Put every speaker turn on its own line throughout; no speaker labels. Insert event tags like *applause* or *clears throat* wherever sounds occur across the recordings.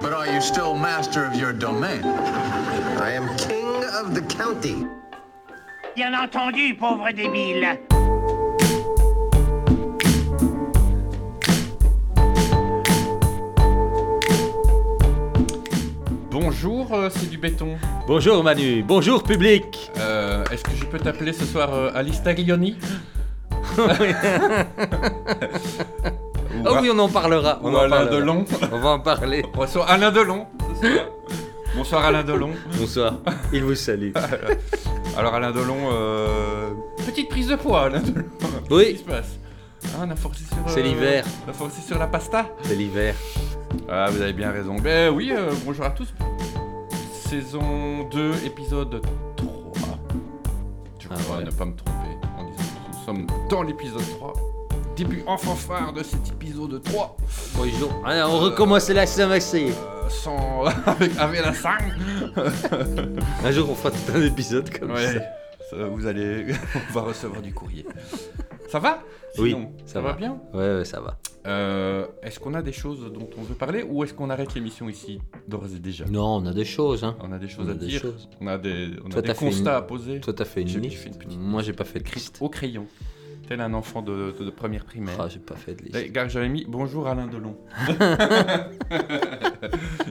But are you still master of your domain?
I am king of the county.
Bien entendu, pauvre débile.
Bonjour, euh, c'est du béton.
Bonjour Manu, bonjour public
Euh, Est-ce que je peux t'appeler ce soir euh, Alice Taglioni *laughs* Ah Ou
Oh
Ra-
oui, on en parlera.
ou
On en
Alain
parlera.
Delon.
On va en parler.
Bonsoir Alain Delon. ce soir. Bonsoir Alain Delon.
Bonsoir, il vous salue.
Alors Alain Delon, euh, petite prise de poids Alain Delon. Qu'est-ce qui
*laughs* Oui,
se passe Ah, on a forcé sur.
c'est
euh,
l'hiver,
On a forcé sur la pasta.
c'est l'hiver.
Ah, vous avez bien raison. Ben oui, euh, bonjour à tous. Saison 2, épisode 3. Je
Ah,
crois
ouais.
ne pas me tromper en disant que nous sommes dans l'épisode 3. Début en fanfare de cet épisode 3.
Bonjour, Ah, on recommence la Saint-Massé.
Euh, sans... *laughs* avec, avec la 5.
Un jour, on fera tout un épisode comme ça.
Ouais. Ça, vous allez... *laughs* On va recevoir du courrier. Ça va
Oui,
Sinon,
ça
ça,
va.
va bien
Ouais, ouais, ça va.
Euh, Est-ce qu'on a des choses dont on veut parler ou est-ce qu'on arrête l'émission ici d'ores et déjà
Non, on a des choses, hein.
On a des choses
On a
à
des
dire,
choses.
on a des, on a
Toi,
des
t'as fait
constats
une-
à poser.
Toi, t'as fait une
J'ai- j'ai
liste.
fait une petite- Oh,
Moi, j'ai pas fait de liste.
au crayon, tel un enfant de, de- de première primaire.
Ah, j'ai pas fait de liste.
Eh, Gare, j'avais mis bonjour Alain
*laughs*
Delon.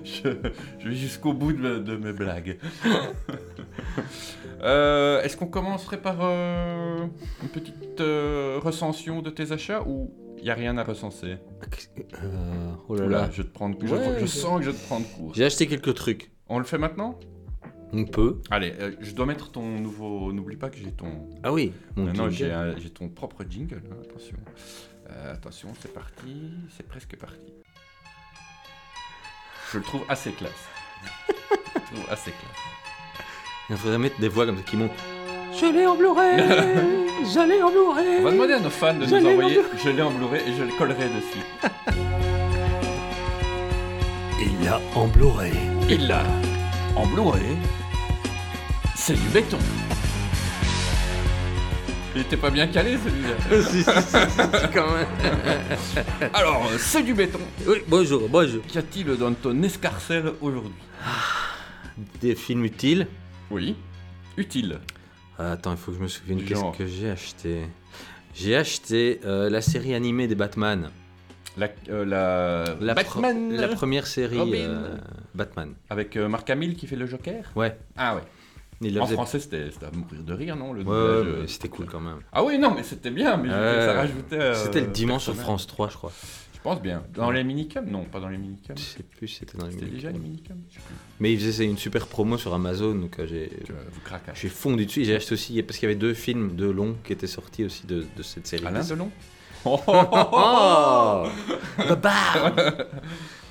je, je vais jusqu'au bout de, me- de mes
*laughs*
blagues. Euh, Est-ce qu'on commencerait par euh, une petite euh, recension de tes achats ou il n'y a rien à recenser
Ah, Euh, oh là
Oula,
là.
je, vais te prends je,
Ouais,
je
je-
sens que je vais te prends de court.
J'ai acheté quelques trucs.
On le fait maintenant
On peut.
Allez, euh, je dois mettre ton nouveau. N'oublie pas que j'ai ton,
Ah oui. mon
Maintenant,
jingle.
j'ai un- j'ai ton propre jingle, hein, attention. Euh, attention, c'est parti, c'est presque parti. Je le trouve assez classe. Je le trouve assez classe.
Il faudrait mettre des voix comme ça qui montent. Je l'ai en Blu-ray Je l'ai en Blu-ray
On va demander à nos fans de
Je
nous
l'ai en
envoyer je l'ai en Blu-ray et je le collerai dessus.
Il l'a en Blu-ray.
Il l'a en Blu-ray. C'est du béton. Il était pas bien calé celui-là.
*laughs* Si, si, si, si, quand même.
Alors, euh, c'est du béton.
Oui, bonjour, bonjour.
Qu'y a-t-il dans ton escarcelle aujourd'hui
Des films utiles.
Oui. Utile.
Ah, Attends, il faut que je me souvienne
Du
qu'est-ce
genre.
que j'ai acheté. J'ai acheté euh, la série animée des Batman.
La, euh, la...
La pre-
Batman.
La première série
Robin.
euh, Batman.
Avec euh, Marc Hamill qui fait le Joker
Ouais.
Ah ouais.
Il la
en
faisait-
français, c'était c'était à mourir de rire, non le
Ouais,
doublage,
ouais,
euh,
mais c'était cool quand même.
Ah oui, non, mais c'était bien, mais je-
Ouais.
ça rajoutait... euh,
c'était le dimanche sur
personnage.
France 3, je crois.
Je pense bien. Dans les minicums Non, pas dans les minicums.
Je sais plus, si c'était dans les
C'était déjà les
minicums.
minicums Je sais plus.
Mais il faisait une super promo sur Amazon, donc euh, j'ai
Tu vois, vous craquez.
Je suis fondu dessus. J'ai acheté aussi parce qu'il y avait deux films de long qui étaient sortis aussi de, de cette série.
Alain Delon
Oh, Baba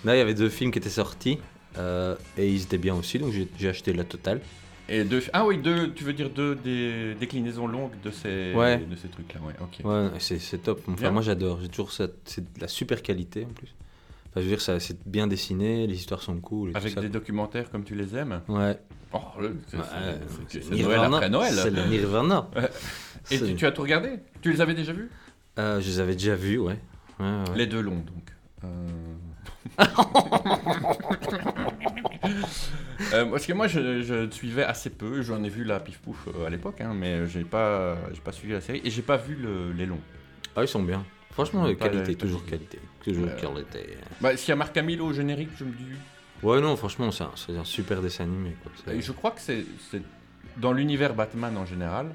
Là, il y avait deux films qui étaient sortis euh, et ils étaient bien aussi, donc j'ai- j'ai acheté la totale.
*laughs* Et deux... Ah oui, deux, tu veux dire deux des déclinaisons longues de ces,
Ouais.
de ces trucs-là, ouais, ok.
Ouais, c'est c'est top. Enfin,
Bien.
moi j'adore. J'ai toujours ça. C'est de la super qualité en plus. Enfin, je veux dire, ça- c'est bien dessiné, les histoires sont cool. Et
Avec
tout ça.
des documentaires comme tu les aimes
Ouais.
Oh, le- c'est
Ouais,
c'est- c'est-
c'est
c'est Noël après
C'est
Noël
le
*laughs*
Nirvana.
Et tu,
C'est-
tu as tout regardé Tu les avais déjà vus
Euh, je les avais déjà vus, ouais. Ouais, ouais.
Les deux longs, donc. Euh, Euh, parce que moi, je, je te suivais assez peu. J'en ai vu la pif pouf euh, à l'époque, hein, mais j'ai pas, j'ai pas suivi la série et j'ai pas vu le- les longs.
Ah, ils sont bien. Franchement,
Pas
qualité,
les-
toujours qualité. Toujours
Euh,
qualité.
Bah, s'il y a Marc Hamill au générique, je me dis.
Ouais, non, franchement, c'est un, c'est un super dessin animé. Quoi. C'est-
Et euh, je crois que c'est, c'est- dans l'univers Batman en général,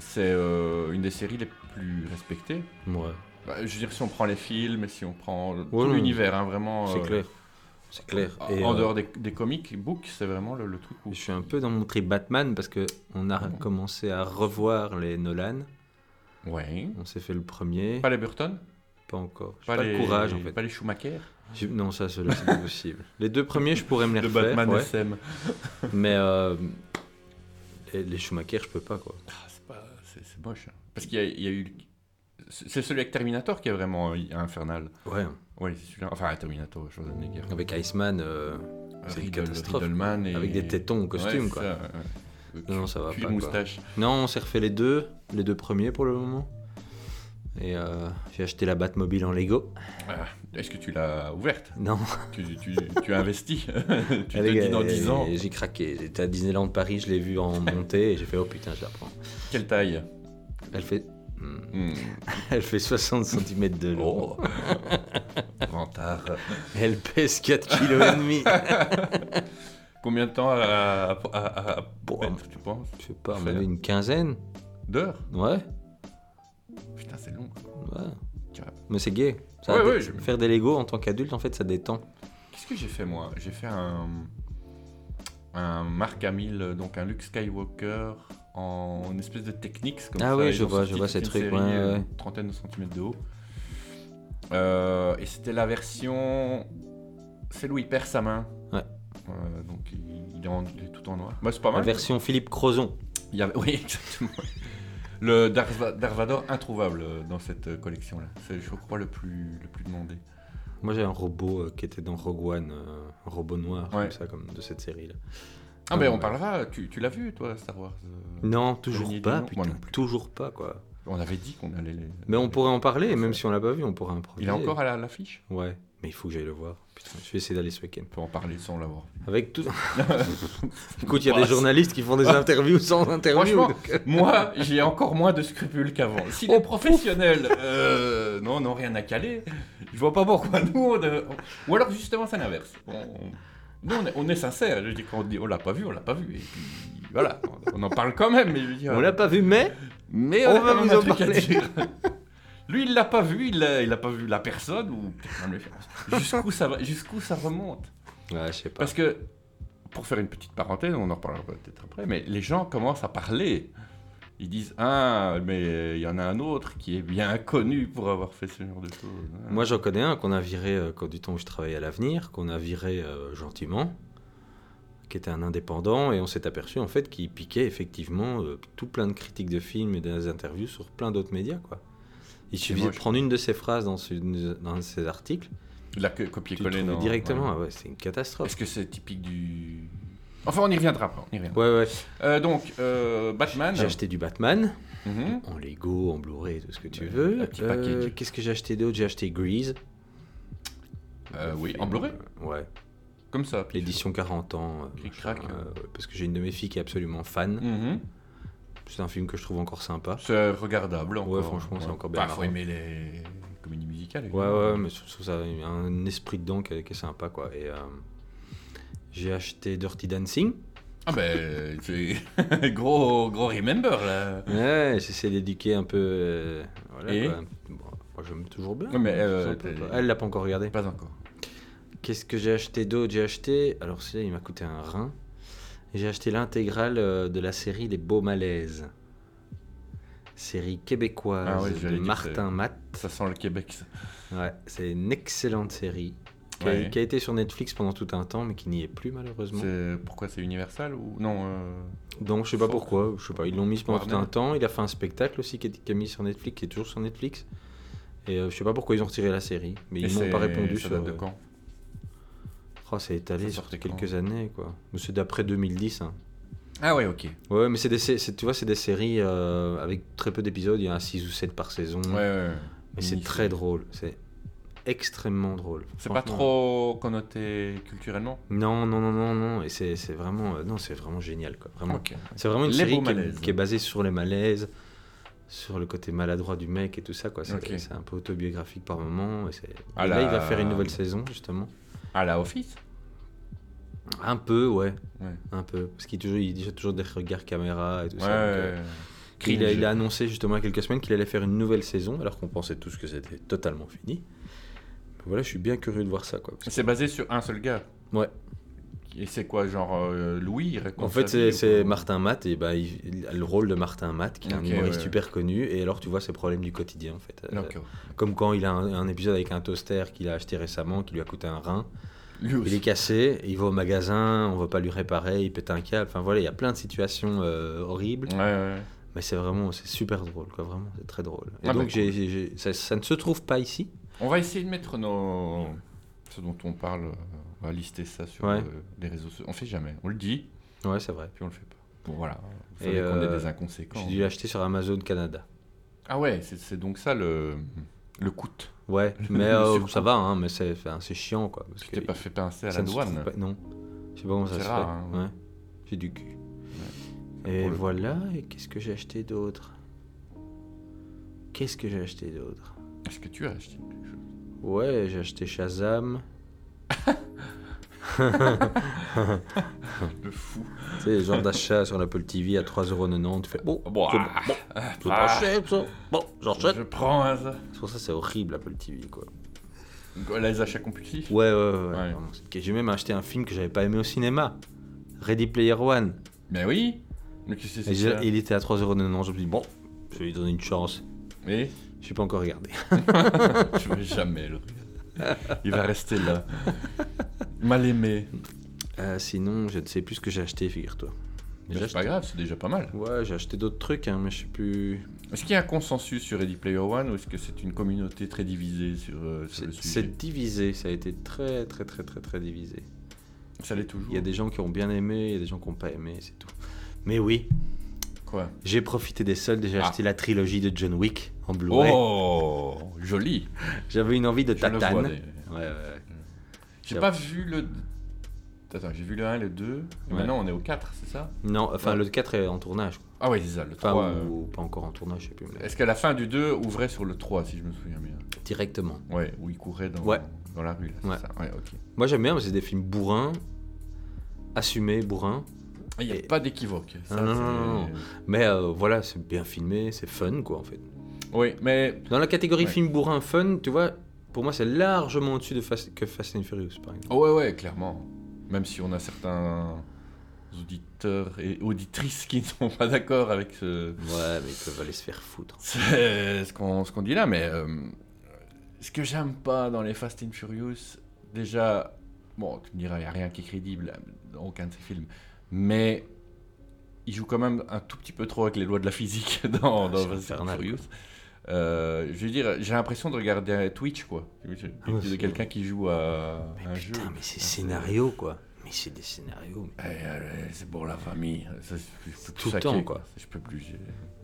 c'est euh, une des séries les plus respectées.
Ouais,
Bah, je veux dire, si on prend les films, si on prend tout
Ouais, ouais.
l'univers, hein, vraiment.
c'est
euh,
clair. C'est clair.
En,
Et,
Ah, en
euh,
dehors des, des comics, books, c'est vraiment le, le truc où.
Je suis un peu dans mon trip Batman parce que on a commencé à revoir les Nolan.
Ouais.
On s'est fait le premier.
Pas les Burton
Pas encore. J'ai Pas, le courage, en fait.
Pas les Schumacher
J'ai- Non, ça, cela, c'est
*laughs*
pas possible. Les deux premiers, je pourrais me les
De
refaire.
Batman
ouais.
SM.
Mais euh, les, les Schumacher, je peux pas, quoi.
Ah, c'est pas- c'est- c'est moche. hein. Parce qu'il y, a- il y a eu. C'est c'est celui avec Terminator qui est vraiment euh, infernal.
Ouais,
Ouais, c'est celui-là. Enfin, Terminator, Schwarzenegger.
avec Iceman, euh, c'est une catastrophe. Avec des tétons au costume, quoi.
quoi.
Non, ça va pas, quoi.
moustache.
Non, on s'est refait les deux, les deux premiers pour le moment. Et euh, j'ai acheté la Batmobile en Lego.
Ah, Est-ce que tu l'as ouverte
Non,
tu, tu, tu as investi Tu te
Elle est-
dis dans 10 ans,
euh, J'ai craqué. J'étais à Disneyland Paris, je l'ai vue en montée et j'ai fait oh putain, je la prends.
quelle taille
Elle fait, *laughs* hmm,
Hmm.
elle fait 60 cm de long.
*laughs* Oh Vantard
Elle pèse 4 kg et
*laughs*
demi.
Combien de temps à, à, à- à
Bon,
mettre, tu penses
Je sais pas,
Faire.
mais une quinzaine
D'heures
Ouais,
Putain, c'est long. quoi.
ouais.
Tiens.
Mais c'est gay. Ça
Ouais,
dé-
ouais, je-
Faire des Lego en tant qu'adulte, en fait, ça détend.
Qu'est-ce que j'ai fait, moi J'ai fait un... Un Mark Hamill, euh, donc un Luke Skywalker, en une espèce de Technics, comme
Ah
ça.
oui,
ils
je
ont
vois,
sorti
je vois
toute
ces
une
trucs,
série,
ouais,
euh,
ouais.
Trentaine de centimètres de haut. Euh, et c'était la version... Celle où il perd sa main.
Ouais.
Euh, donc il, il est en- il est tout en noir. Bah, c'est pas
La
mal.
version Philippe Crozon.
Il y avait- *laughs* Oui, exactement. Le Darva- Darvador introuvable euh, dans cette euh, collection-là. C'est, je crois, le plus, le plus demandé. Ah,
Moi, j'ai un robot euh, qui était dans Rogue One, euh, un robot noir,
Ouais.
comme ça, comme de cette série-là.
Ah, mais
Ouais.
on parlera. Tu, tu l'as vu, toi, Star Wars euh,
Non, toujours
Dernier du nom
pas,
Moi
putain,
non plus.
toujours pas, quoi.
On avait dit qu'on allait les.
Mais on pourrait en parler, même
Ouais.
si on l'a pas vu, on pourrait en parler.
Il est encore à la- l'affiche
Ouais, mais il faut que j'aille le voir. Putain, je vais essayer d'aller ce week-end.
On peut en parler sans l'avoir.
Avec *laughs* tout. Écoute, il y a des journalistes qui font des interviews sans interview.
Franchement,
donc-
Eh *laughs* moi, j'ai encore moins de scrupules qu'avant. Si les
Oh,
professionnels, euh, non, n'ont rien à caler, je vois pas pourquoi nous, on, euh, on- ou alors justement, c'est l'inverse. On- on- nous, on est, on est sincère. Je dis qu'on dit, on l'a pas vu, on l'a pas vu. Et puis, voilà, on, on en parle quand même. Mais je dis,
On l'a pas vu, mais
mais
on
a
va
quand même
vous
un
en
truc à
parler.
dire. Lui, il l'a pas vu, il a, il a pas vu la personne ou Putain, mais jusqu'où ça va, jusqu'où ça remonte.
Ouais, je sais pas.
Parce que, pour faire une petite parenthèse, on en reparlera peut-être après, mais les gens commencent à parler. Ils disent Ah, mais il y en a un autre qui est bien connu pour avoir fait ce genre de choses.
Moi, j'en connais un qu'on a viré euh, quand, du temps où je travaillais à l'avenir, qu'on a viré euh, gentiment, qui était un indépendant, et on s'est aperçu en fait qu'il piquait effectivement euh, tout plein de critiques de films et des interviews sur plein d'autres médias, quoi. Il suffisait
moche.
de prendre une de ses phrases dans, ce- dans ses articles,
la
tu
copier-coller
le
dans-
directement.
ouais.
Ah ouais, c'est une catastrophe.
Est-ce que c'est typique du. Enfin, on y reviendra après. on y reviendra.
Ouais, ouais.
Euh, donc, euh, Batman.
J'ai acheté du Batman
Mhm.
en Lego, en Blu-ray, tout ce que tu
Ouais,
veux.
un petit
Euh,
package.
Qu'est-ce que j'ai acheté d'autre J'ai acheté Grease.
Euh, oui, en Blu-ray,
Ouais,
comme ça.
l'édition 40 ans. euh,
Cric-crac.
machin, euh, parce que j'ai une de mes filles qui est absolument fan.
Mhm.
C'est un film que je trouve encore sympa.
C'est regardable. Encore.
franchement, c'est encore bien
Bah, faut
marrant.
aimer les comédies musicales.
Ouais, ouais, mais je trouve ça il y a un esprit dedans qui est, qui est sympa, quoi. Et euh, j'ai acheté Dirty Dancing.
Ah, ben, c'est *laughs* gros, gros remember là.
Ouais, j'essaie d'éduquer un peu. euh, voilà,
Et
quoi. Bon, moi, j'aime toujours bien.
Ouais, mais, euh,
C'est sympa,
t'es-
quoi. Elle l'a pas encore regardé.
Pas encore.
Qu'est-ce que j'ai acheté d'autre J'ai acheté. Alors, celui-là, il m'a coûté un rein. Et J'ai acheté l'intégrale euh, de la série Les Beaux Malaises. Série québécoise
Ah ouais,
de
j'allais dire que
Martin Matt.
Ça sent le Québec, ça.
Ah Ouais, c'est une excellente série qui,
Ouais.
a, qui a été sur Netflix pendant tout un temps, mais qui n'y est plus malheureusement.
C'est- Pourquoi c'est Universal ou non euh,
Donc je sais pas
Faut-
pourquoi, je sais pas, ils l'ont mis pendant tout un
Warner.
temps. Il a fait un spectacle aussi qui est, qui est mis sur Netflix, qui est toujours sur Netflix. Et euh, je sais pas pourquoi ils ont retiré la série, mais
et
ils m'ont
c'est-
pas répondu.
Ça
sur- euh,
date de quand
Oh, c'est étalé
Ça
sur
sortait
quelques années quoi. Mais c'est d'après 2010. hein.
Ah ouais, ok.
Ouais, mais c'est des, sé- c'est- tu vois, c'est des séries euh, avec très peu d'épisodes, il y en a 6 ou 7 par saison.
Ouais, ouais. ouais.
mais c'est
Mini-série.
très drôle, c'est extrêmement drôle.
C'est pas
Franchement. euh,
trop connoté culturellement
Non, non, non, non, non. Et c'est c'est vraiment, euh, non, c'est vraiment génial, quoi. Vraiment.
Ok.
C'est vraiment une
Les
série
beaux
qui est,
malaises. hein.
qui est basée sur les malaises, sur le côté maladroit du mec et tout ça, quoi. C'est
Ok. Ah
c'est un peu autobiographique par moment. Et, c'est-
À
et là,
la-
il va faire une nouvelle saison, justement.
À la Office
Un peu, ouais.
Ouais.
Un peu. Parce qu'il toujours, il a toujours des regards caméra et tout
Ouais.
ça. donc, euh,
Cringe.
il, a, il a annoncé justement il y a quelques semaines qu'il allait faire une nouvelle saison, alors qu'on pensait tous que c'était totalement fini. Mais voilà, je suis bien curieux de voir ça, quoi. Parce que-
C'est basé sur un seul gars
Ouais.
Et c'est quoi, genre euh, Louis il raconte
En
sa
fait, c'est-
vie,
c'est
ou-
Martin Matt, et bah, il, il a le rôle de Martin Matt, qui est un
Ok,
humoriste
ouais.
super connu, et alors tu vois ses problèmes du quotidien en fait. Euh,
Ok.
Comme quand il a un, un épisode avec un toaster qu'il a acheté récemment, qui lui a coûté un rein,
Lui
il est
aussi.
cassé, il va au magasin, on va pas lui réparer, il pète un câble, enfin voilà, il y a plein de situations euh, horribles,
Ouais, ouais.
mais c'est vraiment, c'est super drôle, quoi, vraiment, c'est très drôle.
Ah
Et
bah,
donc
cool.
j'ai- j'ai- j'ai- ça, ça ne se trouve pas ici,
On va essayer de mettre nos... ce dont on parle, euh, on va lister ça sur
Ouais.
euh, les réseaux sociaux. On fait jamais, on le dit,
ouais c'est vrai.
puis on le fait pas. Bon voilà, vous
Et,
savez qu'on est
euh,
des inconséquents.
J'ai dû l'acheter sur Amazon Canada.
Ah ouais, c'est- c'est donc ça le, le coût. *laughs*
Ouais, mais
Le
euh,
surcoût.
ça va, hein, mais c'est enfin, c'est chiant quoi. Parce
Tu t'es
que
pas fait pincer à
ça
la
ne se trouve
douane.
pas- Non, je sais pas comment ça
C'est
se fait.
rare, hein.
Ouais, j'ai du cul.
Pour
Et
le-
voilà, et qu'est-ce que j'ai acheté d'autre Qu'est-ce que j'ai acheté d'autre
Est-ce que tu as acheté quelque chose
Ouais, j'ai acheté Shazam.
*laughs*
*laughs*
Le fou.
Tu sais, le genre d'achat sur l'Apple TV à 3,90€. Tu fais bon,
Bon,
c'est bon,
ah,
bon, je
ah.
l'achète, ça. Bon, j'achète.
Je prends hein, ça.
C'est pour ça c'est horrible Apple TV quoi.
Quoi, Les achats compulsifs
Ouais, ouais, ouais.
Ouais.
vraiment, c'est- J'ai même acheté un film que j'avais pas aimé au cinéma. Ready Player One.
Mais oui Mais qu'est-ce que
Et
c'est
j'ai-
ça
il était à 3,90€. Je me suis dit, bon, je vais lui donner une chance.
Mais
Je n'ai pas encore regardé.
tu vas jamais le regarder. Il va rester là. Mal aimé.
Euh, sinon, je ne sais plus ce que j'ai acheté, figure-toi.
Mais
J'ai
c'est
acheté-
pas grave, c'est déjà pas mal.
Ouais, j'ai acheté d'autres trucs, hein, mais je sais plus.
Est-ce qu'il y a un consensus sur Ready Player One ou est-ce que c'est une communauté très divisée sur, euh, sur le
C'est c'est
sujet
divisé, ça a été très, très, très, très, très divisé.
Ça l'est toujours.
Il y a des gens qui ont bien aimé, il y a des gens qui n'ont pas aimé, c'est tout. Mais oui,
Quoi
j'ai profité des soldes, j'ai
Ah.
acheté la trilogie de John Wick en Blu-ray.
Oh Joli
J'avais une envie de
Je le
tatane.
vois, des-
Ouais, ouais, ouais.
J'ai pas vu le. Attends, j'ai vu le 1, le 2. et
Ouais.
Maintenant, on est au 4, c'est ça
Non, enfin,
Ouais.
le 4 est en tournage. quoi.
Ah ouais, c'est ça, le 3.
Enfin,
euh,
ou, ou pas encore en tournage, je sais plus. mais-
Est-ce que la fin du 2 ouvrait sur le 3, si je me souviens bien
Directement.
Ouais, où il courait dans,
Ouais.
dans la rue, là, c'est
Ouais.
ça Ouais, ok.
Moi, j'aime bien, parce que c'est des films bourrins, assumés, bourrins.
Il n'y a
Et-
pas d'équivoque. ça,
Ah, non, non,
c'est-
Mais euh, voilà, c'est bien filmé, c'est fun, quoi, en fait.
Oui, mais
Dans la catégorie
Ouais.
film bourrin fun, tu vois, pour moi, c'est largement au-dessus de Fast- que Fast and Furious, par exemple.
Oh ouais, ouais, clairement. Même si on a certains auditeurs et auditrices qui ne sont pas d'accord avec ce,
Ouais, mais ils peuvent aller se faire foutre.
c'est ce qu'on ce qu'on dit là, mais euh, ce que j'aime pas dans les Fast and Furious, déjà, bon, tu me diras, il n'y a rien qui est crédible dans aucun de ces films, mais ils jouent quand même un tout petit peu trop avec les lois de la physique *laughs* dans, dans
Ah, c'est
Fast and
infernal,
Furious. Euh, je veux dire, j'ai l'impression de regarder un Twitch, quoi.
Ah ouais,
de
c'est-
quelqu'un qui joue à
Mais
un
putain,
jeu.
mais ces scénarios, quoi. Mais c'est des scénarios. mais
Eh, allez, c'est pour la famille. Ça, je peux plus
Tout le
saquer,
temps, quoi.
Je peux plus. j'ai-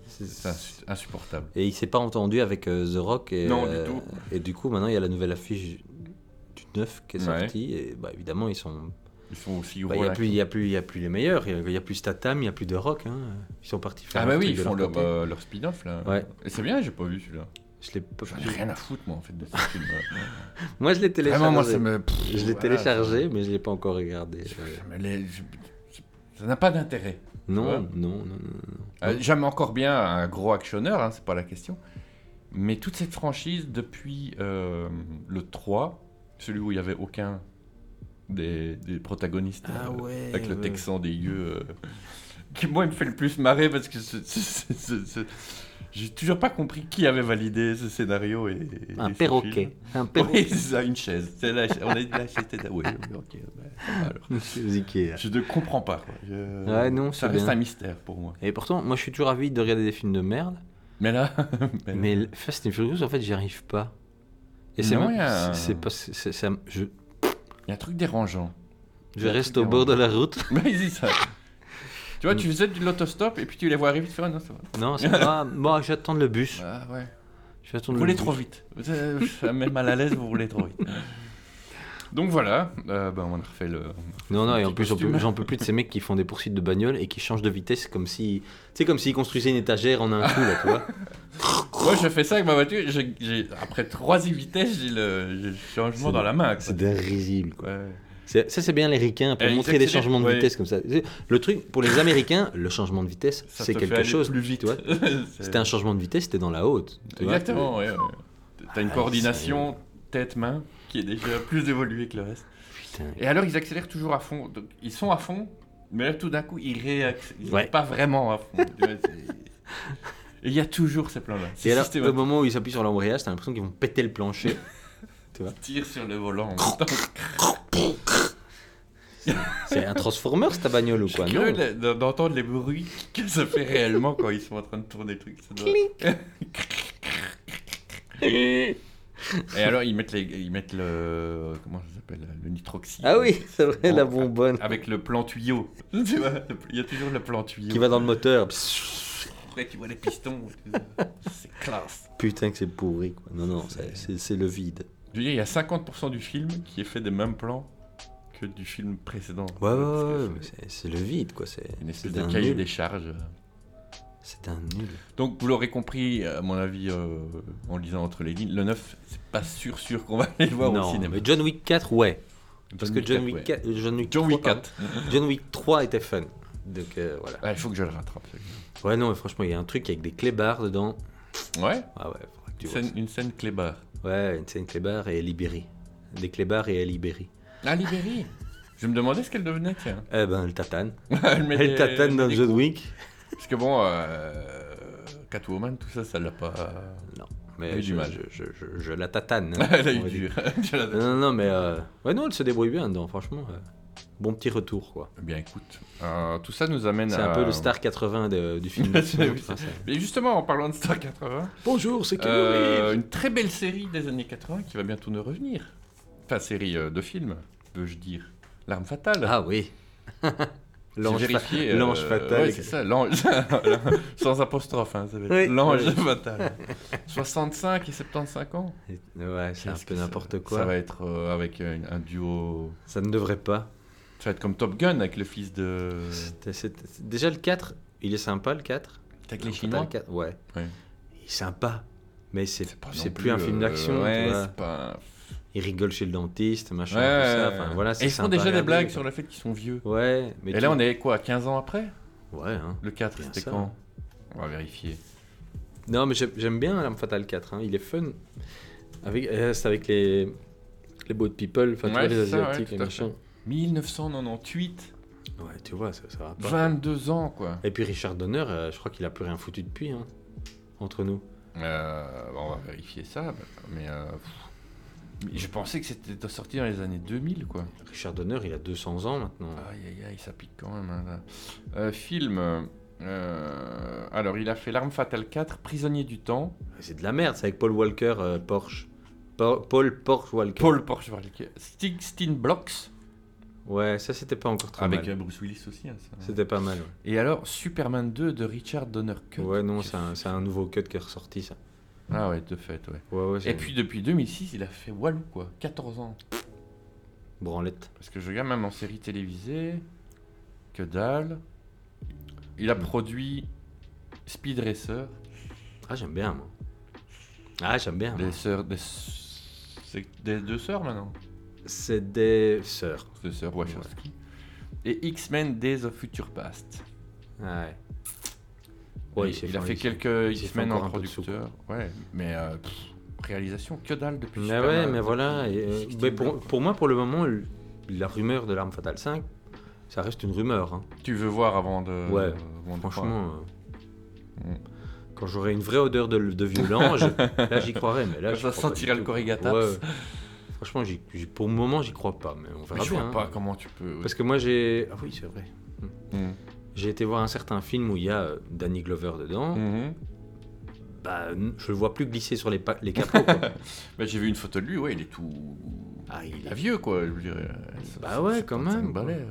c'est-
C'est insu- insupportable.
Et il s'est pas entendu avec euh, The Rock. Et,
Non, du
euh,
tout.
Et du coup, maintenant, il y a la nouvelle affiche du 9 qui est
Ouais.
sortie. Et bah, évidemment, ils sont.
Ils sont aussi
bah, Il
gros
n'y a,
là
plus- il y a, plus- il y a plus les meilleurs. Il n'y a, plus Statam, il n'y a plus The Rock. hein. Ils sont partis
que-
faire
Ah
leur
bah oui,
truc
ils
de
font leur,
côté.
euh, leur spin-off là.
Ouais.
Et c'est bien, j'ai pas vu celui-là.
Je l'ai pas-
J'en ai rien à foutre moi en fait de ce *laughs* film.
Moi, je l'ai téléchargé.
Vraiment, moi ça me. pff,
euh, Je l'ai
voilà,
téléchargé, mais je ne l'ai pas encore regardé.
ça- ça me l'est- je- je- Ça n'a pas d'intérêt.
Non,
Ouais.
non, non, non, non.
Euh, J'aime encore bien un gros actionneur, hein, c'est pas la question. Mais toute cette franchise depuis euh, le 3, celui où il y avait aucun des, des protagonistes euh,
Ah ouais.
avec le Texan des yeux, euh, qui moi il me fait le plus marrer parce que ce- ce- ce- ce- ce- j'ai toujours pas compris qui avait validé ce scénario et, et
Un
ce
perroquet.
film. *laughs*
Un perroquet.
Oui, c'est ça, une chaise. C'est la cha- on a dit la chaise était- Oui, oui, ok. bah, ça va alors.
Vous Ikea.
Je ne comprends pas. quoi. Je-
Ouais, non,
ça
c'est
reste
bien.
un mystère pour moi.
Et pourtant, moi, je suis toujours avide de regarder des films de merde.
Mais là, *laughs*
Mais le Fast and Furious, en fait, j'y arrive pas. Et c'est
Non,
même-
y a un-
c'est pas, c'est- c'est- ça me- je,
il y a un truc dérangeant. *laughs*
je
y a un
reste
truc
au bord de la route. *laughs*
Mais c'est ça. Tu
Mm.
vois, tu faisais de l'autostop et puis tu les vois arriver, tu fais ah, non, ça va.
Non, c'est
*laughs*
pas. Moi, j'attends le bus.
Ah ouais.
J'attends
Vous
le
roulez
bus.
trop vite. Vous êtes- Ça me met mal à l'aise, vous roulez trop vite. *laughs* Donc voilà, euh, ben, on a refait le.
Non, non, et en
Petit
plus, j'en peux,
costume.
j'en peux plus de ces mecs qui font des poursuites de bagnole et qui changent de vitesse comme si. Tu sais, comme s'ils construisaient une étagère en un coup, là, tu vois.
Moi, je fais ça avec ma voiture. j'ai- j'ai- Après trois vitesses, j'ai le... j'ai le changement
C'est-
dans la main. quoi.
*laughs* C'est d'un risible, quoi.
Ouais.
C'est- Ça, c'est bien les ricains pour
Eh, ils
montrer des
accélèrent,
changements de
ouais.
vitesse comme ça. C'est- Le truc, pour les Américains, le changement de vitesse,
Ça
c'est
te fait
quelque
aller
chose.
plus vite. *laughs*
tu vois.
C'est-
C'était un changement de vitesse, t'es dans la haute. tu vois.
Exactement, ouais. ouais. T'as une
Ah,
coordination tête-main qui est déjà plus évoluée que le reste.
Putain.
Et alors, ils accélèrent toujours à fond. Donc, ils sont à fond, mais là, tout d'un coup, ils réaccélèrent. Ils sont
Ouais.
pas vraiment à fond. Tu vois, c'est-
*laughs*
Et il y a toujours ces plans-là.
Et
C'est
alors, au
systématique.
moment où ils s'appuient sur l'embrayage, t'as l'impression qu'ils vont péter
*laughs*
le plancher.
Tire sur le volant. en même temps.
C'est un Transformers, ta bagnole ou
Je suis
quoi
curieux
Non.
de- de- d'entendre les bruits que ça fait réellement quand ils sont en train de tourner le truc. ça doit- Et alors, ils mettent, les, ils mettent le. Comment ça s'appelle Le nitroxyde.
Ah oui, c'est vrai,
Bon,
la bonbonne
*laughs* Avec le plan tuyau. Tu vois, il y a toujours le plan tuyau. *laughs*
qui va dans le moteur. Pssst.
Après, tu vois les
*laughs*
pistons. et tout. C'est classe.
Putain que c'est pourri, quoi. Non, non, c'est- c'est c'est le vide.
Je veux dire, il y a 50% du film qui est fait des mêmes plans que du film précédent.
Ouais, ouais,
Parce que
ouais,
c'est
mais c'est- c'est le vide, quoi. C'est
Une espèce
c'est
de
un
cahier des
nul.
charges.
C'est un nul.
Donc, vous l'aurez compris, à mon avis, euh, en lisant entre les lignes, le 9, c'est pas sûr, sûr qu'on va *laughs* *laughs* aller le voir au
Non,
cinéma.
mais John Wick 4, ouais. Parce que John
Wick
Wick,
quatre,
4, John Wick
ouais. John
3,
Wick 4.
pardon. John Wick 3 était fun. Donc euh, voilà.
Ah, Il faut que je le rattrape. celui-là.
Ouais, non, mais franchement, il y a un truc avec des clébards dedans.
Ouais,
Ah ouais, faudrait que tu
une
vois.
scène, une scène clébard.
ça. Ouais, une scène clébard et Libéry. Des clébards et Libéry.
Ah, Libéry Je me demandais ce qu'elle devenait,
*laughs*
tiens.
Eh ben, le tatane.
elle met
Elle
des-
tatane dans
des
John Wick.
Parce que bon, euh, Catwoman, tout ça, ça l'a
*laughs*
pas.
Non,
Elle a
mais
eu
je,
du mal.
je, je, je- je la tatane. hein,
*laughs* Elle a
on
eu
va
dur.
dire.
Tu l'as-
Non, non, non, mais. euh, Ouais, non, elle se débrouille bien dedans, franchement. euh, Bon petit retour, quoi.
Eh Bien écoute, euh, tout ça nous amène à.
C'est un peu le Star 80 de-
*laughs*
du film.
Euh, Oui, c'est-
français.
Mais justement, en parlant de Star
*laughs*
80,
Bonjour, c'est Keanu
euh,
Reeves.
une très belle série des années 80 qui va bientôt nous revenir. Enfin, série euh, de films, veux-je dire. L'arme fatale. *laughs*
Ah oui.
J'ai
L'ange fa-
vérifié. euh,
l'ange fatal.
ouais, c'est ça, l'ange. *laughs* Sans apostrophe, hein, ça va être
Oui.
L'ange
Oui. *laughs*
fatal. 65 et 75 ans.
Ouais, c'est un
Qu'est-ce
peu
que ça-
n'importe quoi.
Ça
Ça,
va être euh, avec un, un duo.
ne devrait pas.
Ça va être comme Top Gun avec le fils de.
C'était- c'était- Déjà, le 4, il est sympa, le 4.
Avec
Enfin, le 4, ouais.
Ouais.
Il est sympa. Mais c'est
C'est pas non
c'est plus, un
euh,
film d'action.
ouais,
tu vois.
c'est pas.
Il rigole chez le dentiste, machin,
Ouais,
tout ça.
ouais,
Enfin,
ouais.
voilà,
Et
c'est
ils font
sympa à
déjà des
regarder,
blagues
quoi.
sur le fait qu'ils sont vieux.
Ouais, mais
Et là, on est quoi, 15 ans après
Ouais, hein.
Le 4,
Bien
c'était
ça.
quand On va vérifier.
Non, mais j'aime- j'aime bien L'Arme Fatale 4. hein. Il est fun. Avec, euh, c'est avec les, les boat people, enfin, tu
Ouais,
vois, les
c'est ça, ouais,
Asiatiques
tout
et
à
machin.
1998,
Ouais, tu vois, ça, ça va pas.
22 ans quoi.
Et puis Richard Donner, euh, je crois qu'il a plus rien foutu depuis, hein, entre nous.
Euh, bah, on va vérifier ça, mais euh, pff. Mais je pensais que c'était sorti dans les années 2000 quoi.
Richard Donner, il a 200 ans maintenant.
Aïe aïe aïe, ça pique quand même. hein, là. Euh, film. euh, alors, il a fait L'Arme Fatale 4, Prisonnier du Temps.
C'est de la merde, c'est avec Paul Walker, euh, Porsche. Pa- Paul Porsche Walker.
Paul Porsche, Sixteen Blocks.
Ouais, ça c'était pas encore très
Avec
mal.
euh, Bruce Willis aussi. hein, ça.
C'était pas mal. ouais.
Et alors, Superman 2 de Richard Donner Cut.
Ouais, non, c'est un, c'est un nouveau cut qui est ressorti, ça.
Ah ouais, de fait, ouais.
Ouais, ouais, c'est
Et puis depuis 2006, il a fait Walou, quoi. 14 ans.
branlette.
Parce que je regarde même en série télévisée. Que dalle. Il a produit Speed Racer.
Ah, j'aime bien, moi. Ah, j'aime bien.
Des
moi.
sœurs. Des... C'est des deux sœurs maintenant
C'est des sœurs.
Deux sœurs Wachowski. Et X-Men Days of Future Past.
Ouais.
Et
Ouais,
il, a fait
quelques
quelques
il s'est fait
X-Men
encore
en
un peu de sous,
producteur. Ouais, mais euh, pff, réalisation que dalle depuis.
Mais
Superman.
ouais, mais voilà. et, euh,
Sixteen
mais pour,
Blocks, quoi.
pour moi, pour le moment, l- la rumeur de l'arme fatale 5, ça reste une rumeur. hein.
Tu veux voir avant de.
Ouais,
avant de croire.
Franchement, euh,
Mm.
quand j'aurai une vraie odeur de, de violent, je- là j'y croirais.
*laughs*
Mais là,
Quand
j'y
ça
crois pas du
sentira le
tout.
corrigataps.
Franchement, j'y- j'y- pour le moment, j'y crois pas, mais on verra
Mais je
bien,
vois
hein.
pas comment tu peux.
Parce que moi, j'ai. Ah oui, c'est vrai.
Mhm.
J'ai été voir un certain film où il y a euh, Danny Glover dedans.
Mhm.
Bah, n- je le vois plus glisser sur les, pa- les
*laughs*
capots. quoi.
Bah, j'ai vu une photo de lui, ouais, il est tout.
ah, il
Il
a
est vieux, quoi, je veux dire. euh,
Bah ouais, quand même, quoi.
balais, euh.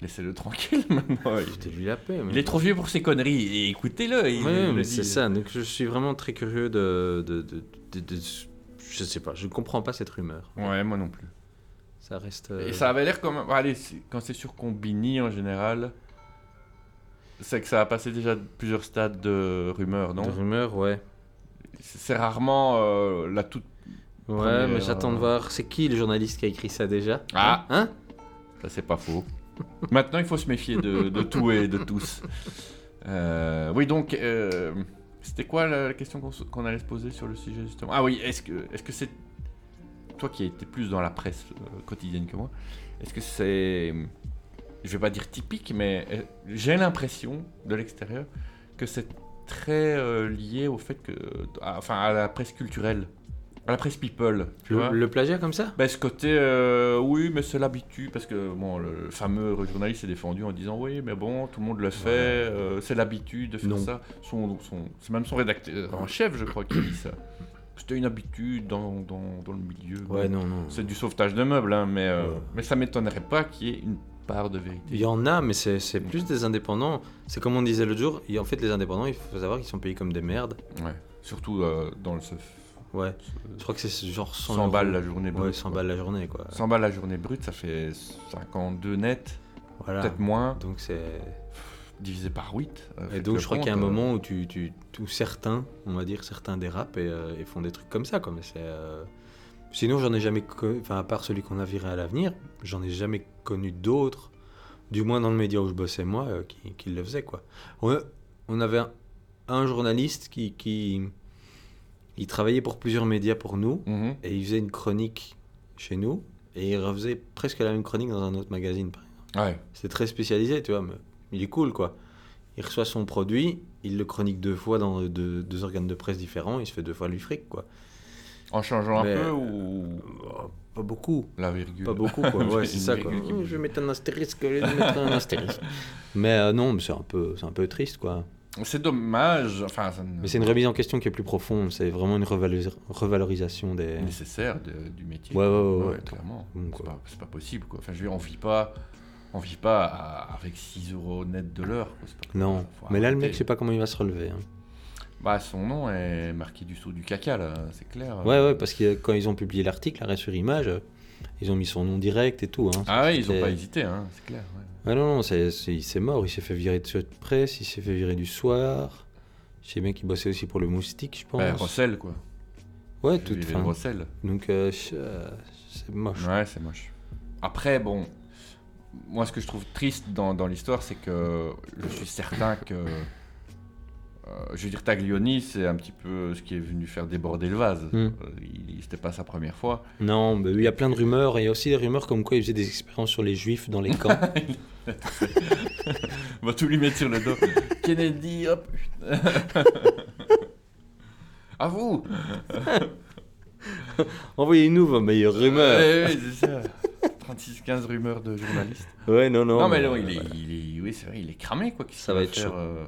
Laissez-le tranquille *laughs* maintenant. Il-
C'était lui la paix. mais-
Il est trop vieux pour ses conneries, et écoutez-le. il-
Ouais,
il
mais
le
c'est
dit.
ça. Donc je suis vraiment très curieux de, de, de, de- de- je sais pas. Je comprends pas cette rumeur.
Ouais, moi non plus.
Ça reste. euh,
Et ça avait l'air comme. bon, allez, c'est- quand c'est sur Combini en général, c'est que ça a passé déjà plusieurs stades de rumeur,
de
non
rumeur, ouais.
C'est c'est rarement euh, la toute.
Ouais,
Première,
mais j'attends de
euh,
voir. C'est qui le journaliste qui a écrit ça déjà
Ah.
Hein
Ça, c'est pas faux. Maintenant, il faut se méfier de, de tout et de tous. Euh, oui, donc. euh, C'était quoi la, la question qu'on se- qu'on allait se poser sur le sujet justement Ah oui, est-ce que est-ce que c'est toi qui étais plus dans la presse euh, quotidienne que moi Est-ce que c'est je vais pas dire typique, mais euh, j'ai l'impression de l'extérieur que c'est très euh, lié au fait que à- enfin à la presse culturelle, à la presse people, tu vois
le, le plagiat comme ça
ben, ce côté, euh, oui, mais c'est l'habitude, parce que bon, le fameux journaliste s'est défendu en disant, oui, mais bon, tout le monde le fait, euh, c'est l'habitude de faire
Non.
ça. Son, son- c'est même son rédacteur en chef, je crois, qui dit ça. C'était une habitude dans, dans- dans le milieu.
Ouais,
Bon,
non, non.
C'est du sauvetage de meubles, hein, mais, euh,
Ouais.
mais ça m'étonnerait pas qu'il y ait une part de vérité.
Il y en a, mais c'est c'est plus des indépendants. C'est comme on disait l'autre jour, il- en fait, les indépendants, il faut savoir qu'ils sont payés comme des merdes.
Ouais. Surtout euh, dans le surf.
Ouais. Je crois que c'est genre 100,
100
euros.
balles la journée brute.
Ouais, 100 balles la journée, quoi.
100 balles la journée brute, ça fait 52 net,
Voilà.
peut-être moins,
Donc c'est.
divisé par euh, 8.
Et donc je crois qu'il y a un moment où tu, tu, où certains, on va dire certains dérapent et, euh, et font des trucs comme ça, quoi. Mais c'est. euh, Sinon, j'en ai jamais, co- enfin à part celui qu'on a viré à l'avenir, j'en ai jamais connu d'autres, du moins dans le média où je bossais moi, euh, qui, qui le faisaient, quoi. On, on avait un, un journaliste qui, qui, il travaillait pour plusieurs médias pour nous
Mhm.
et il faisait une chronique chez nous et il refaisait presque la même chronique dans un autre magazine, par exemple.
Ouais.
C'est très spécialisé, tu vois, mais il est cool, quoi. Il reçoit son produit, il le chronique deux fois dans deux, deux organes de presse différents, il se fait deux fois lui fric, quoi.
En changeant
Mais-
un peu ou
Oh, pas beaucoup.
la virgule
Pas beaucoup,
*laughs*
quoi. Ouais, c'est
Une
*laughs* ça, quoi.
virgule qui
Oh,
bouge.
je vais mettre un astérisque, au lieu de mettre un astérisque. *laughs* Mais euh, non, mais c'est un, peu- c'est un peu triste, quoi.
C'est dommage, enfin, ça ne-
Mais c'est une remise en question qui est plus profonde, c'est vraiment une revalorisa- revalorisation des...
nécessaire de- du métier.
Ouais, ouais, ouais, ouais.
clairement.
Bon,
c'est
quoi.
pas, c'est pas possible, quoi. Enfin, je veux dire, on vit pas, on vit pas à- avec 6 euros net de l'heure. quoi. C'est pas-
Non,
faut
mais là, le
arrêter.
mec, je sais pas comment il va se relever. hein.
Bah, son nom est marqué du saut du caca, là, c'est clair.
Ouais, ouais, parce que euh, quand ils ont publié l'article, arrêt sur image, euh, ils ont mis son nom direct et tout. Hein.
Ah ouais, ils ont
C'était-
pas hésité, hein, c'est clair. ouais.
Ah non, non, c'est, c'est- il s'est mort, il s'est fait virer de cette presse, il s'est fait virer du soir. Je sais bien qu'il bossait aussi pour le moustique, je pense.
Bah, Rossel, quoi.
ouais,
Tout
tout
de
enfin,
Rossel.
Donc, euh, je- euh, c'est moche.
Ouais, c'est moche. Après, bon, moi, ce que je trouve triste dans, dans l'histoire, c'est que je suis certain que. euh, je veux dire, Taglioni, c'est un petit peu ce qui est venu faire déborder le vase.
Mm.
Euh, il C'était pas sa première fois.
Non, mais il y a plein de rumeurs, et il y a aussi des rumeurs comme quoi il faisait des expériences sur les juifs dans
*laughs*
les camps.
On va tout lui mettre sur le
*laughs*
dos. Kennedy, hop À vous
Envoyez-nous vos meilleures rumeurs.
Ouais, ouais, Eh c'est ça. 36-15 rumeurs de journalistes.
Ouais, non, non.
Non, mais
mais,
non, il
euh,
est,
voilà.
il est- oui, c'est vrai, il est cramé, quoi. qu'est-ce
Ça
qu'il
va être
faire,
chaud.
euh,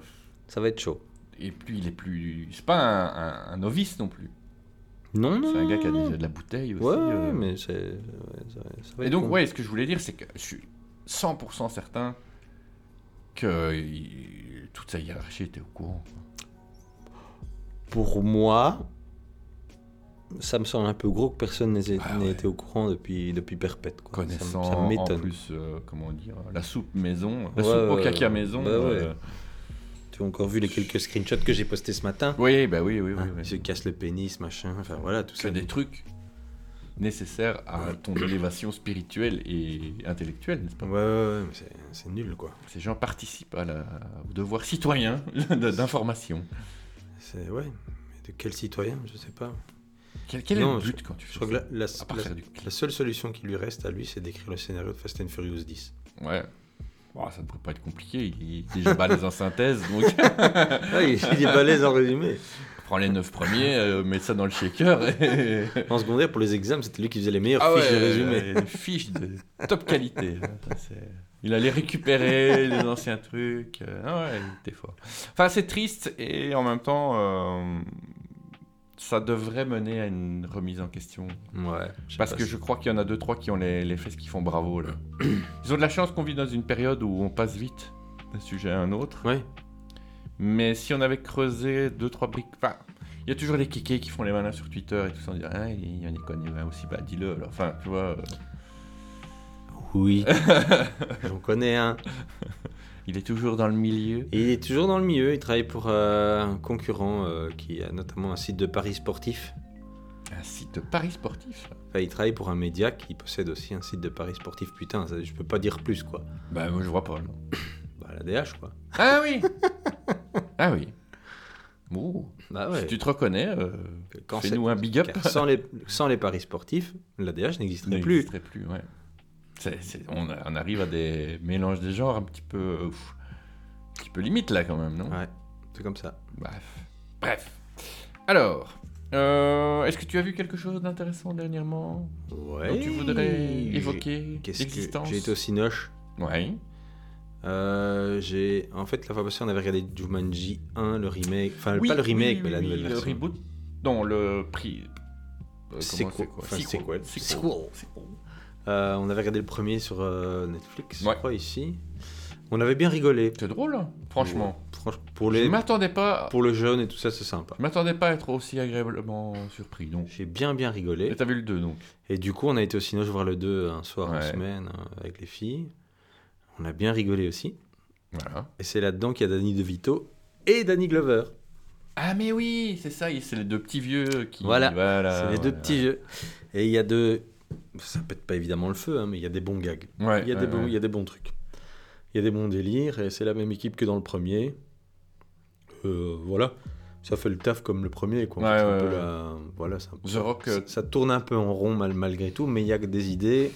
Ça va être chaud.
Et puis il est plus. C'est pas un, un- un novice non plus.
Non, non.
C'est un gars qui a
non,
déjà de la bouteille aussi.
Mmh. Ouais,
euh.
mais c'est. ouais, ça, ça va
Et
être
donc,
con.
ouais, ce que je voulais dire, c'est que je suis 100% certain que il- toute sa hiérarchie était au courant.
Pour moi, ça me semble un peu gros que personne n'ait
Ah
n'ait
ouais.
été au courant depuis, depuis Perpète. Quoi. Ça m-
Connaissant
ça
en
m'étonne.
plus, euh, comment dire, la soupe maison, euh, la
Ouais,
soupe au
ouais,
caca
ouais.
maison.
Bah
euh,
ouais. Tu as encore vu les quelques screenshots que j'ai postés ce matin
Oui, bah oui, oui, oui.
Hein,
oui.
Il se casse le pénis, machin, enfin voilà, tout
que
ça.
des trucs nécessaires à
*coughs*
ton élévation spirituelle et intellectuelle, n'est-ce pas
Ouais, ouais, ouais, mais c'est- c'est nul quoi.
Ces gens participent à la... au devoir citoyen *laughs* d'information.
C'est. Ouais. Mais de quel citoyen Je sais pas.
Quel, quel
Non,
est le but quand tu
Je
fais
crois que
ça
la, la-
À part
la-
faire du clic.
la seule solution qui lui reste à lui, c'est d'écrire le scénario de Fast and Furious 10.
Ouais. Bon, ça ne pourrait pas être compliqué. Il est déjà balèze en synthèse, donc *laughs*
Ah, *laughs* il, il est balèze en résumé.
prends les 9 premiers, euh, mets ça dans le shaker. Et...
En secondaire, pour les examens, c'était lui qui faisait les meilleures fiches de résumé.
euh, Une fiche de top *laughs* qualité. Attends, c'est- Il allait *laughs* récupérer les anciens trucs. euh, ah ouais, il était fort. Enfin, c'est triste et en même temps, euh, ça devrait mener à une remise en question.
Ouais. je sais
Parce
pas
que
si-
je crois qu'il y en a deux trois qui ont les, les fesses qui font bravo
*clears throat*
là. Ils ont de la chance qu'on vit dans une période où on passe vite d'un sujet à un autre.
Ouais.
Mais si on avait creusé deux trois briques, enfin, il y a toujours les kékés qui font les malins sur Twitter et tout ça. On dirait, ah, il y en a connu un aussi, bah dis-le. alors. Enfin, tu vois, euh,
Oui. *laughs* J'en connais un.
il est toujours dans le milieu.
Et il est toujours dans le milieu, il travaille pour euh, un concurrent euh, qui a notamment un site de paris sportif.
Un site de paris sportif.
Enfin, il travaille pour un média qui possède aussi un site de paris sportif. Putain, ça, je peux pas dire plus, quoi.
Bah moi je vois pas.
Bah, la DH, quoi.
Ah oui.
*laughs*
ah oui. Ouh.
Bah
Si tu te reconnais, euh, fais-nous
c'est-
un big up.
car sans, les, sans les paris sportifs, la DH n'existerait plus.
n'existerait plus, ouais. C'est- c'est- on, on arrive à des mélanges des genres un petit peu, euh, pff, un petit peu limite là quand même, non
Ouais, c'est comme ça.
Bref. Bref. Alors, euh, est-ce que tu as vu quelque chose d'intéressant dernièrement
Ouais.
dont tu voudrais évoquer
Qu'est-ce que
l'existence
j'ai été au Cinoche.
Ouais.
Euh, j'ai en fait la fois passée on avait regardé Jumanji 1 le remake, enfin
Oui,
pas Ah, le
oui,
remake
oui,
mais la
oui,
nouvelle
le
version.
reboot. Non, le prix. euh,
Sequel.
C'est quoi
Enfin, sequel.
Sequel.
Sequel.
Sequel.
Euh, on avait regardé le premier sur euh, Netflix,
Ouais.
je crois, ici. On avait bien rigolé.
C'est drôle, hein, franchement.
Franchement, pour,
Je
les,
m'attendais pas,
pour le jeune et tout ça, c'est sympa.
je m'attendais pas à être aussi agréablement surpris. Donc.
J'ai bien, bien rigolé.
Et t'as vu le 2 donc
Et du coup, on a été au cinéma voir le 2 un soir en
Ouais.
semaine euh, avec les filles. On a bien rigolé aussi.
Voilà.
Et c'est là-dedans qu'il y a Danny DeVito et Danny Glover.
Ah mais oui, c'est ça, c'est les deux petits vieux qui.
Voilà, c'est les
Ah, ouais,
deux
ouais.
petits jeux. Et il y a de... Ça pète pas évidemment le feu, hein, mais il y a des bons gags.
Ouais,
Il y, a des
ouais,
bons,
ouais.
il y a des bons trucs. Il y a des bons délires, et c'est la même équipe que dans le premier. Euh, voilà, ça fait le taf comme le premier. Quoi. En
Ouais,
fait, c'est un
ouais,
peu
ouais.
la- Voilà, c'est un peu-
The Rock, euh,
ça, ça tourne un peu en rond mal- malgré tout, mais il y a que des idées.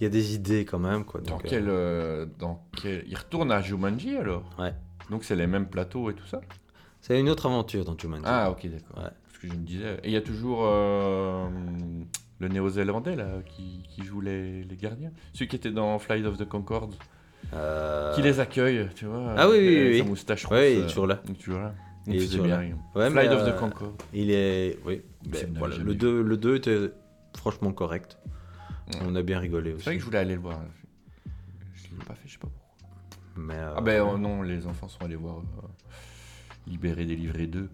Il y a des idées quand même. Quoi.
dans
Donc, euh,
quel, euh, dans quel, il retourne à Jumanji alors
euh, Ouais.
Donc c'est les mêmes plateaux et tout ça
C'est une autre aventure dans Jumanji.
Ah ok d'accord.
Ouais.
Parce que je me disais. Et il y a toujours euh, le Néo-Zélandais là qui, qui joue les, les gardiens, celui qui était dans Flight of the Concorde,
Euh,
qui les accueille, tu vois.
Ah oui,
avec,
oui,
euh,
oui,
Sa
oui.
moustache rousse.
Ouais, il est
euh,
toujours là.
donc tu vois là.
Il est
faisait
toujours
bien
là.
rire.
Ouais,
Flight
mais,
of the
euh,
Concorde.
Il est. Oui, ben,
C'est une
voilà.
jamais
Le
vu.
2 le deux était franchement correct. On a bien rigolé
C'est vrai
aussi.
que je voulais aller le voir. Je l'ai pas fait, je sais pas pourquoi.
Mais, euh,
Ah ben euh, non, les enfants sont allés voir euh, Libéré, délivré 2.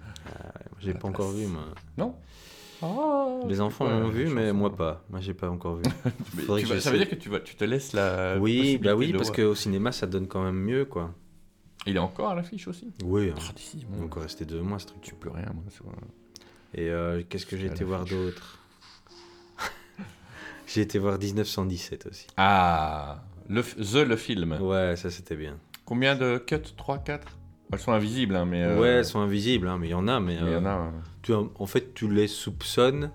J'ai
la
pas encore
place.
vu, moi.
Oh,
Les enfants
Ouais,
l'ont
la hein.
vu, mais
chanson.
moi pas. Moi, j'ai pas encore vu.
Mais
Faudrait
tu
que
vas-
je
ça veut
sais.
dire que tu, vas, tu te laisses la.
Oui,
Ah, possibilité
bah oui,
de
parce
voir.
qu'au cinéma, ça donne quand même mieux, quoi.
Il est encore à l'affiche aussi.
Oui,
Ah, d'ici,
on est
bon,
encore resté euh, deux mois, ce truc.
tu peux rien, moi. c'est vrai.
Et euh, qu'est-ce que j'ai
À
été voir
l'affiche.
d'autre *laughs* J'ai été voir 1917 aussi.
Ah le, f- The, le film.
Ouais, ça c'était bien.
Combien de cuts 3, 4 Elles sont invisibles, hein, mais. euh,
Ouais, elles sont invisibles, hein, mais il y en a, mais.
mais il y
euh,
en a. ouais.
tu- en fait, tu les soupçonnes.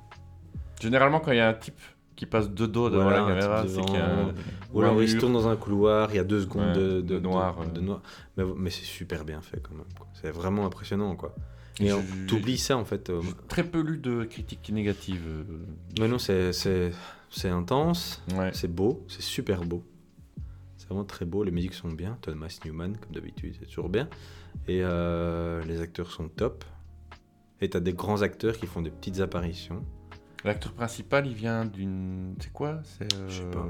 Généralement, quand il y a un type qui passe de dos devant
Voilà,
la
un
caméra,
type
c'est
devant, euh,
qu'il y a un.
Ou alors
un
ils se
mur.
tournent dans un couloir, il y a deux secondes
Ouais,
de,
de
de-
noir,
de- de
euh.
noir. Mais, mais c'est super bien fait quand même. quoi. C'est vraiment impressionnant, quoi. Et
J'ai-
on-
j'ai-
t'oublies ça, en fait. euh,
J'ai très peu lu de critiques négatives. euh,
Mais non, c'est- c'est c'est intense,
Ouais.
c'est beau, c'est super beau. C'est vraiment très beau, les musiques sont bien. Thomas Newman, comme d'habitude, c'est toujours bien. Et euh, les acteurs sont top. Et t'as des grands acteurs qui font des petites apparitions.
L'acteur principal, il vient d'une. C'est quoi C'est. euh,
Je sais pas.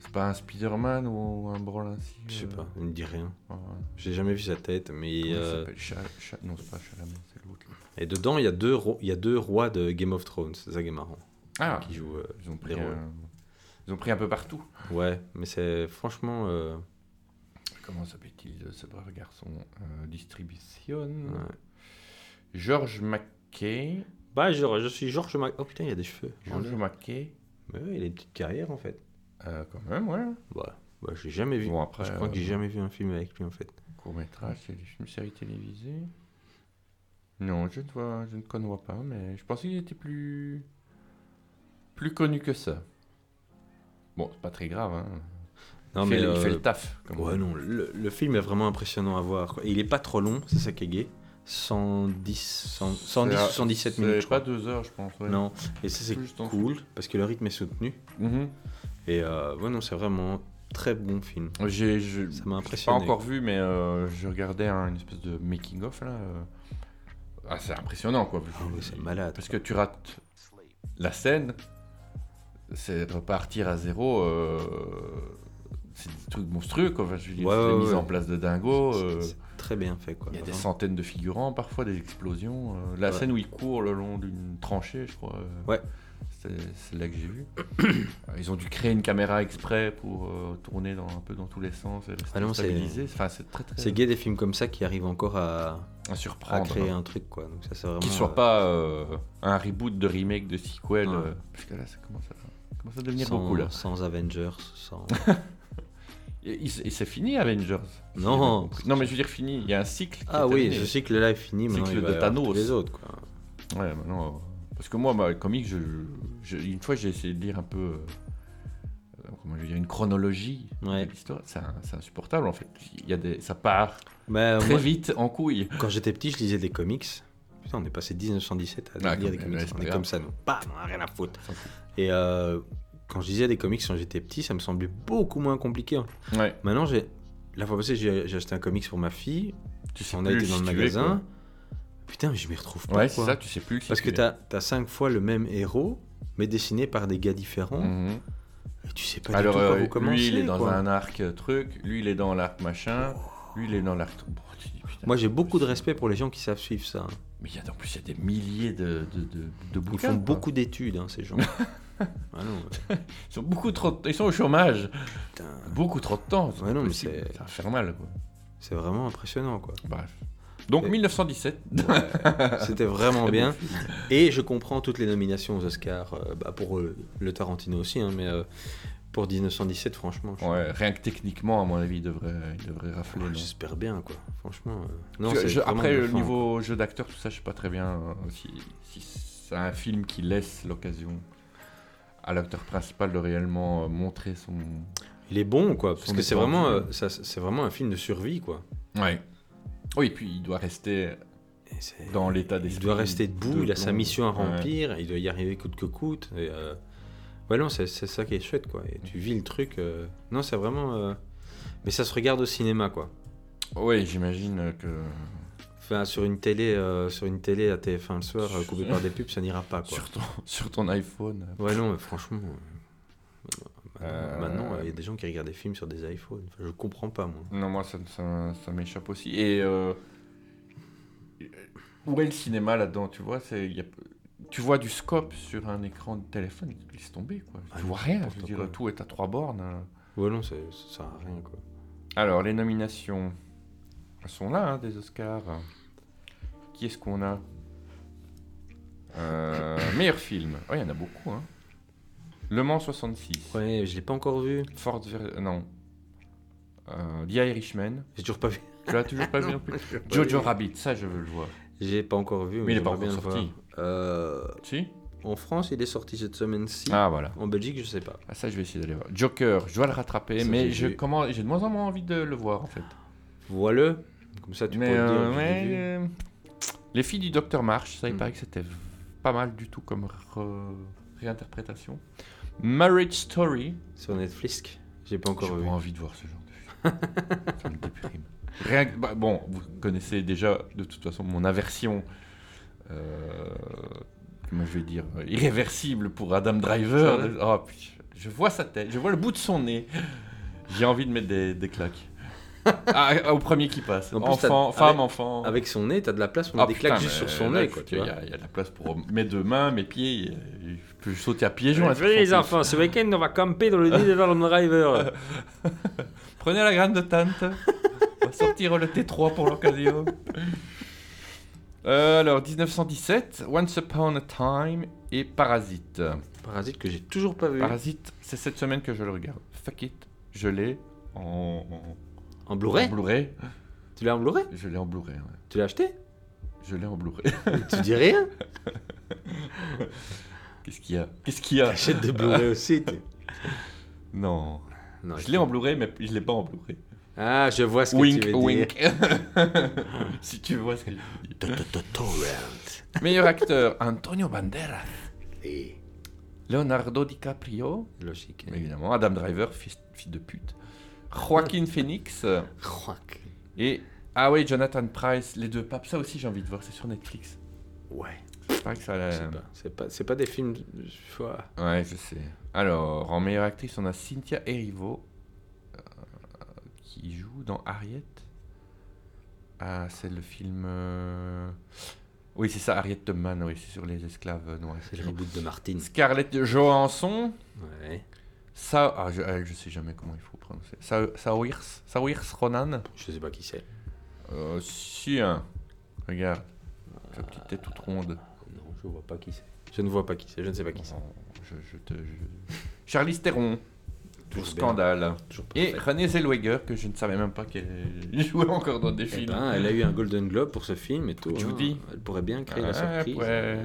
C'est pas un Spider-Man ou un branle ainsi
Je sais
euh,
pas, il me dit rien.
ouais.
J'ai jamais vu sa tête, mais.
Comment il
euh,
s'appelle Cha- Cha- Non, c'est pas Chalamet, c'est l'autre. là.
Et dedans, il y, a deux ro- il y a deux rois de Game of Thrones, c'est ça qui est marrant.
Ah
Qui jouent, euh,
Ils ont pris.
les
un- Ils ont pris un peu partout.
Ouais, mais c'est franchement. euh,
Comment s'appelle-t-il ce brave garçon Euh, Distribution.
ouais.
George McKay.
Bah, je, je suis Georges Mac. Oh putain, il y a des cheveux.
George McKay.
Mais ouais, il a une petite carrière en fait.
Euh, quand même, ouais.
Bah, bah j'ai jamais vu.
Bon, après. euh,
je crois que j'ai jamais vu un film avec lui en fait.
Court-métrage, c'est une série télévisée. Non, je ne, vois, je ne connais pas, mais je pensais qu'il était plus. plus connu que ça. Bon, c'est pas très grave, hein.
Non,
il, fait, le- il
euh,
fait le taf. Comme
Ouais, non, le, le film est vraiment impressionnant à voir. quoi. Et il est pas trop long, c'est ça qui est gay. 110, 100 110 ou 117 minutes, je
C'est pas
crois.
deux heures, je pense. ouais.
Non, et ça c'est
Juste en-
cool parce que le rythme est soutenu.
Mhm.
Et euh, ouais, non, c'est vraiment un très bon film.
J'ai, je-
Ça m'a
j'ai
impressionné.
Pas encore vu, mais euh, je regardais un- une espèce de making of là. euh. Ah, c'est impressionnant quoi.
Ah ouais, c'est malade.
Parce que tu rates la scène, c'est repartir à zéro. euh, C'est des trucs monstrueux quoi. Enfin, je veux dire,
Ouais,
c'est
ouais,
mis
ouais.
en place de dingo.
C'est-
euh,
c'est Très bien fait quoi.
Il y a des
Vraiment.
centaines de figurants parfois, des explosions. euh, La
Hein. Ouais.
scène où il court le long d'une tranchée, je crois. euh,
Ouais.
c'est- C'est là que j'ai vu. Euh, Ils ont dû créer une caméra exprès pour euh, tourner dans, un peu dans tous les sens et rester
Ah non, c'est-
stabilisé. Enfin, c'est très très
C'est gay des films comme ça qui arrivent encore à,
à
à
surprendre.
créer un truc quoi. Donc ça c'est vraiment.
Qu'il
euh,
soit pas euh, un reboot de remake de sequel.
Ouais.
euh, parce que là, ça commence à, commence à devenir
euh, sans,
beaucoup là.
sans Avengers, sans.
Et, il- et c'est fini Avengers. si
Non.
j'ai bien compris. Non mais je veux dire fini. Il y a un cycle. qui
ah
est
oui,
terminé.
ce cycle-là est fini. Maintenant,
Cycle
il va
de
y avoir
Thanos.
tous les autres quoi.
Ouais, maintenant. euh, Parce que moi, bah, comique, je, je- une fois, j'ai essayé de lire un peu. euh, euh, comment je veux dire Une chronologie
Ouais.
de l'histoire. C'est un- c'est insupportable, en fait. Il y a des, ça part
Mais euh,
très
Ah, moi,
vite en couille.
quand j'étais petit, je lisais des comics. Putain, on est passé de 1917 à
Ah,
lire
quand
des
même,
comics.
ouais, c'est
on
pas
est
grave.
comme ça, nous. Bam, on a rien à foutre. Et euh, quand je lisais des comics quand j'étais petit, ça me semblait beaucoup moins compliqué. hein.
Ouais.
Maintenant, j'ai la fois passée, j'ai j'ai acheté un comics pour ma fille.
Tu sais
On a
plus
été dans
si
le
tu es,
magasin. Putain, mais je m'y retrouve
quoi.
pas.
Ouais, c'est
quoi.
ça, tu sais plus. si
Parce
tu
que
es.
t'as as cinq fois le même héros, mais dessiné par des gars différents.
Mhm.
Mais tu sais pas du
Alors,
tout par
euh,
où commencer.
lui, il est dans
quoi.
un arc euh, truc, lui, il est dans l'arc machin, lui, il est dans l'arc. Bon, tu dis, putain,
Moi, j'ai beaucoup de respect pour les gens qui savent suivre ça. hein.
Mais il y a, en plus, il y a des milliers de, de, de, de
Ils
bouquins.
font
quoi.
beaucoup d'études, hein,
*laughs*
ces gens. ah non, ouais.
Ils sont, beaucoup trop... ils sont au chômage.
Putain.
Beaucoup trop de temps. c'est
Ouais,
pas
non, mais
possible.
c'est-
Ça va faire mal, quoi.
c'est vraiment
*laughs*
impressionnant, quoi.
Bref. Donc,
Et-
1917.
C'était vraiment bien. Et je comprends toutes les nominations aux Oscars, euh, bah, pour euh, le Tarantino aussi, hein, mais euh, pour 1917, franchement. je-
*laughs* Ouais, rien que techniquement, à mon avis, il devrait, il devrait rafler.
Ouais,
non
J'espère bien, quoi. Franchement. euh, non,
Parce que
c'est
je-
vraiment
après,
bien
le
fait, hein.
niveau jeu d'acteur, tout ça, je sais pas très bien euh, si, si c'est un film qui laisse l'occasion à l'acteur principal de réellement euh, montrer son.
Il est bon, quoi. Parce
Son
que c'est
histoire,
vraiment,
ouais.
euh, ça- c'est vraiment un film de survie, quoi.
Ouais. Oui, puis il doit rester
Et c'est-
dans l'état d'esprit.
il doit rester debout,
de
il a sa
plomb.
mission à
Ouais.
remplir, il doit y arriver coûte que coûte. Et, euh, ouais, non, c'est c'est ça qui est chouette, quoi. Et tu vis le truc. euh, Non, c'est vraiment. euh, Mais ça se regarde au cinéma, quoi.
Oui, j'imagine que
Enfin, sur une télé, euh, sur une télé à TF1 le soir, euh, coupée par des pubs, ça n'ira pas, quoi.
sur ton, sur ton iPhone.
Ouais, non, mais franchement. euh,
Euh,
Maintenant, euh, il y a des gens qui regardent des films sur des iPhones. Enfin, je comprends pas, moi.
Non, moi, ça, ça- ça m'échappe aussi. Et euh, où est le cinéma là-dedans Tu vois, c'est, il y a- tu vois du scope sur un écran de téléphone, laisse tomber, quoi.
Ah,
tu vois rien, je
n'importe
veux dire,
quoi.
tout est à trois bornes. hein.
Ouais, non, c'est- ça sert à rien, quoi.
Alors, les nominations, elles sont là, hein, des Oscars. Qui est-ce qu'on a *coughs* Euh, Meilleur film. Ouais, il y en a beaucoup, hein. Le Mans 66.
Ouais, je l'ai pas encore vu.
Ford... Ver- Non. Euh, The Irishman.
J'ai toujours pas vu. *laughs*
Tu l'as toujours pas vu *laughs* non plus Jojo Rabbit, ça je veux le voir.
J'ai pas encore vu.
Mais il est pas
j'aimerais
encore
bien le
sorti.
voir. Euh,
Si
en France, il est sorti cette semaine-ci.
Ah voilà.
En Belgique, je sais pas.
Ah, ça je vais essayer d'aller voir. Joker, je dois le rattraper,
Ça,
mais
j'ai
je
vu.
comment j'ai de moins en moins envie de le voir en fait.
Voilà. Comme ça, tu
mais
peux
euh,
le dire. je l'ai
ouais,
vu.
euh, les filles du Docteur March, ça il
Hmm.
paraît que c'était pas mal du tout comme re- réinterprétation. Marriage Story,
Sur Netflix, j'ai pas
j'ai
encore euh,
pas
vu.
envie de voir ce genre de film.
*laughs*
ça me déprime. Rien que- bah, bon, vous connaissez déjà de toute façon mon aversion. euh, comment je vais dire euh, Irréversible pour Adam Driver.
Ça
Oh, putain, je vois sa tête, je vois le bout de son nez. J'ai envie de mettre des, des
*laughs*
claques. Ah, au premier qui passe.
En plus,
enfant,
t'as-
femme,
avec-
enfant.
Avec son nez, t'as de la place, on a
Ah,
des
putain,
claques
mais
juste sur son
là,
nez,
je-
quoi, tu
Il y,
vois.
a il y a de la place pour mes deux mains, mes pieds. euh, Je peux sauter à pieds joints.
ce week-end, on va camper dans le nid de Adam Driver.
Prenez la graine de tante. On va sortir le T3 pour l'occasion. Euh, alors, 1917, Once Upon a Time et Parasite.
*laughs* Parasite que j'ai toujours pas vu.
Parasite, c'est cette semaine que je le regarde. Fuck it, je l'ai en,
En
en
Blu-ray
Blu-ray.
Tu l'as en Blu-ray
Je l'ai en Blu-ray. ouais.
Tu l'as acheté
Je l'ai en Blu-ray. *laughs*
Tu dis rien
Qu'est-ce qu'il y a Qu'est-ce qu'il y a
*laughs* Achète des Blu-ray aussi. tu-
Non.
Non,
Je l'ai en Blu-ray, mais je l'ai pas en Blu-ray.
Ah, je vois ce que
Wink,
tu veux dire.
wink.
*laughs*
si tu vois ce que je dis.
Torrent.
Meilleur acteur, Antonio Banderas.
Et-
Leonardo DiCaprio.
Logique.
Mais évidemment, Adam Driver, fils, fils de pute. Joaquin Phoenix euh,
Croac.
et. Ah oui, Jonathan Price, les deux papes. Ça aussi, j'ai envie de voir, c'est sur Netflix.
Ouais.
C'est vrai que ça.
Je
l'a-
sais pas. C'est pas, c'est pas des films. je- ouais.
Ouais, je sais. Alors, en meilleure actrice, on a Cynthia Erivo, euh, qui joue dans Harriet. Ah, c'est le film. euh, Oui, c'est ça, Harriet Tubman, oui, c'est sur les esclaves noirs.
C'est le reboot de Martin.
Scarlett Johansson.
Ouais.
Ça, ah, je, ah, je sais jamais comment il faut prononcer. Sa- Saoirse, Saoirse Ronan.
Je sais pas qui c'est.
Euh, si, hein. Regarde. Sa petite tête toute ronde.
Non, je vois pas qui c'est. Je ne vois pas qui c'est. Je ne sais pas qui c'est.
Je, je te. je- Charlize Theron. Tout
Toujours
scandale.
Toujours pas
Et
fait.
Renée Zellweger, que je ne savais même pas qu'elle jouait encore dans des
Eh
films.
ben, elle a eu un Golden Globe pour ce film et tout.
Je vous
hein.
dis.
Elle pourrait bien créer
Ouais,
la surprise.
ouais.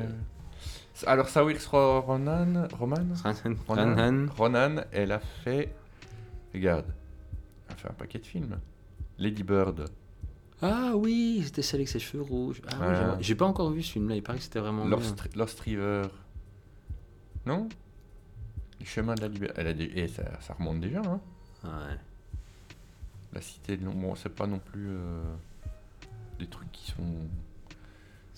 Alors, Saoirse Ro- Ronan, Roman
Ranhan.
Ronan,
Ranhan.
Ronan, elle a fait. Regarde. Elle a fait un paquet de films. Lady Bird.
Ah oui, c'était celle avec ses cheveux rouges. Ah, oui,
Ouais.
j'avoue. j'ai pas encore vu ce film-là. Il paraît que c'était vraiment bien.
Lost, Lost River. Non Le chemin de la liberté. Elle a des- eh, ça, ça remonte déjà, hein
Ouais.
La cité de l'ombre. Bon, c'est pas non plus euh, des trucs qui sont.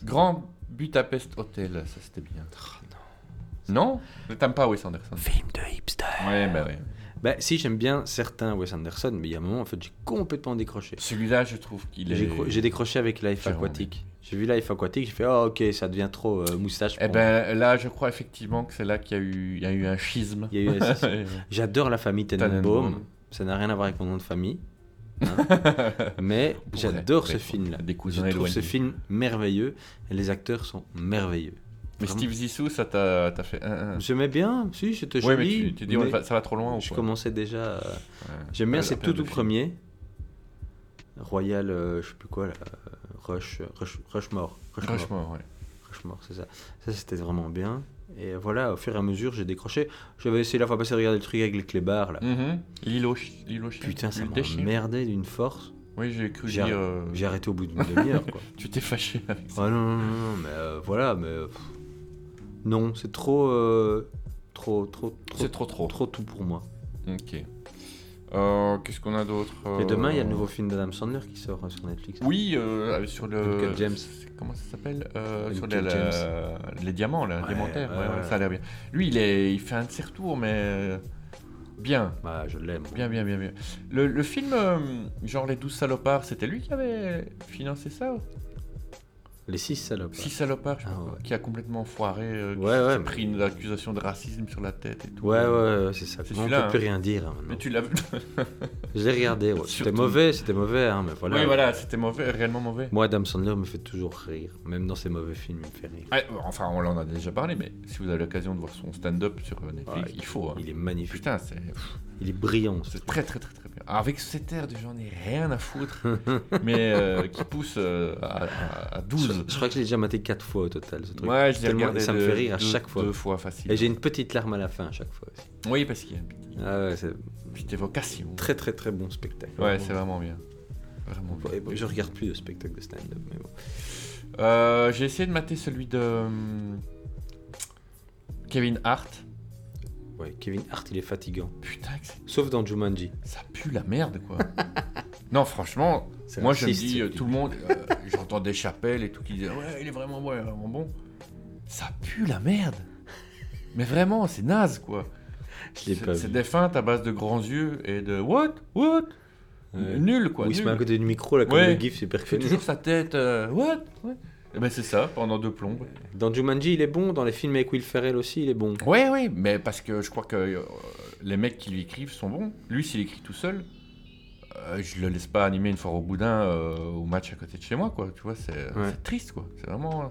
Grand Budapest Hotel, ça c'était bien.
Oh, non.
Non Je t'aime pas Wes Anderson.
Film de hipster.
Ouais, bah ouais.
Bah, si, j'aime bien certains Wes Anderson, mais il y a un moment, en fait, j'ai complètement décroché.
Celui-là, je trouve qu'il
J'ai cro-
est.
J'ai décroché avec Life
Clairement,
Aquatic. J'ai vu Life Aquatic, j'ai fait, oh, ok, ça devient trop euh, moustache.
Eh
pour
ben là, je crois effectivement que c'est là qu'il y, a eu- il y a eu un schisme.
Il y a eu un
*laughs*
schisme.
Ouais.
J'adore la famille
Tannenbaum.
Tenenbaum. Ça n'a rien à voir avec mon nom de famille.
*laughs*
hein. Mais j'adore ce
Ouais,
film-là.
Des
Je
cousins
trouve
éloignés.
ce film merveilleux et les acteurs sont merveilleux.
Mais
Vraiment.
Steve Zissou, ça t'a t'a fait. un, un.
J'aimais bien, si, c'était
Ah. Ouais, mais
joli.
tu, tu dis,
mais
on va- ça va trop loin ou
je
quoi
commençais déjà. euh,
Ouais.
J'aime
Ah, la
bien ses tout
période de
tout
film.
premiers. Royal, euh, je sais plus quoi, là, euh, Rush, Rush, Rushmore. Rushmore.
Franchement, ouais.
Rushmore, c'est ça. Ça, c'était vraiment bien. Et voilà, au fur et à mesure, j'ai décroché. J'avais essayé la fois passée de regarder le truc avec les clébards, là.
Mhm. Lilo, chi- Lilo chien.
Putain, ça
Il
m'a
déchire.
emmerdé d'une force.
Oui, j'ai cru
J'ai
dire. euh,
j'ai arrêté au bout d'une demi-heure,
*laughs*
quoi.
Tu t'es fâché avec ça.
Ah non, non, non, non, mais euh, voilà, mais. euh, pff. non, c'est trop, euh, trop. Trop, trop,
C'est trop trop.
trop tout pour moi.
Ok. Euh, Qu'est-ce qu'on a d'autre
Et
Euh,
demain, il y a le nouveau film d'Adam Sandler qui sort euh, sur Netflix.
Oui, euh, euh, sur le.
Uncut Gems.
c'est- Comment ça s'appelle Euh,
Uncut
Sur la- la- les diamants, là,
Ouais,
diamantaires. Ouais,
ouais,
ouais,
ouais.
ça a l'air bien. Lui, il, est, il fait un de ses retours, mais. euh, Bien,
Bah, je l'aime.
bien, bien, bien, bien. Le, le film, euh, genre Les 12 salopards, c'était lui qui avait financé ça
Les six salopes.
6 salopards, je sais
Ah,
pas quoi,
ouais.
qui a complètement foiré, euh, qui
Ouais, ouais,
s'est
mais-
pris une accusation de racisme sur la tête et tout.
Ouais, ouais, ouais, c'est ça.
C'est
On
celui-là,
peut plus
hein.
rien dire. hein, maintenant.
Mais tu l'as vu *laughs*
Je l'ai regardé. ouais. C'était
Surtout.
mauvais, c'était mauvais, hein, mais voilà.
Oui, voilà, c'était mauvais, réellement mauvais.
Moi, Adam Sandler me fait toujours rire. Même dans ses mauvais films, il me fait rire.
Ouais, enfin, on en a déjà parlé, mais si vous avez l'occasion de voir son stand-up sur Netflix,
Ouais,
il faut. hein.
Il est magnifique.
Putain, c'est pff,
Il est brillant. ce
c'est très très très très bien. Avec cet air de j'en ai rien à
*laughs*
foutre, mais euh, qui pousse euh, à, à- à
Je,
12.
je crois que je l'ai déjà maté 4 fois au total, ce truc.
Moi, je l'ai
Tellement-
regardé
et ça me
deux-
fait rire à
deux-
chaque fois.
Deux fois facile.
Et j'ai une petite larme à la fin à chaque fois aussi.
Oui, parce qu'il y a une petite-
Ah ouais, c'est
petite évocation.
très très très bon spectacle.
Ouais,
Vraiment.
c'est vraiment bien. Vraiment bien.
Ouais, bah, Je regarde plus de spectacle de stand-up, mais bon.
Euh, j'ai essayé de mater celui de hum, Kevin Hart.
Ouais, Kevin Hart, il est fatigant.
Putain, que c'est-
Sauf dans Jumanji.
ça pue la merde,
*laughs*
quoi. non, franchement,
C'est
Moi, je me
raciste,
dis,
ce
euh,
film.
tout le monde, euh, *laughs* j'entends des chapelles et tout qui disent Ouais, il est vraiment bon, il est vraiment bon. Ça pue la merde. Mais vraiment, c'est naze, quoi.
Je l'ai pas
C'est c'est
vu.
des feintes à base de grands yeux et de What What
Ouais.
Nul, quoi.
Où il se
nul.
met à côté du micro, là, comme
Ouais.
le gif super
Il fait
connu.
toujours sa tête euh, What Ouais. Eh ben, c'est ça, pendant deux plombes.
Dans Jumanji, il est bon. Dans les films avec Will Ferrell aussi, il est bon.
Ouais, ouais, mais parce que je crois que euh, les mecs qui lui écrivent sont bons. Lui, s'il écrit tout seul, euh, je le laisse pas animer une fois au boudin euh, au match à côté de chez moi, quoi. Tu vois, c'est euh,
Ouais.
c'est triste, quoi. C'est vraiment. euh,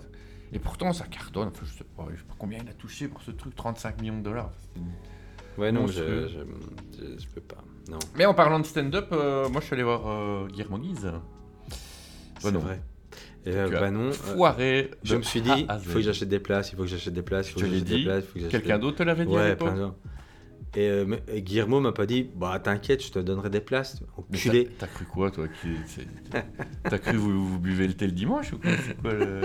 Et pourtant, ça cartonne. Enfin, je sais pas, je sais pas combien il a touché pour ce truc, 35 millions de dollars.
Ouais, non, je,
Monstrueux.
je, je- je peux pas. Non,
Mais en parlant de stand-up, euh, moi, je suis allé voir euh, Guillermo Guise.
c'est
non.
vrai. Et, euh,
Tu as
bah non, euh,
Foiré.
je
de
me suis
A
dit,
à
il
Z.
faut que j'achète des places, il faut que j'achète des places, il faut
Je
que
l'ai
j'achète des
dit,
places, il faut que j'achète
Quelqu'un
des-
d'autre te l'avait dit à
Ouais,
l'époque
plein de gens. Et euh, mais- et Guillermo m'a pas dit, bah t'inquiète, je te donnerai des places.
Mais
Enculé.
t'as- T'as cru quoi, toi qui- c'est- T'as cru vous, vous buvez le thé le dimanche ou quoi, C'est quoi le-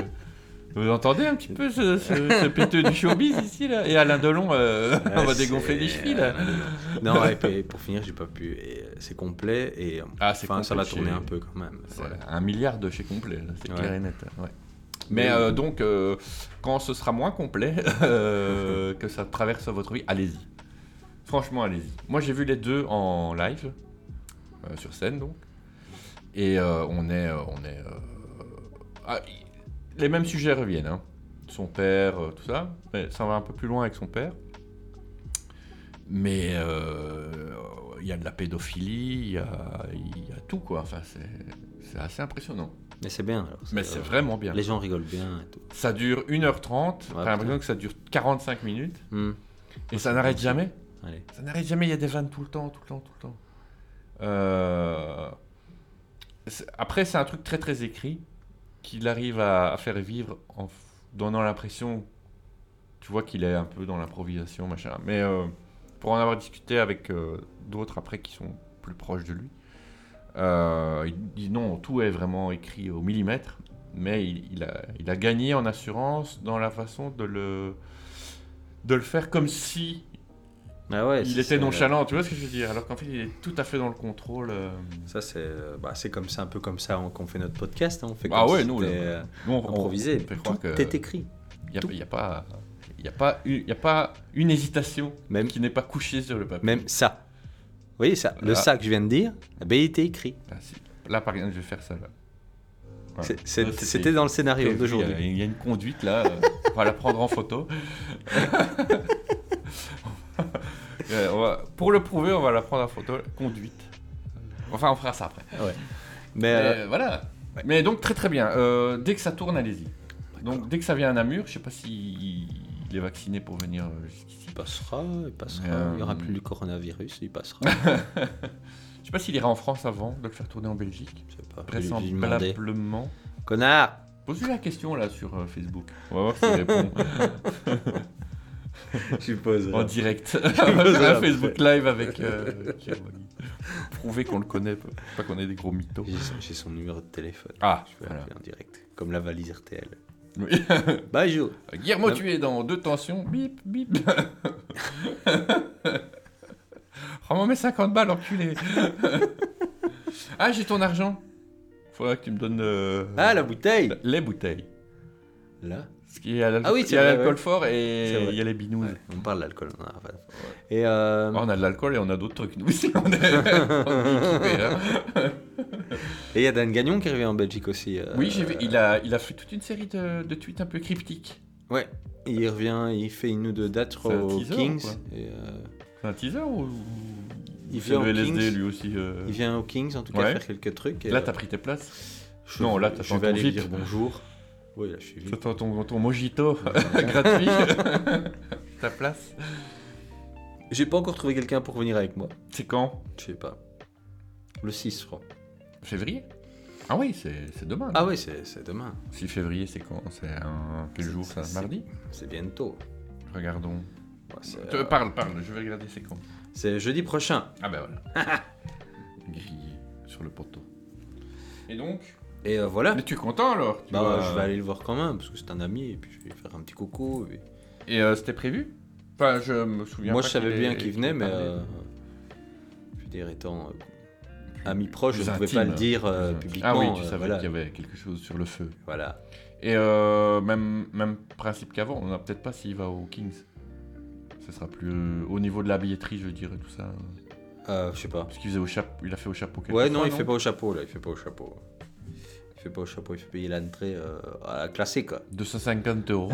Vous entendez un petit peu ce, ce, ce piteux du showbiz ici là Et Alain Delon, euh, *laughs* on va
Ah, c'est-
dégonfler hein. les chevilles là.
*laughs* Non, et puis, pour finir, j'ai pas pu. Et, euh, C'est complet et euh,
Ah, c'est
enfin, ça
complet
va
chez-
tourner un peu quand même.
C'est
Voilà.
Un milliard de chez complet, là, c'est
Ouais.
clair et net. ouais. Mais euh, donc, euh, quand ce sera moins complet, *laughs* euh, que ça traverse votre vie, allez-y. Franchement, allez-y. Moi, j'ai vu les deux en live, euh, sur scène donc. Et euh, on est. euh, on est euh, ah, y- les mêmes sujets reviennent. hein. Son père, euh, tout ça. Mais ça va un peu plus loin avec son père. Mais euh, il y a de la pédophilie, il y a, il y a tout quoi. Enfin, c'est- c'est assez impressionnant.
Mais c'est bien alors.
Mais c'est vraiment bien.
Les gens rigolent bien et tout.
Ça dure 1h30,
Ouais,
t'as l'impression que ça dure 45 minutes,
Hum,
et ça n'arrête jamais.
allez.
Ça n'arrête jamais, il y a des vannes tout le temps, tout le temps, tout le temps. Euh, c'est- Après, c'est un truc très très écrit qu'il arrive à, à faire vivre en f- donnant l'impression, tu vois, qu'il est un peu dans l'improvisation, machin. Mais euh, pour en avoir discuté avec euh, d'autres après qui sont plus proches de lui, euh, il dit non, tout est vraiment écrit au millimètre, mais il, il a, il a gagné en assurance dans la façon de le, de le faire comme si
Ah ouais,
il
ça,
était
c'est-
nonchalant, tu vois ce que je veux dire Alors qu'en fait, il est tout à fait dans le contrôle. euh.
Ça, c'est euh, bah, c'est comme ça, un peu comme ça on- qu'on fait notre podcast. hein, On fait
Ah
comme
ouais,
si
nous,
c'était,
là,
euh,
Nous, on,
improvisé.
on fait
Tout
croire que
est écrit.
il
tout.
n'y a, pas. Il n'y a, pas une- il y a pas une hésitation
Même-
qui n'est pas couchée sur le papier.
Même ça. Vous voyez ça Le
Ah.
ça que je viens de dire, eh ben, il était écrit.
Là, c'est- Ah, là, par exemple, je vais faire ça. là. Voilà.
C'est-
Là,
c'est- C'était dans le scénario
prévu, euh,
d'aujourd'hui.
Il y a- il y a une conduite là, euh, on va la prendre en photo. *laughs* Euh, on va- pour le prouver, on va la prendre en photo. Conduite. Enfin, on fera ça après.
Mais
Mais,
euh,
euh, voilà. Mais donc très très bien. Euh, dès que ça tourne, allez-y. Donc dès que ça vient à Namur, je sais pas si il est vacciné pour venir euh, jusqu'ici.
il passera, il passera.
Mais, euh,
Il n'y aura plus du coronavirus, il passera.
*laughs* Je sais pas s'il ira en France avant de le faire tourner en Belgique.
Je sais pas. je vais lui demander.
Vraisemblablement. *laughs*
Connard
Pose-lui la question là sur euh, Facebook. On va voir s'il
*laughs*
répond
suppose.
en
*laughs*
direct. On va faire un Facebook live avec euh, Pierre Bonny. Prouver qu'on le connaît, pas pas qu'on est des gros mythos.
J'ai son- j'ai son numéro de téléphone.
Ah,
Je vais
voilà.
l'appeler en direct. Comme la valise RTL.
Oui.
Bonjour
Guillermo, tu es dans deux tensions. Bip,
*laughs*
bip. Rends-moi mes 50 Oh, balles, enculé. *laughs* ah, j'ai ton argent. Faudra que tu me donnes euh,
Ah, la bouteille
les bouteilles.
Là
Parce qu'il y a l'alcool,
Ah oui,
il
c'est
y a
vrai,
l'alcool
ouais.
fort
C'est
et
vrai.
il y a les binous.
Ouais, On parle d'alcool. on a- voilà. Et euh,
Ah, on a de l'alcool et on a d'autres trucs. Nous aussi, on est, *laughs* on est équipés, hein.
et il y a Dan Gagnon qui revient en Belgique aussi. euh,
Oui, j'ai vu. Il a, il a fait toute une série de, de tweets un peu cryptiques.
Ouais, il revient, il fait une ou deux dates
C'est un
aux
teaser ou
Kings.
quoi
et, euh,
C'est un teaser ou
Il
C'est
vient
le
au
LSD
Kings.
lui aussi. euh.
il vient aux Kings en tout cas
Ouais.
faire quelques trucs. et,
Là,
euh,
t'as pris tes places.
je-
non, là, t'as
je
fait
vais
ton
aller
VIP.
dire bonjour. Oui, là, je suis
Toi,
VIP.
Ton, ton, ton mojito *laughs*
Mm.
gratuit.
*laughs*
Ta place.
J'ai pas encore trouvé quelqu'un pour venir avec moi.
C'est quand
Je sais pas. Le 6, je crois.
Février Ah oui, c'est c'est demain.
Ah oui, c'est c'est demain.
6 février, c'est quand C'est un quel jour ça
C'est-
Mardi
C'est bientôt.
Regardons.
Ouais, c'est,
Te-
euh,
Parle, parle, je vais regarder c'est quand.
c'est jeudi prochain.
Ah ben voilà.
*laughs*
Grillé sur le poteau. Et donc
Et euh, voilà.
Mais tu es content alors tu euh,
Bah,
vas-
Je vais aller le voir quand même, parce que c'est un ami, et puis je vais lui faire un petit coucou. et-
Et euh, c'était prévu Enfin, je me souviens
Moi,
pas
je savais
qu'il
bien
ait-
qu'il venait, mais.
parlait.
euh, je veux dire, étant euh, ami proche, je
plus
ne pouvais pas
intime,
le dire euh,
Plus-
publiquement.
Ah oui, tu
euh,
savais
voilà.
qu'il y avait quelque chose sur le feu.
Voilà.
Et euh, même, même principe qu'avant, on n'a peut-être pas s'il va au Kings. Ce sera plus euh, au niveau de la billetterie, je dirais, tout ça.
Euh, je sais pas.
Parce qu'il faisait au chapeau, il a fait au chapeau quelque
Ouais,
fois,
non, il fait pas au chapeau, là. Il fait pas au chapeau. Il fait pas au chapeau, il fait payer l'entrée euh, à la classique. quoi.
250 euros.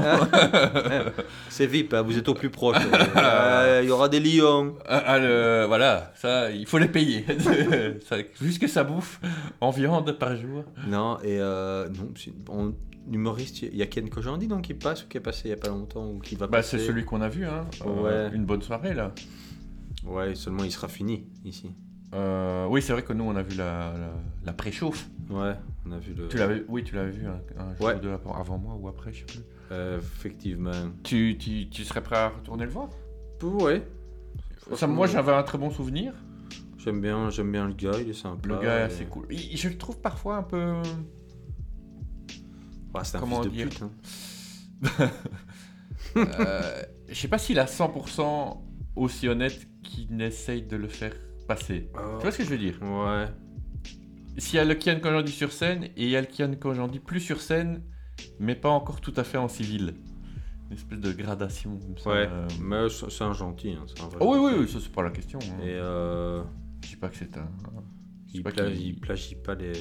C'est VIP, hein, vous êtes au plus proche. Euh,
*laughs*
euh, Il y aura des lions.
*laughs* Ah, ah, le- voilà, ça, il faut les *laughs* payer. ça, juste que ça bouffe en viande par jour.
Non, et euh, non, c'est- on- l'humoriste, il y a Ken Kojandi donc qui passe ou qui est passé il y a pas longtemps ou qui va
Bah,
passer.
c'est celui qu'on a vu, hein.
Ouais.
une bonne soirée, là.
Ouais, seulement il sera fini ici.
Euh, oui, c'est vrai que nous, on a vu la, la, la préchauffe.
Ouais, on a vu le.
Tu l'avais, oui, tu l'avais vu un, un jour
Ouais.
ou deux avant avant moi ou après, je sais plus.
Euh, effectivement.
Tu, tu, tu serais prêt à retourner le voir
Ouais.
Ça,
Franchement,
moi, j'avais un très bon souvenir.
J'aime bien, j'aime bien le gars, il est sympa.
Le gars est
et-
assez cool. Il- je le trouve parfois un peu.
Ouais, c'est un
Comment
fils de
dire
pute. hein.
euh, je sais pas s'il a 100% aussi honnête qu'il n'essaye de le faire passer. Tu vois ce que je veux dire
Ouais.
S'il y a le Kian quand j'en dis sur scène et il y a le Kian quand j'en dis plus sur scène, mais pas encore tout à fait en civil. Une espèce de gradation comme ça.
Ouais.
euh.
Mais c'est c'est un gentil, hein, c'est un vrai
Oh oui, oui,
gentil.
oui, ça c'est pas la question. hein.
Et euh,
Je dis pas que c'est un. hein. je dis
il,
pas
pla-
qu'il- *laughs*
il plagie pas les.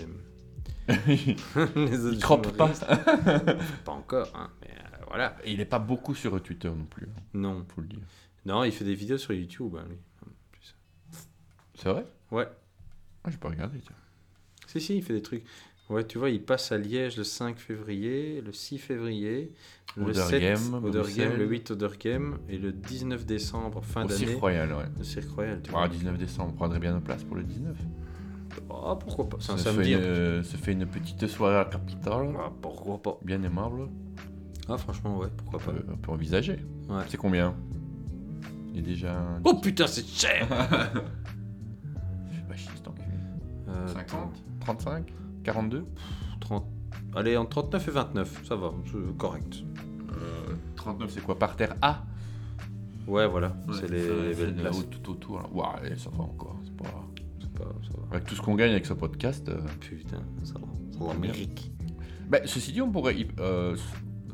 il
les autres
croppe pas.
humoristes. Pas encore, hein, mais euh, voilà.
Et *laughs* il est pas beaucoup sur Twitter non plus, hein,
Non.
faut le dire.
Non, il fait des vidéos sur YouTube, hein, lui.
C'est vrai
Ouais.
Ah, j'ai pas regardé, tiens.
Si, si, il fait des trucs. Ouais, tu vois, il passe à Liège le 5 février, le 6 février, le
Oder
7
Game,
Oder
Bruxelles.
Game, le 8 Oder Game, et le 19 décembre, fin
Au Cirque
d'année,
Royal, ouais.
le Cirque Royal. Tu
Ah,
vois.
19 décembre, on prendrait bien nos places pour le 19.
Ah, pourquoi pas C'est un
se
samedi.
Fait euh,
en plus.
une, se fait une petite soirée à la capitale,
Ah, pourquoi pas
bien aimable.
Ah, franchement, ouais, pourquoi
On
pas.
peut, on peut envisager.
Ouais.
C'est combien Il est déjà. un-
Oh putain, c'est cher
Bah, chier, cet enculé.
Euh,
50 35 42
attends, 30... Allez, en 39 et 29, ça va, c'est correct.
39, c'est quoi Par terre A
Ouais, voilà, c'est les, les
c'est
belles
la
places.
haute tout autour. là. Ouah, allez, ça va encore. c'est pas-
C'est pas- ça va.
Avec tout ce qu'on gagne avec ce podcast. euh,
Putain, ça va. Ça va, Méric.
Bah, ceci dit, on pourrait, euh, s-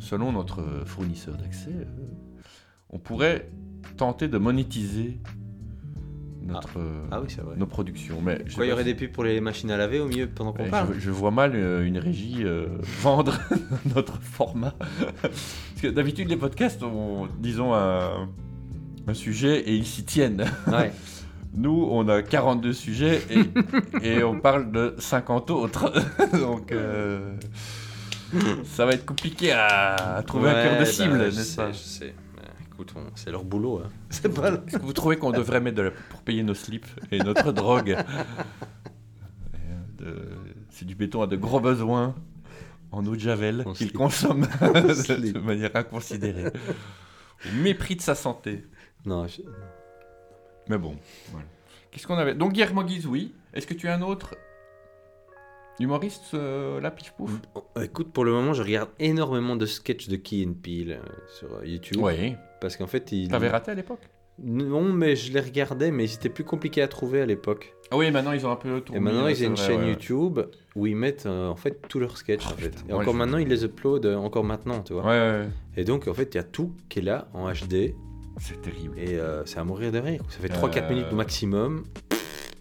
selon notre fournisseur d'accès, euh, on pourrait tenter de monétiser notre, euh,
Ah oui, c'est vrai.
nos productions. Mais je sais
Quoi, il y
pas
aurait
si-
des pubs pour les machines à laver au milieu pendant qu'on
mais
parle
je, je vois mal euh, une régie euh, *laughs* vendre notre format. Parce que d'habitude, les podcasts ont, disons, un, un sujet et ils s'y tiennent.
Ouais.
Nous, on a 42 sujets et, et on parle de 50 autres. *laughs* Donc, euh, ça va être compliqué à, à *laughs* trouver un cœur de
Ouais,
cible,
bah, je
n'est-ce
sais,
pas
Je sais. Bah, Écoute, on- c'est leur boulot. hein.
C'est pas le-
Est-ce que vous trouvez qu'on devrait mettre de la pub pour payer nos slips et *laughs* notre drogue Et, euh, de- C'est du béton à de gros besoins en eau de javel
En
qu'il
slip.
consomme *laughs* de,
slip.
de manière *laughs* inconsidérée. Au mépris de sa santé.
Non, je-
Mais bon, voilà. Qu'est-ce qu'on avait Donc Guillermo Guise, oui. Est-ce que tu as un autre humoriste euh, là, pif pouf
Oh, Écoute, pour le moment, je regarde énormément de sketchs de Key and Peele euh, sur euh, YouTube.
Oui.
Parce qu'en fait, ils.
T'avais raté à l'époque
Non, mais je les regardais, mais c'était plus compliqué à trouver à l'époque.
Ah oui, maintenant ils ont un peu tourné.
Et maintenant,
ouais,
ils
c'est
ont une
vrai,
chaîne
ouais, ouais.
YouTube où ils mettent euh, en fait tous leurs sketchs.
Oh,
en fait.
putain,
Et
moi,
encore
je-
maintenant, ils les uploadent euh, encore maintenant, tu vois.
Ouais, ouais, ouais.
Et donc, en fait, il y a tout qui est là en HD.
c'est terrible.
Et euh, c'est à mourir de rire. Ça fait
Euh,
3-4 minutes maximum.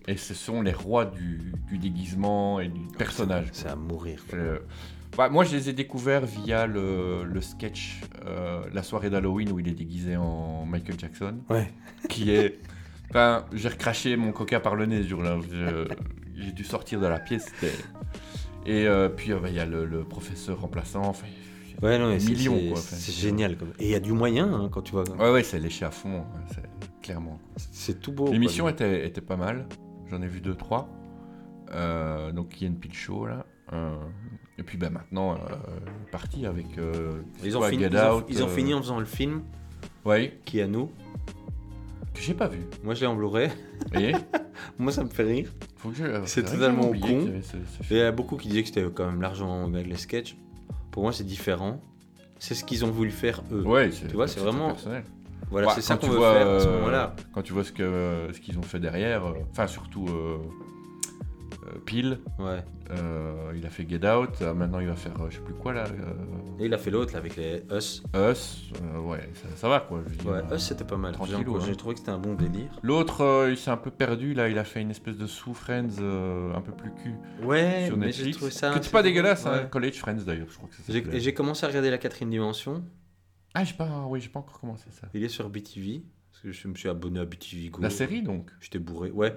Et ce sont les rois du, du déguisement et du personnage.
C'est à mourir. quoi.
Euh, bah, moi, je les ai découverts via le, le sketch euh, La soirée d'Halloween où il est déguisé en Michael Jackson,
Ouais.
qui est. Enfin, j'ai recraché mon coca par le nez ce jour-là. Je- J'ai dû sortir de la pièce. c'était- Et euh, puis, euh, bah, il y a le, le professeur remplaçant. enfin,
Ouais, non, mais c'est
Millions,
c'est-
quoi, enfin,
c'est
c'est-
génial. comme- Et il y a du moyen hein, quand tu vois.
ouais, ouais, c'est léché à fond, hein, c'est- clairement.
C'est tout beau. quoi.
L'émission était, était pas mal. J'en ai vu deux, trois. Euh, donc, Ian Pitcho, là. Euh, et puis, bah, maintenant, euh, parti avec. euh,
Ils ont,
soit
fini,
Get
ils ont-
Out,
ils ont
euh,
fini en faisant le film
Ouais.
qui est à nous.
que j'ai pas vu.
Moi, je l'ai en Blu-ray. *laughs*
Et
Moi, ça me fait rire.
faut que je-
C'est
vrai que
totalement
j'avais oublié
con.
qu'il y avait ce- ce
Et Il
film.
y a beaucoup qui disaient que c'était quand même l'argent avec les sketchs. Pour moi, c'est différent. C'est ce qu'ils ont voulu faire eux.
Ouais, c'est-
euh, Tu vois, c'est
très
vraiment-
personnel.
Voilà,
Ouais,
c'est ça
quand
qu'on
tu
veut
vois,
faire à ce
euh,
moment-là.
Quand tu vois ce que ce qu'ils ont fait derrière, euh, enfin surtout euh, euh, Peel,
Ouais.
euh, il a fait Get Out, euh, maintenant il va faire euh, je sais plus quoi là,
Et il a fait l'autre là, avec les Us.
euh, Us, euh, ouais, ça, ça va quoi. je veux dire,
Ouais,
euh,
Us, c'était pas mal. J'ai
tranquillou,
encore-
hein.
J'ai trouvé que c'était un bon délire.
L'autre, euh, il s'est un peu perdu là, il a fait une espèce de sous Friends euh, un peu plus cul
Ouais,
sur
mais j'ai
Netflix.
trouvé ça.
que c'est pas dégueulasse, hein,
Ouais.
College Friends d'ailleurs, je crois que ça.
J'ai-
s'appelait.
J'ai commencé à regarder la quatrième dimension.
Ah, j'ai pas, oui, j'ai pas encore commencé ça.
Il est sur BTV. Parce que je me suis abonné à BTV Go.
La série donc.
J'étais bourré, ouais.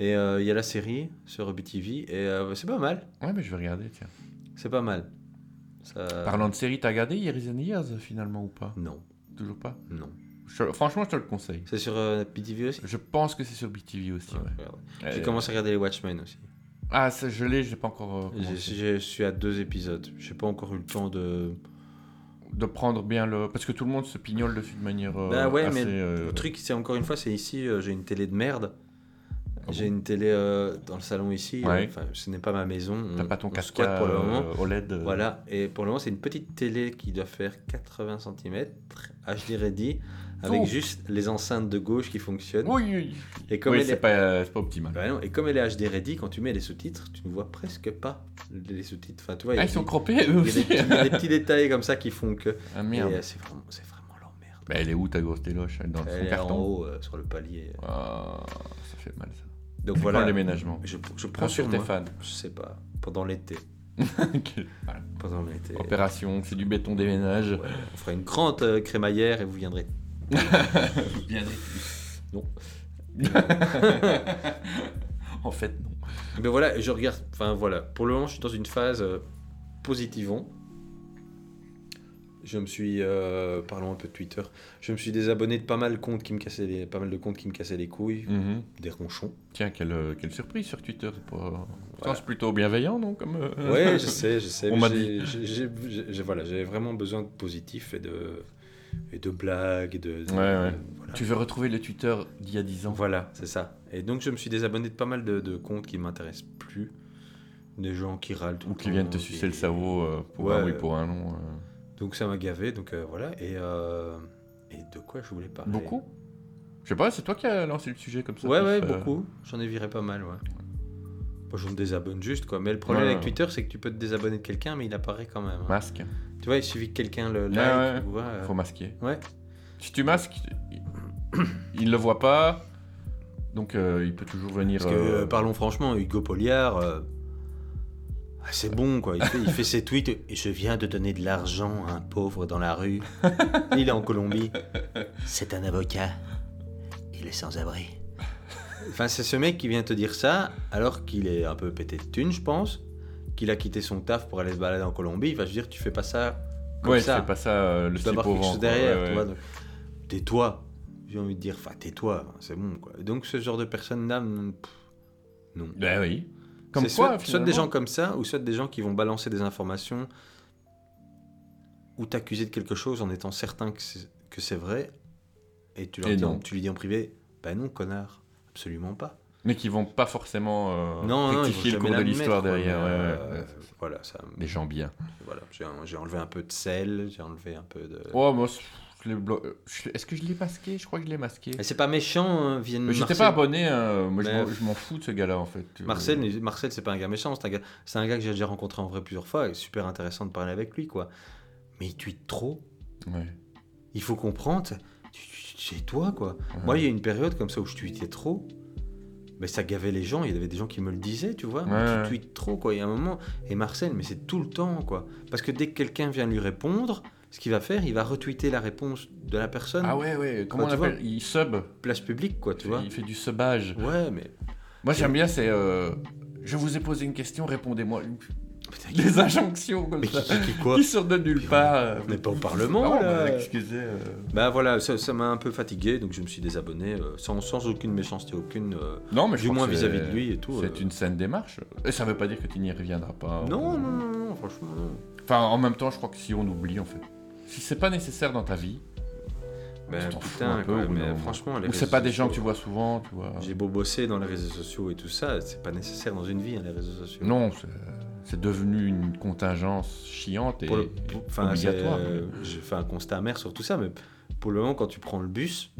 Et euh, il y a la série sur BTV. Et euh, c'est pas mal.
Ouais, mais je vais regarder tiens.
C'est pas mal. Ça-
Parlant de série, t'as regardé Years and Years finalement ou pas
Non,
Toujours pas
non.
Je- Franchement, je te le conseille.
C'est sur euh, BTV aussi
Je pense que c'est sur BTV aussi.
Ah,
ouais.
regarde.
Euh,
J'ai commencé à regarder les Watchmen aussi.
Ah, ça, je l'ai, je l'ai pas encore. euh,
Je,
commencé.
je suis à deux épisodes. J'ai pas encore eu le temps de.
De prendre bien le. Parce que tout le monde se pignole dessus de manière. euh,
Bah ouais, mais
assez, euh,
Le truc, c'est encore une fois, c'est ici, euh, j'ai une télé de merde.
Ah bon
j'ai une télé euh, dans le salon ici.
Ouais.
euh, Enfin, ce n'est pas ma maison.
T'as
On-
pas ton
on
4K
squatte pour le moment.
euh, OLED. euh,
Voilà, et pour le moment, c'est une petite télé qui doit faire 80 cm, HD ready, avec
Ouh.
juste les enceintes de gauche qui fonctionnent.
Oui, oui.
Et comme
oui
elle
c'est
est...
pas, euh, c'est pas optimal.
Bah non, et comme elle est HD ready, quand tu mets les sous-titres, tu ne vois presque pas les sous-titres. Enfin, tu vois, il y
Ah,
a
ils sont
des-
crampés eux
il y a des
aussi.
petits- il y a des petits détails comme ça qui font que.
*laughs* ah
Et,
merde.
euh, c'est vraiment, c'est vraiment l'emmerde.
Bah, elle est où ta grosse téloche Elle est dans
Elle
son
est en
carton
haut euh, sur le palier.
Ah, Ça fait mal ça.
Donc
C'est quand
voilà.
le déménagement
Je, je prends
Prends
sur
Ah, sur tes
moi.
fans. *laughs*
Je sais pas. Pendant l'été.
Ok, voilà.
Pendant l'été.
Oh, Opération, c'est du béton déménage.
Ouais, on fera une grande euh, crémaillère et vous viendrez.
*laughs* en fait, non.
Mais voilà, et je regarde. Enfin voilà. Pour le moment, je suis dans une phase euh, positivant. Je me suis, euh, parlons un peu de Twitter. Je me suis désabonné de pas mal de comptes qui me cassaient les, pas mal de comptes qui me cassaient les couilles, des ronchons.
Mm-hmm. Tiens, quelle, euh, quelle surprise sur Twitter. C'est pas- pourtant,
Voilà.
c'est plutôt bienveillant, non comme, euh,
*laughs*
*laughs*
Ouais, je sais, je sais.
On
mais
m'a
j'ai- j'ai- j'ai- j'ai- j'ai- Voilà, j'avais vraiment besoin de positif et de, et de blagues. et De, de-
Ouais, ouais.
voilà.
Tu veux retrouver le Twitter d'il y a 10 ans
Voilà, c'est ça. Et donc, je me suis désabonné de pas mal de, de comptes qui m'intéressent plus. Des gens qui râlent tout
Ou
le
qui viennent te
temps,
sucer
et-
le cerveau euh, pour
Ouais.
un oui, pour un non. euh.
Donc, ça m'a gavé. Donc, euh, voilà. Et, euh, et de quoi je voulais parler
Beaucoup Je sais pas, c'est toi qui as lancé le sujet comme ça.
Ouais,
Pif,
ouais,
euh,
beaucoup. J'en ai viré pas mal, ouais. Moi, je me désabonne juste, quoi. Mais le problème
Ouais.
avec Twitter, c'est que tu peux te désabonner de quelqu'un, mais il apparaît quand même. hein.
Masque,
Tu vois, il suffit que quelqu'un le like.
Ouais, ouais.
ou quoi, euh,
faut masquer.
Ouais.
Si tu masques, il- il le voit pas. Donc euh, il peut toujours venir.
Parce que,
euh,
euh, parlons franchement, Hugo Poliard, euh, ah, c'est bon, quoi. Il fait, il fait ses tweets. Et je viens de donner de l'argent à un pauvre dans la
*laughs*
rue. Il est en Colombie. C'est un avocat. Il est sans-abri. Enfin, c'est ce mec qui vient te dire ça, alors qu'il est un peu pété de thunes, je pense, qu'il a quitté son taf pour aller se balader en Colombie. Enfin, je veux dire, tu fais pas ça comme
ouais,
ça.
c'est pas ça euh, le
Tu dois
slip
avoir
au
quelque
vent,
chose
quoi,
derrière,
ouais,
tu
ouais.
vois. donc, Tais-toi, j'ai envie de dire. Enfin, tais-toi, hein, c'est bon, quoi. Donc, ce genre de personne-là, mm, pff, non.
Ben oui. Comme
C'est
quoi,
soit, soit des
finalement.
gens comme ça, ou soit des gens qui vont balancer des informations ou t'accuser de quelque chose en étant certain que c'est, que c'est vrai, et tu, leur
Et
dis en-
non.
tu lui dis en privé, bah non, connard, absolument pas.
Mais qui vont pas forcément euh,
non, non, il faut
rectifier le
jamais
cours de
l'admettre,
l'histoire
quoi,
derrière.
mais,
ouais, ouais,
euh,
ouais.
Voilà, ça,
Des gens bien.
voilà j'ai, j'ai enlevé un peu de sel, j'ai enlevé un peu de.
Oh, moi, je l'ai blo- euh, je- Est-ce que je l'ai masqué Je crois que je l'ai masqué.
Et c'est pas méchant, hein, Vienne
Mais j'étais
Marcel.
pas abonné. hein, Moi, je
Mais-
m'en- je m'en fous de ce gars-là, en fait.
Marcel, n'est- Marcel c'est pas un gars méchant, c'est un gars, c'est un gars que j'ai déjà rencontré en vrai plusieurs fois, et super intéressant de parler avec lui, quoi. Mais il tweet trop,
Ouais.
il faut comprendre, c'est- c'est toi quoi. Moi, il y a une période comme ça où je tweetais trop, mais ça gavait les gens, il y avait des gens qui me le disaient, tu vois. Mais
Ouais.
Tu tweets trop quoi, il y a un moment, et Marcel, mais c'est tout le temps quoi. Parce que dès que quelqu'un vient lui répondre, ce qu'il va faire, il va retweeter la réponse de la personne,
Ah ouais, ouais. Comment
Quand
on
tu
appelle Il sub.
place publique quoi, tu vois.
Il fait du subage. *laughs*
Ouais, mais.
Moi, j'aime bien, c'est. euh, Je vous ai posé une question, répondez-moi. *laughs* Des injonctions comme
Mais
ça.
qui, qui- qui
*laughs*
quoi
Qui sortent de nulle part. euh,
On n'est pas au Parlement
Ah bon,
là.
bah, Excusez. euh,
Bah voilà, ça ça m'a un peu fatigué, donc je me suis désabonné euh, sans, sans aucune méchanceté, aucune. euh,
Non, mais je
du
crois
moins
que c'est-
vis-à-vis de lui et tout.
C'est
euh.
une saine démarche. Et ça veut pas dire que tu n'y reviendras pas.
Non, non, non, non, franchement. non.
Enfin, en même temps, je crois que si on oublie, en fait. Si c'est pas nécessaire dans ta vie,
Ben,
t'en fous
putain,
un peu,
quoi,
au bout d'un
mais
moment.
franchement, les
ou c'est
réseaux
pas des gens que tu
sociaux,
vois souvent, tu vois.
J'ai beau bosser dans les réseaux sociaux et tout ça, c'est pas nécessaire dans une vie, hein, les réseaux sociaux.
Non, c'est- c'est devenu une contingence chiante et,
Pour le-
et
pour- enfin, c'est,
obligatoire.
euh, J'ai fait un constat amer sur tout ça, mais pour le moment, quand tu prends le bus,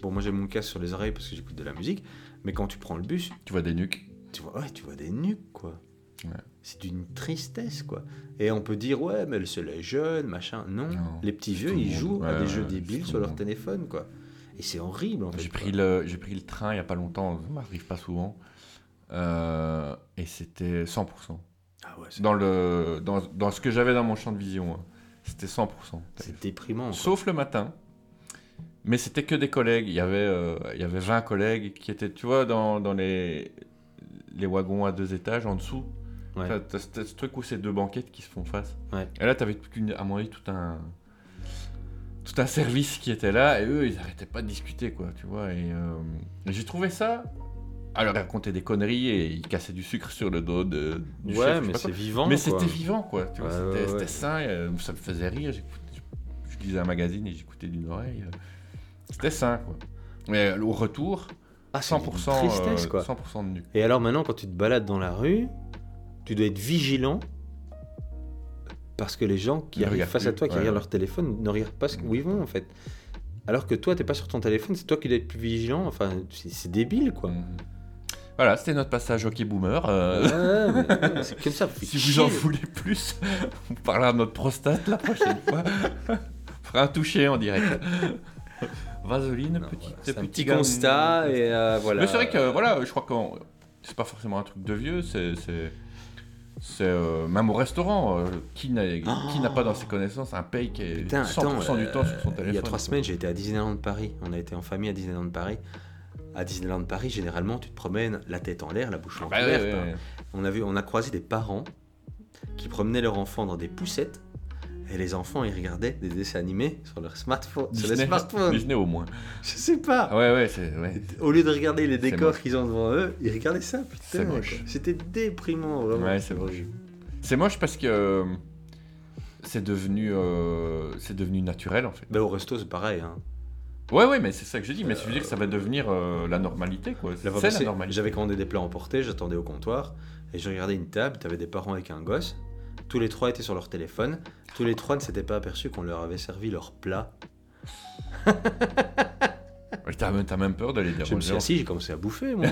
bon, moi j'ai mon casque sur les oreilles parce que j'écoute de la musique, mais quand tu prends le bus,
Tu vois des nuques.
tu vois, ouais, tu vois des nuques, quoi.
Ouais.
C'est d'une tristesse, quoi. Et on peut dire, ouais, mais c'est les jeunes, machin. Non,
Non,
les petits
c'est
vieux,
tout le
ils
monde.
jouent à
Ouais,
des
ouais,
jeux
c'est
débiles
tout
sur
le
leur
monde.
téléphone, quoi. Et c'est horrible, en fait.
J'ai
quoi.
pris, le, j'ai pris le train il y a pas longtemps, ça m'arrive pas souvent. Euh, et c'était 100%.
Ah ouais, c'est-
Dans, le, dans, dans ce que j'avais dans mon champ de vision, hein. c'était 100%.
c'est déprimant. quoi.
Sauf le matin. Mais c'était que des collègues. Il y avait, euh, il y avait 20 collègues qui étaient, tu vois, dans, dans les, les wagons à deux étages en dessous.
Ouais.
Enfin, t'as ce- ce truc où c'est deux banquettes qui se font face.
Ouais.
Et là, t'avais toute une- à mon avis tout un tout un service qui était là et eux ils arrêtaient pas de discuter quoi, tu vois. Et, euh, et j'ai trouvé ça. Alors ils racontaient des conneries et ils cassaient du sucre sur le dos de, du chef, je
Ouais,
sais
mais
pas quoi.
c'est vivant.
Mais
quoi.
c'était vivant, quoi. Tu vois,
Ouais,
c'était,
ouais,
c'était
ouais.
sain. et, euh, ça me faisait rire. j'écoutais- je, je lisais un magazine et j'écoutais d'une oreille. euh, C'était sain, quoi. Mais euh, au retour,
Ah, c'est
100%,
une tristesse,
euh,
quoi.
100% de nu.
Et alors maintenant, quand tu te balades dans la rue, tu dois être vigilant parce que les gens qui
Ils
arrivent
regardent
face à
plus,
toi, qui
ouais,
regardent Mm.
ouais.
leur téléphone, ne regardent pas ce- où ils vont en fait. Alors que toi, t'es pas sur ton téléphone, c'est toi qui dois être plus vigilant. Enfin, c'est c'est débile quoi.
Mhm. Voilà, c'était notre passage hockey boomer. euh,
Ouais, mais- mais c'est comme ça.
*laughs*
*laughs* faut
si
chier.
vous en voulez plus, *laughs* on parlera de notre prostate la prochaine fois. *laughs* on fera un toucher en
*laughs*
direct. Vaseline,
Non,
petit,
voilà, Ah, c'est un
petit
petit
gamme.
constat et euh, voilà.
Mais c'est vrai que euh, voilà, je crois que c'est pas forcément un truc de vieux, c'est c'est c'est, euh, même au restaurant euh, qui n'a qui n'a pas dans ses connaissances un paye qui est
Putain,
100%
attends,
du
euh,
temps sur son téléphone.
Il y a
quoi.
trois semaines, j'ai été à Disneyland de Paris. On a été en famille à Disneyland de Paris. À Disneyland de Paris, généralement, tu te promènes la tête en l'air, la bouche en
Bah
l'air.
ouais, ouais, ouais.
On a, vu, on a croisé des parents qui promenaient leurs enfants dans des poussettes et les enfants ils regardaient des dessins animés sur leur smartphone. Sur les
Disney-
smartphones.
Disney au moins.
Je sais pas.
Ah ouais ouais, c'est ouais.
Au lieu de regarder les
C'est
décors
moche.
qu'ils ont devant eux, ils regardaient ça, putain.
C'est moche.
quoi. C'était déprimant, vraiment.
Ouais, c'est moche. C'est moche parce que euh, c'est devenu euh, c'est devenu naturel en fait.
Bah, au resto, c'est pareil. hein.
Ouais ouais, mais c'est ça que j'ai dit, mais je veux dire que ça va devenir euh, la normalité quoi.
La fois
C'est la
passée,
normalité.
J'avais commandé des plats emportés, j'attendais au comptoir et je regardais une table, t'avais des parents avec un gosse. Tous les trois étaient sur leur téléphone. Tous les trois ne s'étaient pas aperçus qu'on leur avait servi leur plat.
Ouais, T'as même- t'as même peur de les
Je me suis
déranger en
assis, j'ai commencé à bouffer, moi.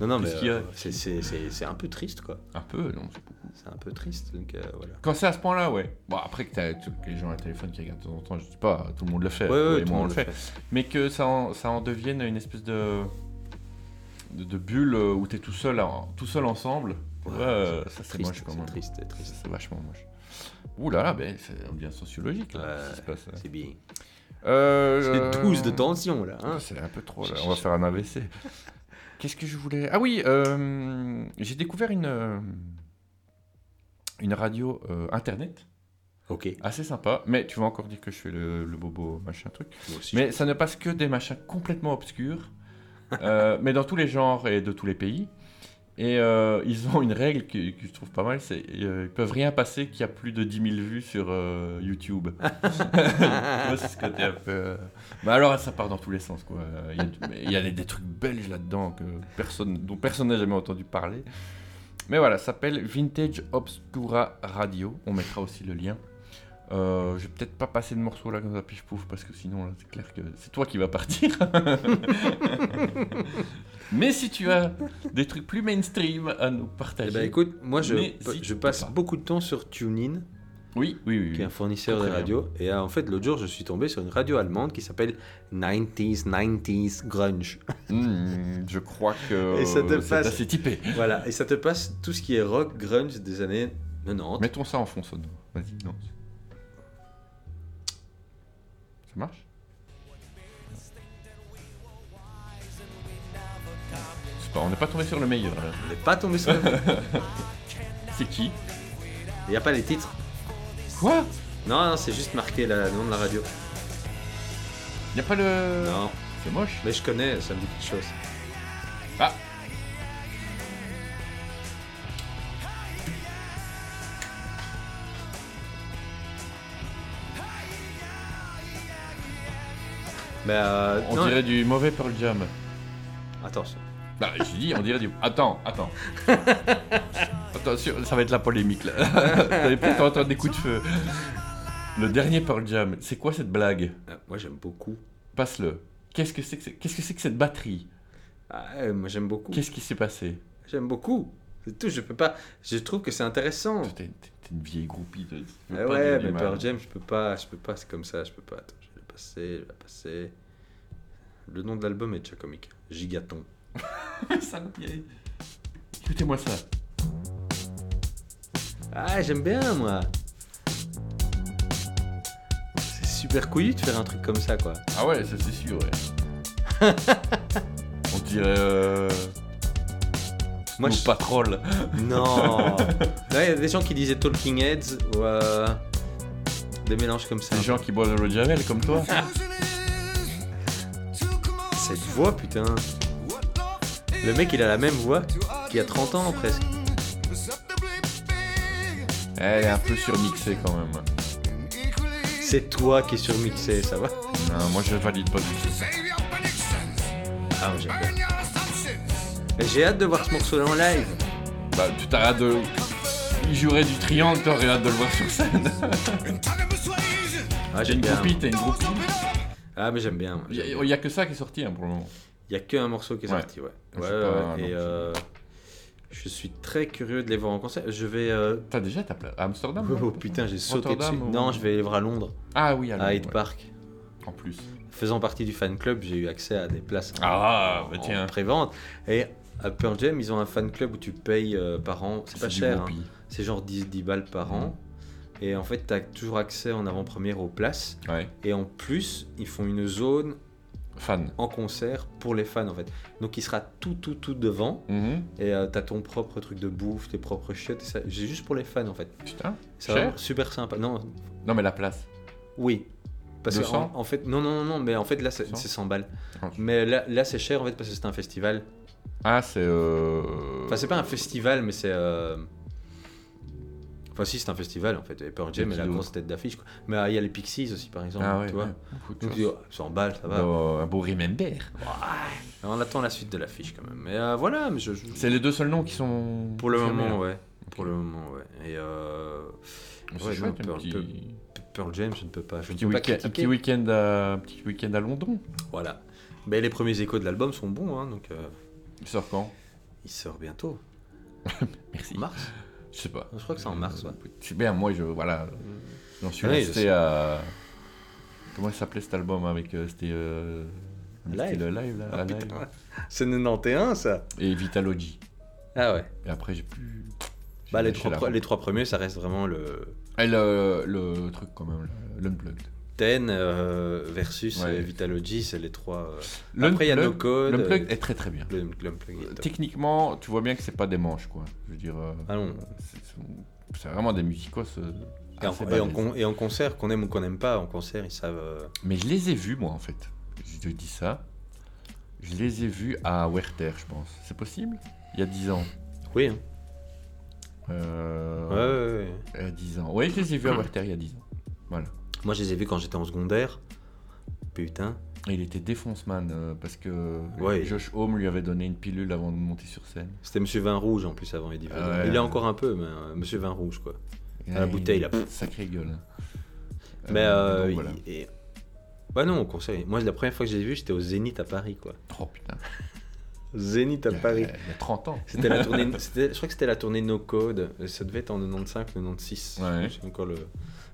non, non,
*laughs*
mais
Qu'est-ce qu'il y a
euh, c'est- c'est c'est- c'est un peu triste, quoi.
Un peu, non, c'est beaucoup.
c'est un peu triste. Donc, euh, voilà.
Quand c'est à ce point-là, ouais. Bon, après que t'as tu- que les gens à téléphone qui regardent de temps en temps, je dis pas, tout le monde le fait.
Ouais, ouais,
toi et
tout le
Euh, moi, on le
monde le
fait. Mais que ça en, ça en devienne une espèce de, de, de bulle euh, où t'es tout seul, en- tout seul ensemble. Ouais, euh, ça c'est
triste,
moche quand même.
triste, c'est
Ça,
triste.
C'est vachement moche. Ouh là là, ben, c'est- on devient sociologique. là,
Ouais,
ce qui se passe, là.
C'est bien.
Euh,
C'est 12 de
euh,
tension là. Hein.
Putain, c'est un peu trop là, on va faire un AVC. Qu'est-ce que je voulais Ah oui, euh, j'ai découvert une, euh, une radio euh, internet
Ok.
assez sympa, mais tu vas encore dire que je suis le, le bobo machin truc.
Moi aussi,
Mais ça ne passe que des machins complètement obscurs, euh, mais dans tous les genres et de tous les pays. Et euh, ils ont une règle que, que je trouve pas mal, c'est euh, ils peuvent rien passer qui a plus de 10 000 vues sur euh, YouTube. *laughs* Tu vois, c'est ce côté un peu... euh, Mais alors ça part dans tous les sens quoi. Il y a, du- mais il y a des, des trucs belges là-dedans que personne, dont personne n'a jamais entendu parler. Mais voilà, ça s'appelle Vintage Obscura Radio. On mettra aussi le lien. Euh, je vais peut-être pas passer de morceau là comme ça pif pouf parce que sinon là, c'est clair que c'est toi qui vas partir. *laughs* Mais si tu as des trucs plus mainstream à nous
je- Eh
partager.
ben, écoute, moi je,
Mais
pa-
si
je
tu
passe
peux pas.
beaucoup de temps sur TuneIn,
oui, oui, oui.
qui est un fournisseur
Mm. Très,
de
très
radio. Et euh, en fait, l'autre jour, je suis tombé sur une radio allemande qui s'appelle 90s, 90s
*laughs*
Grunge.
Hmm, je crois que
Et ça te
c'est
passe.
assez typé.
voilà, et ça te passe tout ce qui est rock, grunge des années 90.
Mettons ça en fond sonore. Vas-y, non. Ça marche C'est pas, on n'est pas tombé sur le meilleur là.
On n'est pas tombé sur le
*laughs* C'est qui
Il n'y a pas les titres.
Quoi
Non, non, c'est juste marqué la- le nom de la radio.
Y a pas le.
Non,
C'est moche.
mais je connais, ça me dit quelque chose.
Ah
Mais euh,
On
non,
dirait du mauvais Pearl Jam.
Attends,
Bah, je dis, on dirait du. Attends,
*laughs*
attends. Attention, ça va être la polémique là. *laughs* T'avais peut-être entendre des coups de feu. Le dernier Pearl Jam, c'est quoi cette blague
euh, moi j'aime beaucoup.
Passe-le. Qu'est-ce que c'est que, c'est- qu'est-ce que, c'est que cette batterie
Ah, euh, moi j'aime beaucoup.
Qu'est-ce qui s'est passé
J'aime beaucoup. C'est tout, je peux pas. Je trouve que c'est intéressant.
Toi, T'es t'es- t'es une vieille groupie. de- tu
Ah
veux pas
Oh. ouais,
dire du
mais
mal.
Pearl Jam, je peux pas, je peux pas, c'est comme ça, je peux pas. Attends, je vais le passer, je vais la passer. Le nom de l'album est déjà comique. Gigaton.
Ah, Sale vieille. Écoutez-moi ça.
Ah, j'aime bien moi. C'est super couillu de faire un truc comme ça, quoi.
Ah ouais, ça c'est sûr. ouais.
*laughs*
on dirait. Euh...
Moi,
Snow
je-
Patrol. *laughs*
Non. Là, il y a des gens qui disaient Talking Heads ou euh, des mélanges comme ça.
Des gens qui boivent de l'eau de javel comme
*laughs*
toi.
Cette voix, putain. Le mec, il a la même voix qu'il y a 30 ans presque.
Elle est Eh, un peu surmixée quand même.
C'est toi qui es surmixé, ça va
Non, moi je valide pas du tout.
Ah, j'aime bien. Et J'ai hâte de voir ce morceau-là en live.
Bah, tu t'arrêtes de. Il jouerait du triangle, t'aurais hâte de le voir sur scène. J'ai
Ah, j'aime
une
bien.
groupie, t'as une groupie.
Ah, mais j'aime bien. moi,
Il
j'aime
y,
bien.
a- y a que ça qui est sorti hein, pour le moment.
Il y a qu'un morceau qui est
Ouais.
sorti, ouais.
Je
Ouais,
sais
ouais,
pas,
ouais.
non,
Et
je-
euh, je suis très curieux de les voir en concert. Je vais. euh,
T'as déjà ta place à Amsterdam non
*laughs* Oh putain, j'ai sauté dessus.
Rotterdam ou-
Non, je vais les voir à Londres,
Ah oui, alors.
à Hyde
ouais,
Park.
En plus.
Faisant partie du fan club, j'ai eu accès à des places en-
Ah, bah
en
tiens.
pré-vente. Et à Pearl Jam, ils ont un fan club où tu payes euh, par an. C'est pas
du
cher. hein.
groupie.
C'est genre 10, 10 balles par an. Et en fait, tu as toujours accès en avant-première aux places.
Ouais.
Et en plus, ils font une zone
Fan.
en concert pour les fans en fait. Donc il sera tout, tout, tout devant.
Mhm.
Et euh, t'as ton propre truc de bouffe, tes propres chiottes. et ça- J'ai juste pour les fans en fait.
Putain.
C'est
Cher
vraiment super sympa. Non,
Non, mais la place.
oui. Parce que
200?
en, en fait, non, non, non, non, mais en fait là c'est
200?
c'est 100 balles.
Ah.
Mais là, là c'est cher en fait parce que c'est un festival.
Ah, c'est. Euh...
Enfin, c'est pas un festival, mais c'est. euh, Enfin, si, c'est un festival en fait. Et Pearl Jam
Et
est
qui
la
d'autre
grosse tête d'affiche. quoi. Mais euh, il y a les Pixies aussi par exemple.
Ah ouais,
tu vois.
ouais. Beaucoup de
Donc, tu
choses.
dis, oh, 100 balles, ça va.
Dans un beau remember.
On attend la suite de l'affiche quand même. Mais euh, voilà, mais je- je...
C'est les deux seuls noms qui sont.
Pour le
confirmés, hein.
moment,
là.
ouais. Pour le moment, ouais. Et euh,
C'est
ouais,
chouette,
non,
un
Pearl,
petit,
Pearl- Pearl Jam, je ne peux pas. Je ne
petit
peux pas
week-end, un
critiquer.
petit week-end à, un petit week-end à London.
Voilà. Mais les premiers échos de l'album sont bons, hein, donc euh,
Il sort quand
il sort bientôt.
Merci.
En mars.
Je sais pas.
Je crois que c'est en mars. ouais.
C'est bien, moi, je. Voilà. J'en suis
Ah Oui, je
resté
sais.
à. Comment s'appelait cet album avec. euh, C'était. euh,
Live. Ah,
c'était le live, là. à live.
*laughs* C'est 91 ça
Et Vitalogy.
Ah ouais.
Et après, j'ai plus. j'ai
Bah, les,
lâché
trois,
la
pre-
roue.
les trois premiers, ça reste vraiment le
Et le, le truc, quand même, là, l'Unplugged.
Ten euh, versus
Ouais.
euh, Vitalogy, c'est les trois. euh.
L'Unplugged-
Après, il y a No Code.
L'Unplugged
euh,
est très très bien.
le- l'Unplugged est top.
Techniquement, tu vois bien que c'est pas des manches, quoi. Je veux dire. euh,
Ah non.
c'est- c'est- C'est vraiment des musicos. euh,
Et en,
assez
et en
balèzes.
con- et en concert, qu'on aime ou qu'on n'aime pas, en concert, ils savent. euh,
Mais je les ai vus, moi, en fait. Je te dis ça. Je les ai vus à Werther, je pense. C'est possible Il y a 10 ans.
Oui, hein.
Euh,
ouais, ouais, ouais.
Il y a 10 ans. Oui, je les ai vus à Werther il y a 10 ans. Voilà.
Moi, je les ai vus quand j'étais en secondaire. Putain.
Et il était défonce-man euh, parce que
Ouais.
Josh Home lui avait donné une pilule avant de monter sur scène.
C'était Monsieur Vin Rouge en plus avant Eddie Vedder.
Ah ouais.
Il est encore un peu, mais euh, Monsieur Vin Rouge quoi.
Et
la bouteille, là.
Sacrée gueule. hein.
mais
Euh,
euh,
donc
il-
voilà.
et- Bah non, au concert. il- Moi, la première fois que je l'ai vu, j'étais au Zénith à Paris quoi.
Oh putain.
Zénith à
Il
Paris.
y a- il y a 30 ans. *laughs*
C'était la tournée. c'était- je crois que c'était la tournée No Code. Ça devait être en 95, 96.
Ouais.
Je sais encore le-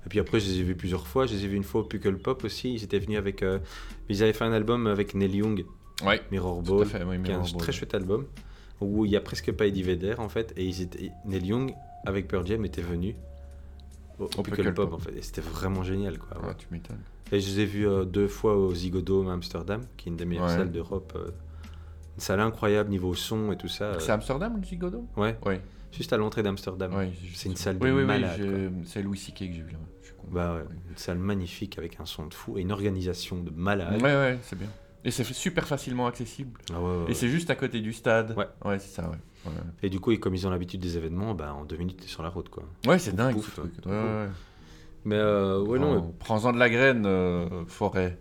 Et puis après, je les ai vus plusieurs fois. Je les ai vus une fois au Puckle Pop aussi. Ils étaient venus avec. euh, Ils avaient fait un album avec Neil Young,
Ouais.
Mirror
Tout à
Ball,
fait, oui,
qui est un
Mirror Ball.
très chouette album où il y a presque pas Eddie Vedder en fait. Et ils étaient... Neil Young avec Pearl Jam était venu au, au Puckle
Puckle
Pop
Pop.
en fait. Et c'était vraiment génial quoi. ouais.
Ah, tu m'étonnes.
Et je les ai vus euh, deux fois au Zigodome à Amsterdam, qui est une des meilleures
Ouais.
salles d'Europe. euh, Une salle incroyable niveau son et tout ça. euh,
C'est Amsterdam, le Zigodo
Ouais.
Ouais.
Juste à l'entrée d'Amsterdam.
ouais
C'est une salle de
oui, oui,
malade,
Oui, j'ai- c'est Louis C.K. que j'ai vu. ouais, Je suis con.
Bah ouais, une salle magnifique avec un son de fou et une organisation de malade.
Ouais, ouais, c'est bien. Et c'est super facilement accessible.
Ah ouais, ouais, ouais.
Et c'est juste à côté du stade.
Ouais.
Ouais, c'est ça, ouais. Ouais,
Et, du coup, et comme ils ont l'habitude des événements, bah, en deux minutes, t'es sur la route quoi.
Ouais, c'est
Pouf,
dingue
pouf,
ce truc.
ouais.
Ouais, ouais,
Mais euh, ouais,
ouais.
non,
Prends- Prends-en de la graine, euh, forêt.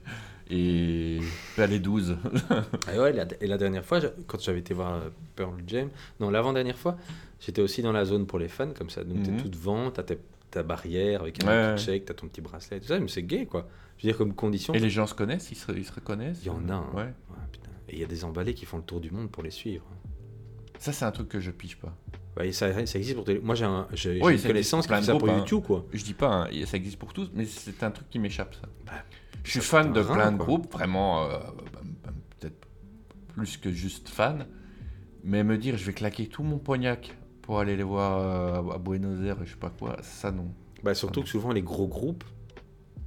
Et bah, Palais
*laughs*
12.
euh, et ouais, la, et la dernière fois, je- quand j'avais été voir euh, Pearl Jam, non, l'avant-dernière fois, j'étais aussi dans la zone pour les fans, comme ça. Donc
Mhm.
t'es tout devant, t'as tes- ta barrière avec un
Ouais,
petit check, t'as ton petit bracelet, tout ça, mais c'est gay quoi. Je veux dire, comme condition.
Et les gens se connaissent Ils se, ils se reconnaissent
Il y en a, hein.
Ouais.
Ouais, putain. Et il y a des emballés qui font le tour du monde pour les suivre.
Ça, c'est un truc que je pige pas.
Ouais, et ça, ça existe pour. télé- Moi, j'ai un, j'ai- j'ai
Oui,
une
ça
connaissance
existe
qui
plein
fait
de
ça pour
groupes, hein.
YouTube quoi.
Je dis pas, hein, et ça existe pour tous, mais c'est un truc qui m'échappe, ça.
Bah,
je suis
ça
fan
coûte
de
un rein,
plein de
quoi.
groupes, vraiment, euh, bah, bah, peut-être plus que juste fan, mais me dire je vais claquer tout mon pognac pour aller les voir euh, à Buenos Aires et je sais pas quoi, ça non.
Bah surtout que souvent les gros groupes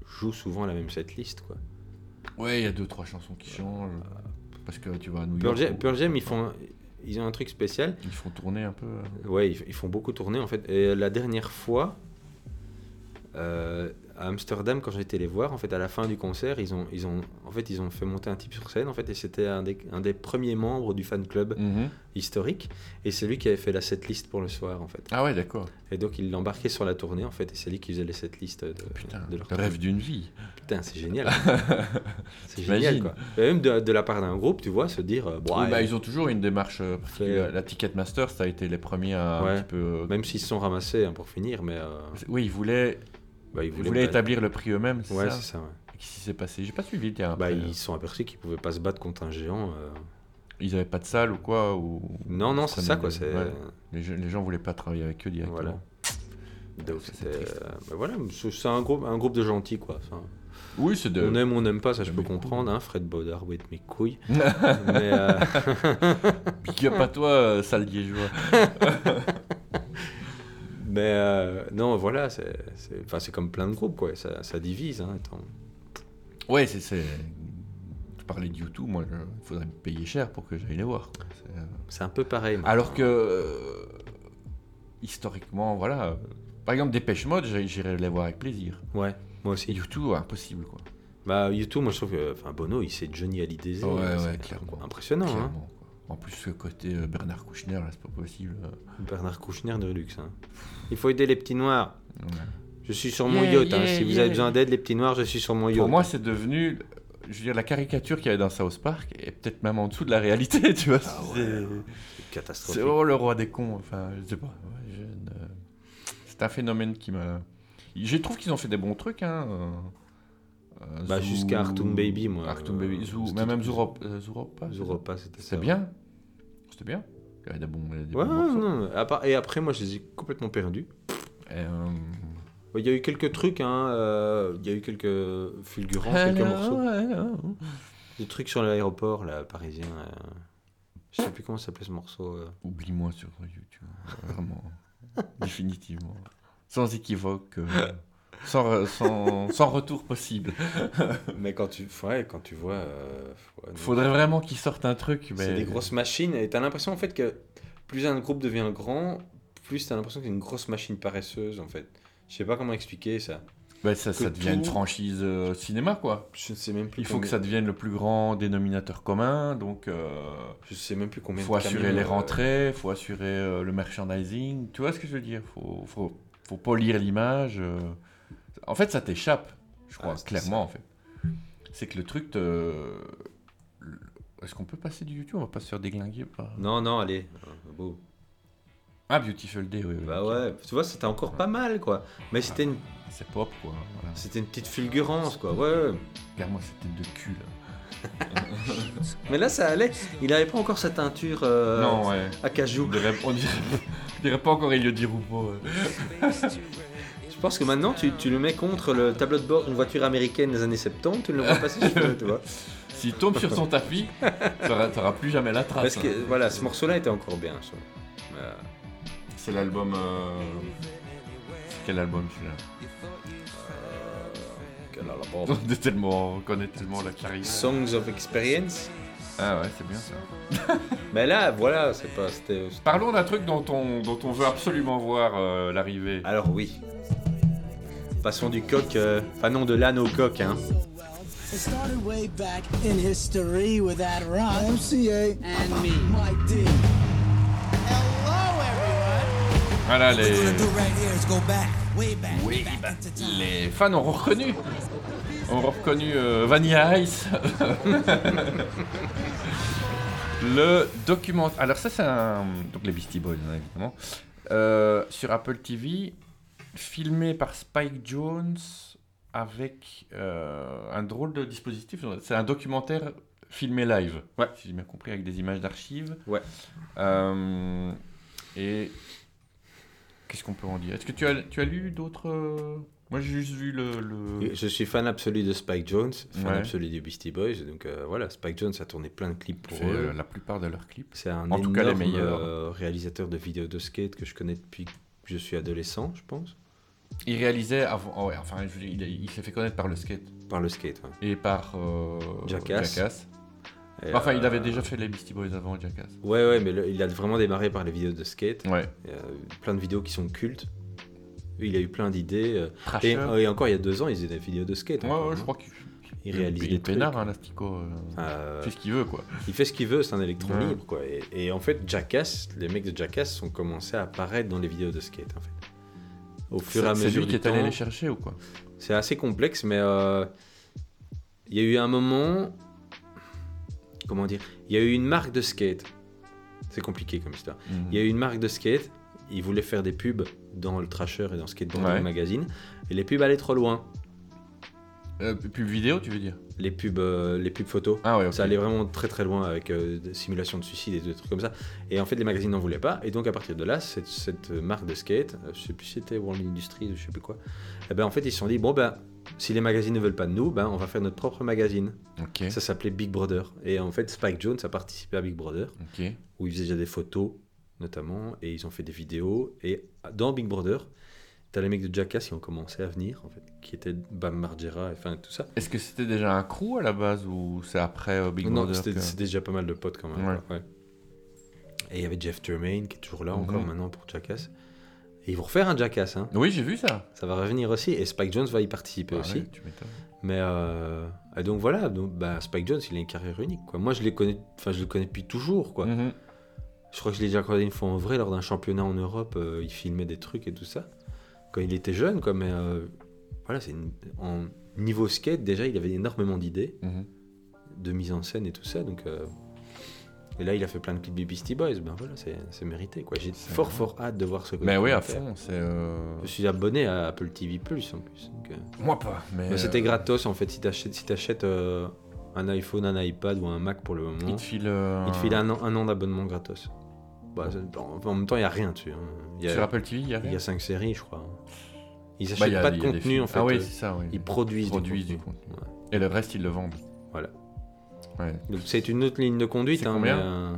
jouent souvent la même setlist quoi.
Ouais, il y a deux, trois chansons qui changent, euh, parce que tu vas à New
Pearl
York.
Jam,
ou-
Pearl Jam, ils font un- ils ont un truc spécial.
Ils font tourner un peu. euh.
Ouais, ils, ils font beaucoup tourner en fait. Et la dernière fois euh, à Amsterdam quand j'étais les voir en fait à la fin du concert, ils ont ils ont en fait ils ont fait monter un type sur scène en fait et c'était un des, un des premiers membres du fan club
Mhm.
historique et c'est lui qui avait fait la setlist pour le soir en fait.
Ah ouais, d'accord.
Et donc il l'embarquait sur la tournée en fait et c'est lui qui faisait les setlists de,
Putain,
de leur
le rêve d'une vie.
Putain,
*laughs*
c'est génial. c'est génial
T'imagines
quoi. Et même de, de la part d'un groupe, tu vois, se dire, euh, Bon,
Oui,
ouais,
bah, ils ont toujours une démarche euh, particulière.
Fait-
La Ticketmaster, ça a été les premiers à
Ouais.
un petit peu. euh,
même s'ils se sont ramassés hein, pour finir, mais euh,
Oui, ils voulaient,
bah, ils
ils
voulaient,
voulaient
pas-
établir le prix eux-mêmes, c'est
Ouais,
ça
c'est ça. ouais.
Qu'est-ce qui s'est passé J'ai pas suivi le terrain.
Bah,
après. euh,
ils se sont aperçus qu'ils pouvaient pas se battre contre un géant. euh.
Ils avaient pas de salle ou quoi ou...
Non, non, c'est ça quoi.
Ouais.
C'est euh,
Les, gens, les gens voulaient pas travailler avec eux directement.
voilà. Donc,
Ça, c'est
c'était-
triste.
euh, bah, voilà, c'est c'est un groupe, un groupe de gentils quoi. Enfin,
Oui, c'est de.
on aime, on n'aime pas, ça je
de
peux
mes couilles.
comprendre. Hein, Fred Baudard, oui, de mes couilles.
*laughs*
mais, euh,
Big
*laughs*
up à toi, euh, sale liégeois.
mais, euh, non, voilà, c'est c'est- enfin, c'est comme plein de groupes quoi. Ça, ça divise. Hein, étant-
Ouais, c'est. c'est... Tu parlais de YouTube, moi, je- il faudrait me payer cher pour que j'aille les voir. quoi. C'est, euh,
C'est un peu pareil. maintenant.
Alors que. euh, Historiquement, voilà. euh, Par exemple, Dépêche Mode, j'ai- j'irais les voir avec plaisir.
Ouais,
Et
moi aussi.
YouTube, impossible, quoi.
Bah, YouTube, moi je trouve que enfin, Bono, il s'est Johnny Hallyday.
Ouais, ouais,
c'est
clairement.
Impressionnant, hein.
Clairement, quoi. En plus, ce côté euh, Bernard Kouchner, là, c'est pas possible. euh.
Bernard Kouchner de luxe. hein. Il faut aider les petits noirs.
Ouais.
Je suis sur mon
Yeah,
yacht. hein.
yeah,
Si vous
yeah.
avez besoin d'aide, les petits noirs, je suis sur mon yacht.
Pour moi, c'est devenu, je veux dire, la caricature qu'il y avait dans South Park est peut-être même en dessous de la réalité, *laughs* tu vois.
Ah ouais,
c'est
c'est
c'est
catastrophique.
oh, le roi des cons, enfin, je sais pas. ouais, je ne- C'est un phénomène qui m'a. Je trouve qu'ils ont fait des bons trucs, hein. euh, euh,
Bah,
Zoo-
jusqu'à Artoon Baby, moi,
Artoon
euh,
Baby, Zoo,
c'était-
mais même Zourop, euh, Zourop, pas,
Zooropa, c'était ça.
C'est bien. C'était bien. Il y a des bons, des
Ouais,
bons morceaux.
non, à part- et après, moi, je les ai complètement perdus.
Euh,
Il y a eu quelques trucs, hein, euh, il y a eu quelques fulgurants, quelques morceaux. Des trucs sur l'aéroport, là, parisien. euh, je sais plus comment s'appelait ce morceau. euh.
Oublie-moi sur YouTube, vraiment, *laughs* définitivement, sans équivoque, euh, sans, re- sans, sans retour possible.
Mais quand tu, ouais, quand tu vois. euh, ouais, non.
Faudrait vraiment qu'ils sortent un truc, mais
C'est des grosses machines et t'as l'impression en fait que plus un groupe devient grand, plus t'as l'impression que c'est une grosse machine paresseuse en fait. Je sais pas comment expliquer ça.
Ouais, bah, ça, ça
que
devient une
tout-
franchise euh, cinéma, quoi.
Je ne sais même plus.
Il faut que
combien-
ça devienne le plus grand dénominateur commun, donc euh,
Je sais même plus combien.
faut
de
assurer
camions,
les
euh,
rentrées, faut assurer euh, le merchandising. Tu vois ce que je veux dire Faut, faut, faut polir l'image. euh. En fait, ça t'échappe, je crois,
Ah, c'est
clairement, en fait. C'est que le truc te... le- Est-ce qu'on peut passer du YouTube On va pas se faire déglinguer par...
Non non allez. euh, bon.
Ah, Beautiful Day, oui. oui,
Bah
ok.
ouais. Tu vois c'était encore pas mal quoi. Mais c'était une,
C'est pop, quoi. Voilà.
c'était une petite fulgurance quoi. Ouais. ouais.
Regarde-moi cette tête de cul, là.
Mais là ça allait. Il avait pas encore sa teinture euh,
non, ouais.
à
On
cajou.
dirait, on dirait, on dirait pas encore Elio Di Rupo. euh.
Je pense que maintenant tu, tu le mets contre le tableau de bord d'une voiture américaine des années 70, tu ne le vois passer sur le
*laughs*
tu vois.
S'il tombe sur son tapis, t'auras t'auras plus jamais la trace.
Parce que
hein.
voilà, ce morceau-là était encore bien. je trouve. Euh,
C'est l'album. euh, c'est Quel album celui-là
quel album
*laughs* On, est tellement, on connaît tellement la clarisse.
Songs of Experience.
Ah ouais, c'est bien ça.
Mais là, voilà, c'est pas. C'était.
Parlons d'un truc dont on, dont on veut absolument voir euh, l'arrivée.
Alors oui. Passons du coq, euh, enfin non de l'âne au coq, hein.
It started way back in history with that rock. MCA. And me. Mike D. Hello, everyone.
Voilà, les,
What we're gonna do right here is go back, way back,
Way
back,
back.
into time.
les fans auront reconnu. Auront reconnu euh, Vanilla Ice. *laughs* Le document. Alors, ça, c'est un. Donc, les Beastie Boys, hein, évidemment. Euh, sur Apple TV, filmé par Spike Jones avec euh, un drôle de dispositif. C'est un documentaire filmé live.
Ouais.
Si j'ai bien compris, avec des images d'archives.
Ouais.
Euh, et qu'est-ce qu'on peut en dire Est-ce que tu as, tu as lu d'autres euh, Moi, j'ai juste vu le. le-
Je suis fan absolu de Spike Jones, fan
Ouais.
absolu des Beastie Boys, donc euh, voilà, Spike Jones a tourné plein de clips pour
c'est,
eux.
euh, la plupart de leurs clips.
C'est un
En tout cas, les
énorme,
meilleurs.
euh, réalisateur de vidéos de skate que je connais depuis que je suis adolescent, je pense.
Il réalisait avant. ah ouais, enfin, je veux dire, il, a- il s'est fait connaître par le skate
Par le skate, ouais.
et par euh,
Jackass. Et,
Enfin, il
euh,
avait déjà fait les Beastie Boys avant Jackass.
Ouais, ouais, mais le- il a vraiment démarré par les vidéos de skate.
Ouais.
Il y a eu plein de vidéos qui sont cultes. Il a eu plein d'idées. euh,
Trasher.
Et, euh, et encore il y a deux ans, il faisait des vidéos de skate.
Ouais,
encore,
ouais,
hein.
je crois qu'il
Il réalise
il
des
est peinard,
trucs.
hein, l'Astico. euh,
Euh,
il fait ce qu'il veut, quoi.
il fait ce qu'il veut, c'est un électron
Ouais.
libre. Quoi. Et, et en fait, Jackass, les mecs de Jackass sont commencés à apparaître dans les vidéos de skate. En fait. Au fur et à
C'est
mesure
lui qui
du
est allé
temps,
les chercher ou quoi
c'est assez complexe, mais euh, il y a eu un moment. Comment dire Il y a eu une marque de skate. C'est compliqué comme histoire. Il y a eu une marque de skate, ils voulaient faire des pubs dans le Trasher et dans Skateboard
Ouais.
Magazine, et les pubs allaient trop loin.
Euh, pub vidéo, tu veux dire
Les pubs, euh, les pubs photos,
Ah ouais, ok.
ça allait vraiment très très loin avec euh, des simulations de suicide et des trucs comme ça. Et en fait, les magazines n'en voulaient pas. Et donc, à partir de là, cette, cette marque de skate, euh, je sais plus si c'était World Industries ou je sais plus quoi, et ben en fait, ils se sont dit bon ben, si les magazines ne veulent pas de nous, ben on va faire notre propre magazine.
Ok,
Ça s'appelait Big Brother. Et en fait, Spike Jones a participé à Big Brother.
ok.
où ils faisaient déjà des photos, notamment, et ils ont fait des vidéos. Et dans Big Brother, t'as les mecs de Jackass qui ont commencé à venir, en fait, qui étaient Bam Margera, et enfin tout ça.
Est-ce que c'était déjà un crew à la base ou c'est après euh, Big
non,
Brother
c'était
que-
c'était déjà pas mal de potes quand même.
Ouais.
quoi, ouais. Et il y avait Jeff Tremaine qui est toujours là
Mhm.
encore maintenant pour Jackass. Et ils vont refaire un Jackass, hein.
Oui, j'ai vu ça.
ça va revenir aussi. Et Spike Jones va y participer
Ah
aussi.
ouais, tu m'étonnes.
Mais euh, et donc voilà, donc, bah, Spike Jones, il a une carrière unique. Quoi. Moi, je, les connais, enfin, je le connais depuis toujours. Quoi.
Mhm.
Je crois que je l'ai déjà croisé une fois en vrai lors d'un championnat en Europe. euh, il filmait des trucs et tout ça quand il était jeune, quoi. Mais euh, voilà, c'est une- en niveau skate déjà, il avait énormément d'idées
Mhm.
de mise en scène et tout ça. Donc euh, et là, il a fait plein de clips des Beastie Boys. Ben voilà, c'est c'est mérité, quoi. J'ai
C'est
fort
vrai.
fort hâte de voir ce.
Mais Ben oui, à
documentaire.
fond, c'est. euh,
Je suis abonné à Apple TV Plus en plus. donc, euh,
Moi pas, mais.
mais C'était
euh,
gratos en fait. Si t'achètes, si t'achètes euh, un iPhone, un iPad ou un Mac pour le moment,
Il te file. euh,
il te file un an, un an d'abonnement gratos. Bah, c'est- en, en même temps, il n'y a rien dessus. hein. Il y
Sur
a,
Apple TV, il y a
il
rien.
y a cinq séries, je crois. Ils
Bah,
achètent
il y a-
pas de
il y a des
contenu,
films.
en fait.
Ah oui,
euh,
c'est ça, oui.
ils produisent,
produisent
du
du
contenu.
Et le reste, ils le vendent.
Voilà.
Ouais.
Donc, c'est une autre ligne de conduite.
C'est
hein,
combien
mais, euh,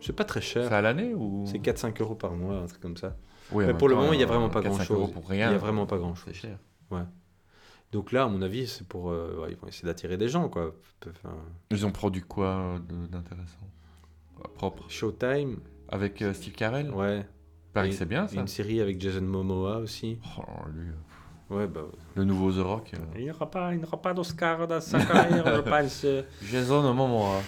C'est pas très cher.
C'est à l'année ou
C'est 4-5 euros par mois, un truc comme ça.
Oui, en
Mais
même
pour le
temps,
moment, il n'y a
euh,
vraiment pas
4-5
grand
euros
chose.
pour
Il n'y
rien.
a vraiment pas grand chose.
C'est cher.
Donc là, à mon avis, c'est pour. euh, ouais, ils vont essayer d'attirer des gens, quoi. Enfin,
Ils ont produit quoi euh, de- d'intéressant Quoi, Propre.
Showtime,
Avec euh, Steve Carell
ouais.
Paris,
Et-
c'est bien
et
Ah, ça.
Une série avec Jason Momoa aussi.
Oh, lui, euh,
Ouais, bah.
le nouveau The Rock. euh.
Il n'aura pas, d'Oscar dans sa
*laughs*
carrière, je pense.
Jason Momoa.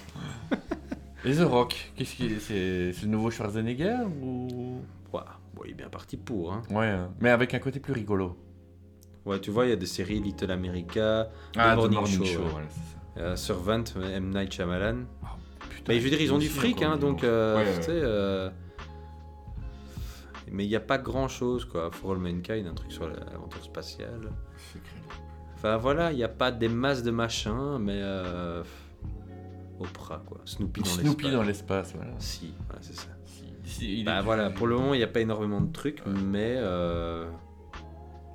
Et The Rock, qu'est-ce qu'il c'est c'est le nouveau Schwarzenegger ou
Bon, il est bien parti pour. Hein.
Ouais, hein. mais avec un côté plus rigolo.
Ouais, tu vois, il y a des séries Little America, Ah,
Ah,
The Morning, Show, ouais.
voilà, c'est ça.
Euh, Servant, M. Night Shyamalan.
Putain,
Mais je veux dire, ils ont du
aussi,
fric,
encore
hein,
du
donc.
lourd.
euh,
Ouais, ouais,
tu sais,
ouais.
euh, Mais il n'y a pas grand chose, quoi. For All Mankind, un truc sur l'aventure spatiale. Enfin voilà, il n'y a pas des masses de machins, mais. Euh... Oprah, quoi. Snoopy dans
Snoopy dans
l'espace.
l'espace, voilà.
Si, voilà, c'est ça.
Si, il est
Bah
plus-
voilà, pour le moment, il n'y a pas énormément de trucs,
Ouais.
mais. euh,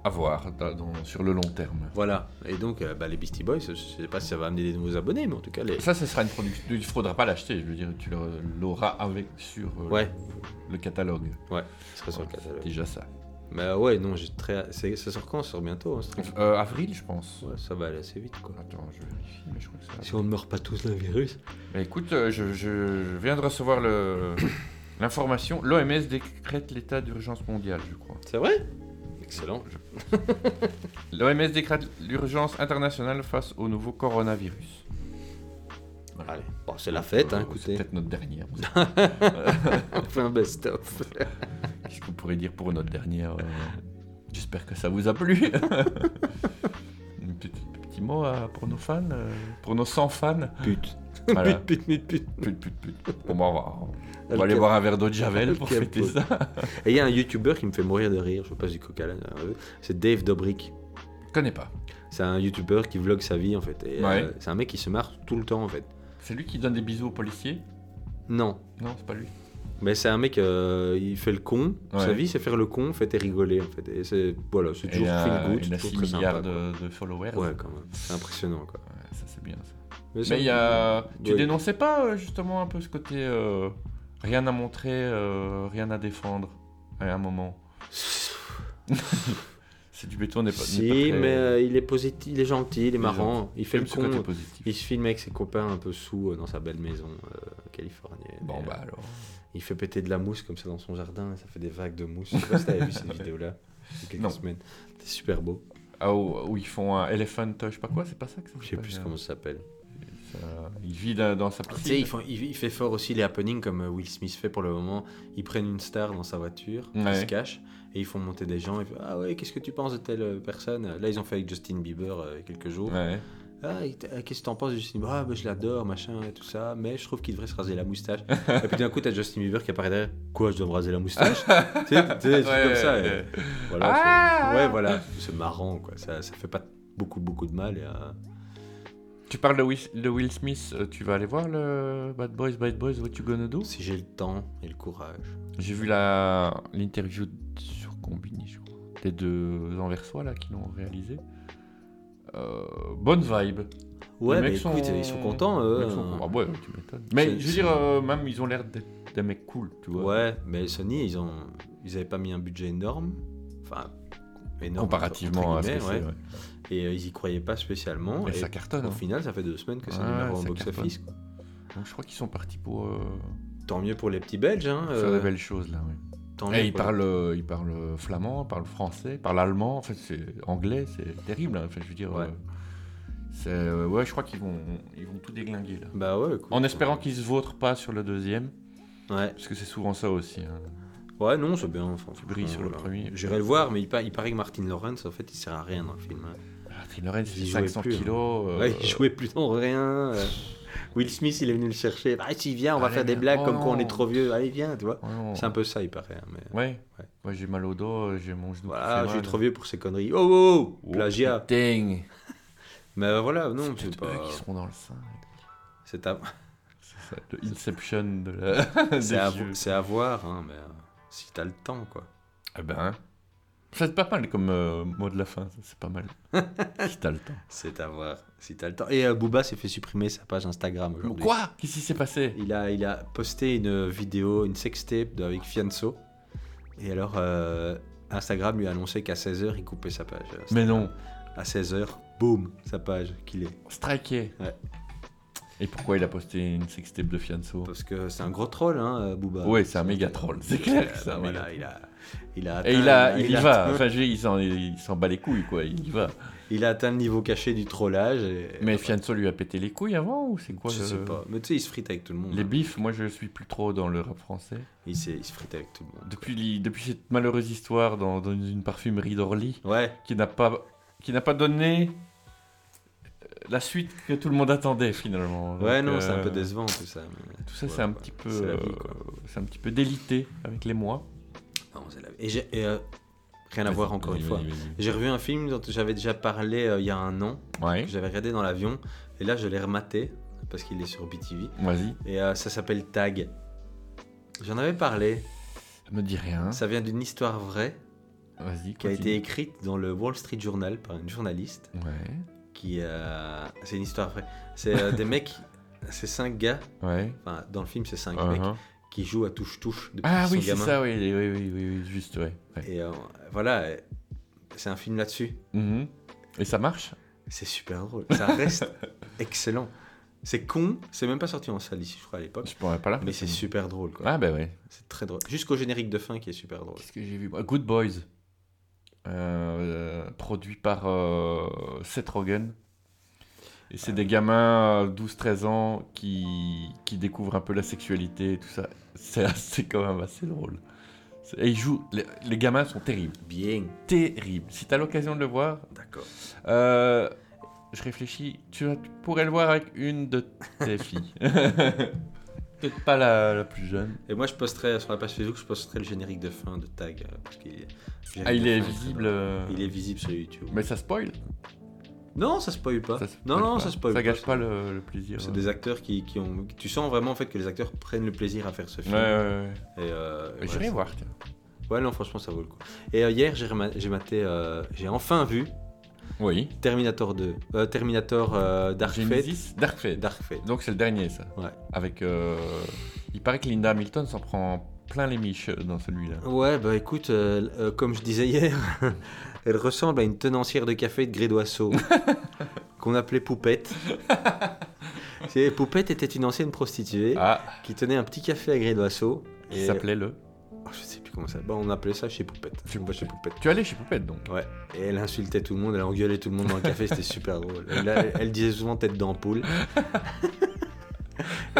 À voir dans- dans- sur le long terme.
Voilà. Et donc, euh, bah, les Beastie Boys, je sais pas si ça va amener des nouveaux abonnés, mais en tout cas, les.
Ça, ce sera une production. Il faudra pas l'acheter, je veux dire, tu le- l'auras avec sur euh,
Ouais,
le catalogue.
ce serait sur le catalogue.
Déjà ça.
Mais euh, ouais, non, j'ai très. c'est- Ça sort quand Ça sort bientôt, hein, ce truc.
Euh, avril, je pense.
Ouais, ça va aller assez vite, quoi.
Attends, je vérifie, mais je crois que ça.
Si on ne meurt pas tous d'un virus.
Mais écoute, euh, je, je- je viens de recevoir le- *coughs* l'information. L'OMS décrète l'état d'urgence mondiale, je crois.
C'est vrai Excellent.
L'OMS décrète l'urgence internationale face au nouveau coronavirus.
Allez, bon, c'est la fête, hein,
Euh, C'est
écoutez. *laughs* ben,
peut-être notre dernière. on sait
On fait un best-of.
pas. Qu'est-ce qu'on pourrait dire pour notre dernière euh, J'espère que ça vous a plu. *laughs* Un petit, petit mot euh, pour nos fans, euh, pour nos 100 fans.
Pute.
*laughs* Voilà.
*laughs* Pute, pute, pute, pute.
Pute, pute, pute. Bon, bah, on va, on
El
va aller
Cap-
boire un verre d'eau de Javel pour
El
fêter
Capo.
ça.
Et il y a un youtubeur qui me fait mourir de rire, je passe du coca là. C'est Dave Dobrik.
Je connais pas.
C'est un youtubeur qui vlog sa vie en fait. Et,
Ouais.
euh, c'est un mec qui se marre tout le temps en fait.
C'est lui qui donne des bisous aux policiers
Non.
Non, c'est pas lui.
Mais c'est un mec, euh, il fait le con. Sa
Ouais.
vie, c'est faire le con, en fait, et rigoler en fait. Et c'est voilà, c'est toujours
il a,
feel good,
il a
toujours
6
très sympa,
milliards
quoi.
de, de followers.
Ouais, quand même. C'est impressionnant quoi.
Ouais, ça, c'est bien. ça.
ça-
Mais il y a... Tu
Ouais.
dénonçais pas euh, justement un peu ce côté euh, rien à montrer, euh, rien à défendre à un moment C'est du béton, on n'est pas.
Si,
n'est pas très-
mais euh, il est positif, il est gentil, il est marrant, il fait
J'aime
le
ce côté
con.
positif.
Il se filme avec ses copains un peu sous euh, dans sa belle maison euh, californienne.
Bon,
Et,
bah
euh,
alors.
Il fait péter de la mousse comme ça dans son jardin et ça fait des vagues de mousse. Je sais pas si t'avais vu
*laughs*
cette vidéo-là il y a quelques
Non.
semaines. C'était super beau.
Ah, où, où ils font un elephant, euh, je sais pas quoi, c'est pas ça que ça
Je sais
s'appelle,
plus
euh,
comment ça s'appelle.
ça- Il vit dans, dans sa
Ah, Tu sais,
piscine.
il, font- il- il fait fort aussi les happenings comme euh, Will Smith fait pour le moment. Ils prennent une star dans sa voiture, ils
Ouais.
se cachent et ils font monter des gens. Ils font, ah ouais, qu'est-ce que tu penses de telle euh, personne Là, ils ont fait avec Justin Bieber euh, il y a quelques jours.
Ouais.
Ah, et t- euh, qu'est-ce que t'en penses de Justin Bieber Ah, bah, je l'adore, machin et tout ça, mais je trouve qu'il devrait se raser la
*laughs*
moustache. et puis d'un coup, t'as Justin Bieber qui apparaît derrière. Quoi, je dois me raser la
*laughs*
moustache Tu sais, tu sais, des trucs
Ouais,
comme ça.
ouais,
et
ouais.
Voilà,
Ah
c'est- ouais, voilà. C'est marrant, quoi. Ça, ça fait pas beaucoup, beaucoup de mal. Et, euh,
Tu parles de Will, de Will Smith, euh, tu vas aller voir le Bad Boys, Bad Boys, What You Gonna Do
si j'ai le temps et le courage.
J'ai vu la- l'interview de- sur Combini, je crois, des deux Anversois là qui l'ont réalisé. Euh, bonne vibe.
Ouais,
Les
mais
mecs sont-
écoute, ils sont contents. eux,
Les mecs sont-
hein.
Ah ouais, tu m'étonnes. Mais je veux dire, euh, même ils ont l'air d'être des mecs cool, tu vois.
Ouais, mais Sony, ils ont, ils avaient pas mis un budget énorme, enfin énorme
Comparativement
entre
à ce que
guillemets,
c'est.
ouais.
ouais.
et euh, ils y croyaient pas spécialement.
Mais
et
ça cartonne.
au
hein.
final, ça fait deux semaines que c'est
Ouais,
numéro un
ça
box-office.
Donc, je crois qu'ils sont partis pour euh,
Tant mieux pour les petits Belges, hein.
faire
euh,
des belles choses là. ouais.
tant
Et
mieux
ils
pour les-
parlent, euh, ils parlent flamand, ils parlent français, ils parlent allemand, en fait c'est anglais, c'est terrible. hein. Enfin, je veux dire,
Ouais.
euh, c'est, euh, ouais, je crois qu'ils vont, ils vont tout déglinguer là.
Bah ouais. écoute, euh,
En espérant qu'ils se vautrent pas sur le deuxième,
Ouais,
parce que c'est souvent ça aussi. hein.
ouais, non, c'est bien. Enfin,
Tu brilles sur le
voilà.
premier.
J'irai le voir, mais il, pa- il paraît que Martin Lawrence, en fait, il sert à rien dans le film. hein.
Ah, Trey Lawrence,
Il
c'est
jouait
500
plus, hein.
kilos. euh,
Ouais, il jouait plus dans rien. euh. Will Smith, il est venu le chercher. Ah, si, viens, on va
Allez,
faire des
viens.
blagues
Oh
comme quoi on
non.
est trop vieux. Allez, viens, tu vois.
ouais, non.
C'est un peu ça, il paraît. hein, mais...
Ouais.
Ouais.
Ouais, j'ai mal au dos, j'ai mon genou. qui
Voilà,
fait
je suis
mal.
trop vieux pour ces conneries. Oh, oh, oh
Oh,
plagiat.
putain.
Mais euh, voilà, non,
C'est
c'est
peut-être eux
pas.
*laughs* qui seront dans le 5.
C'est à...
C'est ça, le Inception de la.
*laughs* C'est
des
à,
vieux.
vo- c'est à voir, hein, mais euh, si t'as le temps, quoi.
Eh ben. C'est pas mal comme euh, mot de la fin, ça, c'est pas
*laughs*
mal. si t'as le temps.
C'est à voir, si t'as le temps. Et euh, Booba s'est fait supprimer sa page Instagram aujourd'hui.
Quoi Qu'est-ce qui s'est passé
il a, il a posté une vidéo, une sextape de- avec Fianso. Et alors, euh, Instagram lui a annoncé qu'à 16h, il coupait sa page.
Mais non,
À 16h, boum, sa page qu'il est.
striké.
Ouais.
Et pourquoi il a posté une sextape de Fianso
Parce que c'est un gros troll, hein, euh, Booba.
Ouais, c'est un méga troll, c'est clair que c'est un
Euh,
méga
voilà, il a, Euh, il a
Et
atteint-
il, a, il, y
a
va,
atteint-
enfin je veux dire, il s'en- il s'en bat les couilles quoi, il y va.
il a atteint le niveau caché du trollage. et-
Mais
et
Fianso lui a pété les couilles avant ou c'est quoi
voilà. je
le-
sais pas. Mais tu sais, il se frite avec tout le monde.
Les
hein.
bifs, moi je suis plus trop dans le rap français.
Il, s'est- il se frite avec tout le monde.
Depuis, li- depuis cette malheureuse histoire dans, dans une parfumerie d'Orly
Ouais,
qui n'a pas, qui n'a pas donné euh, la suite que tout le monde attendait finalement. Donc,
ouais, non, c'est un
euh,
peu décevant tout ça. mais-
Tout ça c'est
voilà,
un
quoi.
petit peu,
C'est la vie,
euh,
quoi.
c'est un petit peu délité avec les mois.
Non, c'est la vie. Et, j'ai- et, euh, rien à
Vas-y,
voir encore
vas-y,
une fois.
vas-y, vas-y.
J'ai revu un film dont j'avais déjà parlé euh, il y a un an,
Ouais,
que j'avais regardé dans l'avion, et là je l'ai rematé, parce qu'il est sur BTV,
vas-y.
et euh, ça s'appelle Tag. J'en avais parlé,
Ça me dit rien.
ça vient d'une histoire vraie
Vas-y.
qui a été
continue.
écrite dans le Wall Street Journal par une journaliste.
Ouais.
qui euh, c'est une histoire vraie. C'est
*laughs*
euh, des mecs, c'est cinq gars,
Ouais.
enfin dans le film c'est cinq mecs
Uh-huh.
qui jouent à touche touche depuis
Ah
qu'ils sont
oui, c'est
gamins.
ça, oui, oui, oui, oui, oui, juste, ouais. ouais.
Et euh, voilà, euh, c'est un film là-dessus.
Mhm. Et ça marche
C'est super drôle,
*laughs*
ça reste excellent. C'est con, c'est même pas sorti en salle ici je crois à l'époque,
Je pourrais pas là.
mais c'est super drôle quoi.
Ah bah ouais.
C'est très drôle. Jusqu'au générique de fin qui est super drôle.
Qu'est-ce que j'ai vu moi Good Boys. Euh, produit par euh, Seth Rogen. Et c'est des gamins euh, 12-13 ans qui, qui découvrent un peu la sexualité et tout ça. C'est assez quand même assez drôle. C'est- Et ils jouent. Les, les gamins sont terribles.
Bien,
Terribles. Si t'as l'occasion de le voir,
d'accord.
Euh, je réfléchis, tu, vas- tu pourrais le voir avec une de
*laughs*
tes filles. *laughs* Peut-être pas la, la plus jeune.
Et moi je posterai sur la page Facebook, je posterai le générique de fin de Tag. euh, parce qu'il est- le
Ah, il est
générique de fin
visible.
très drôle.
euh,
Il est visible sur YouTube.
Mais ça spoil.
Non, ça spoil pas.
Ça spoil
Hein non, non,
pas.
ça spoil
Ça
pas.
gâche pas le, le plaisir. euh.
C'est des acteurs qui, qui ont. Tu sens vraiment en fait que les acteurs prennent le plaisir à faire ce
Ouais,
film.
ouais, ouais.
Et, euh, ouais,
J'irai
c'est-
voir, tiens.
Ouais, non, franchement, ça vaut le coup. Et euh, hier, j'ai rema- j'ai maté. euh, j'ai enfin vu
Oui.
Terminator 2. euh, Terminator euh, Dark Fate.
Genesis, Dark Fate.
Dark Fate.
Donc c'est le dernier, ça.
Ouais.
Avec. euh, Il paraît que Linda Hamilton s'en prend plein les miches euh, dans celui-là.
Ouais, bah écoute, euh, euh, comme je disais hier, *laughs* elle ressemble à une tenancière de café de gré
*laughs*
d'oiseau qu'on appelait Poupette. C'est- Poupette était une ancienne prostituée
Ah,
qui tenait un petit café à gré d'oiseau.
il s'appelait le.
Oh, je sais plus comment ça. Bon, on appelait ça chez Poupette.
Chez
Moi, chez Poupette.
Tu allais chez Poupette donc
Ouais. Et elle insultait tout le monde, elle engueulait tout le monde dans le
*laughs*
café, c'était super drôle. Elle, elle- elle disait souvent tête d'ampoule.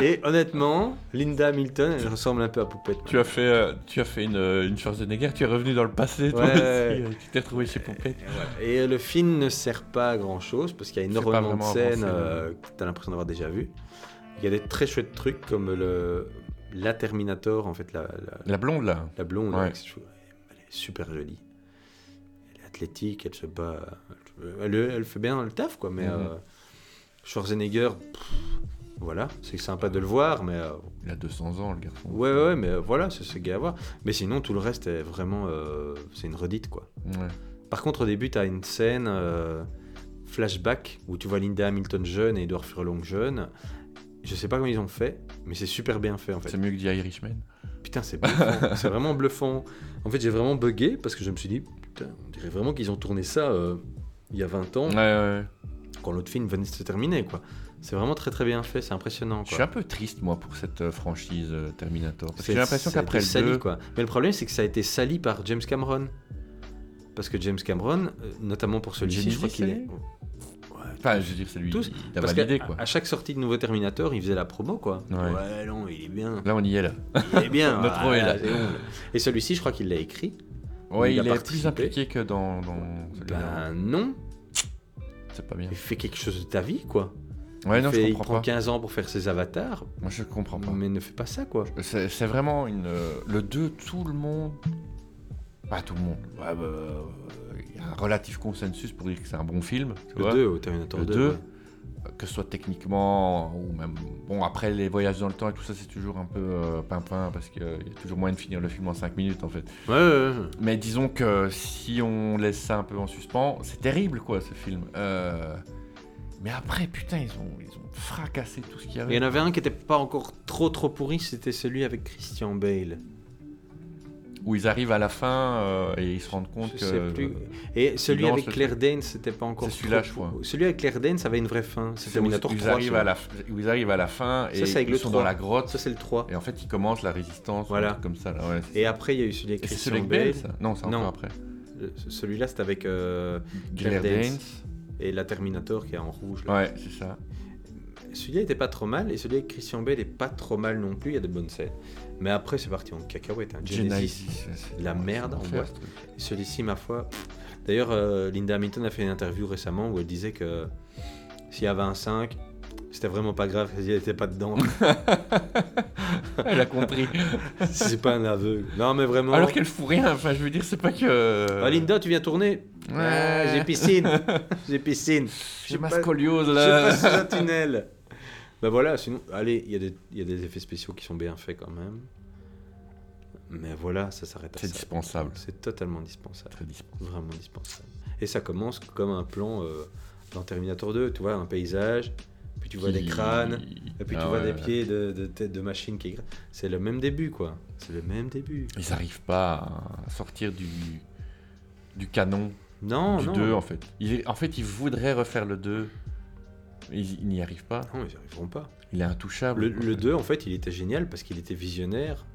Et honnêtement, Linda Hamilton, elle ressemble un peu à Poupette.
Tu as fait, euh, tu as fait une, euh, une Schwarzenegger, tu es revenu dans le passé, toi
Ouais.
aussi, euh, Tu t'es retrouvé chez Pompée.
Et le film ne sert pas à grand chose parce qu'il y a
C'est pas
énormément de
vraiment
scènes
avancé,
euh, que t'as l'impression d'avoir déjà vu. Il y a des très chouettes trucs comme le la Terminator, en fait, la, la,
La blonde, là.
la blonde,
Ouais.
avec ses cheveux, elle est super jolie. Elle est athlétique, elle se bat. Elle, elle fait bien le taf, quoi. Mais
Mhm.
euh, Schwarzenegger, pff, voilà, c'est sympa de le voir, mais euh,
Il a 200 ans, le garçon.
ouais, ouais, mais euh, voilà, c'est ce gars à voir. Mais sinon, tout le reste est vraiment. euh, c'est une redite, quoi.
Ouais.
Par contre, au début, t'as une scène euh, flashback où tu vois Linda Hamilton jeune et Edward Furlong jeune. Je sais pas comment ils ont fait, mais c'est super bien fait en fait.
C'est mieux que The Irishman.
Putain, c'est
*laughs*
bluffant. c'est vraiment bluffant. En fait, j'ai vraiment bugué parce que je me suis dit, putain, on dirait vraiment qu'ils ont tourné ça euh, il y a 20 ans,
Ouais, ouais, ouais.
quand l'autre film venait de se terminer, quoi. C'est vraiment très très bien fait, c'est impressionnant,
Je suis
quoi.
un peu triste, moi, pour cette euh, franchise euh, Terminator. Parce que
C'est-
j'ai l'impression
ça a
qu'après
été sali,
le 2...
quoi. Mais le problème, c'est que ça a été sali par James Cameron. Parce que James Cameron, euh, notamment pour celui-ci,
Genesis,
je crois qu'il
ça y
est.
est Enfin, je veux dire, c'est lui
Tous-
il a
Parce qu'à
validé, quoi.
à chaque sortie de nouveau Terminator, il faisait la promo, quoi.
Ouais.
Ouais, non, il est bien.
Là, on y est, là.
Il est
*laughs*
bien.
Notre
voilà,
rôle est là.
c'est bon. Et celui-ci, je crois qu'il l'a écrit.
Ouais,
il
il,
a
est
participé.
plus impliqué que dans, dans celui-là.
Ben non,
C'est pas bien.
il fait quelque chose de ta vie, quoi.
Ouais,
il,
non,
fait-
je
il prend Mm.
comprends pas.
15 ans pour faire ses avatars,
Moi, je comprends pas.
mais ne fais pas ça, quoi.
C'est c'est vraiment une. euh, Le 2, tout le monde. Pas tout le monde. Ouais, bah, euh, Il y a un relatif consensus pour dire que c'est un bon film. tu
Le
vois.
2, au Terminator
Le
2.
deux.
ouais.
que ce soit techniquement ou même. Bon, après les voyages dans le temps et tout ça, c'est toujours un peu euh, pimpin parce qu'il y a toujours moyen de finir le film en 5 minutes en fait.
Ouais, ouais, ouais.
Mais disons que si on laisse ça un peu en suspens, c'est terrible quoi ce film. Euh, Mais après, putain, ils ont, ils ont fracassé tout ce qu'il y
Il y
avait.
en avait un qui était pas encore trop trop pourri, c'était celui avec Christian Bale.
Où ils arrivent à la fin euh, et ils se rendent compte
Je
que.
sais plus. Et celui
lance
avec
euh, le
Claire Danes, c'était pas encore.
C'est celui-là,
trop-
je crois.
Celui avec Claire Danes avait une vraie fin. C'est
C'est
Terminator
où ils
3.
Arrivent à la, où ils arrivent à la fin et
c'est avec
ils
le
sont
3.
dans la grotte.
Ça, c'est le 3.
Et en fait, ils commencent la résistance,
Voilà.
voilà. comme ça. Là, ouais.
Et après, il y a eu celui avec
Et c'est
Christian
celui avec
Bale.
Bale, ça Non, c'est
Non.
encore après.
Euh, ce- Celui-là, c'était avec euh, Claire
Claire
Danes.
Danes.
et la Terminator qui est en rouge. là.
Ouais, c'est ça.
Celui-là était pas trop mal et celui avec Christian Bale est pas trop mal non plus. Il y a de bonnes scènes. Mais après, c'est parti en cacahuète. hein. Genesis.
ouais, c'est-
La merde,
c'est
en
l'enfer,
boîte.
ce truc.
Celui-ci, ma foi. D'ailleurs, euh, Linda Hamilton a fait une interview récemment où elle disait que s'il y avait un 5, c'était vraiment pas grave qu'elle n'était
*laughs*
pas dedans.
Ah, Elle a
*laughs*
compris.
c'est pas un aveu. Non, mais vraiment.
Alors qu'elle fout rien. Enfin, je veux dire, c'est pas que.
Ah, Linda, tu viens tourner
Ouais.
Ah, J'ai piscine. J'ai piscine.
J'ai ma
pas-
scoliose
Je
là. *laughs*
passe sous un tunnel. Ben voilà, sinon, allez, il y, a des- il y a des effets spéciaux qui sont bien faits quand même. Mais voilà, ça s'arrête à
C'est
ça.
dispensable.
C'est totalement dispensable.
Très dispensable.
vraiment indispensable. Et ça commence comme un plan euh, dans Terminator 2, tu vois, un paysage, puis tu vois des crânes, et
Ah
puis tu vois des pieds de, de tête de machine qui gra- C'est le même début, quoi. C'est le même début.
Ils n'arrivent pas à sortir du du canon
Non,
du
Oh non.
2 en fait. Ils- en fait, ils voudraient refaire le 2. Ils, ils n'y arrivent pas.
Non, ils n'y arriveront pas.
Il est intouchable.
Le,
quoi.
le 2, en fait, il était génial parce qu'il était visionnaire,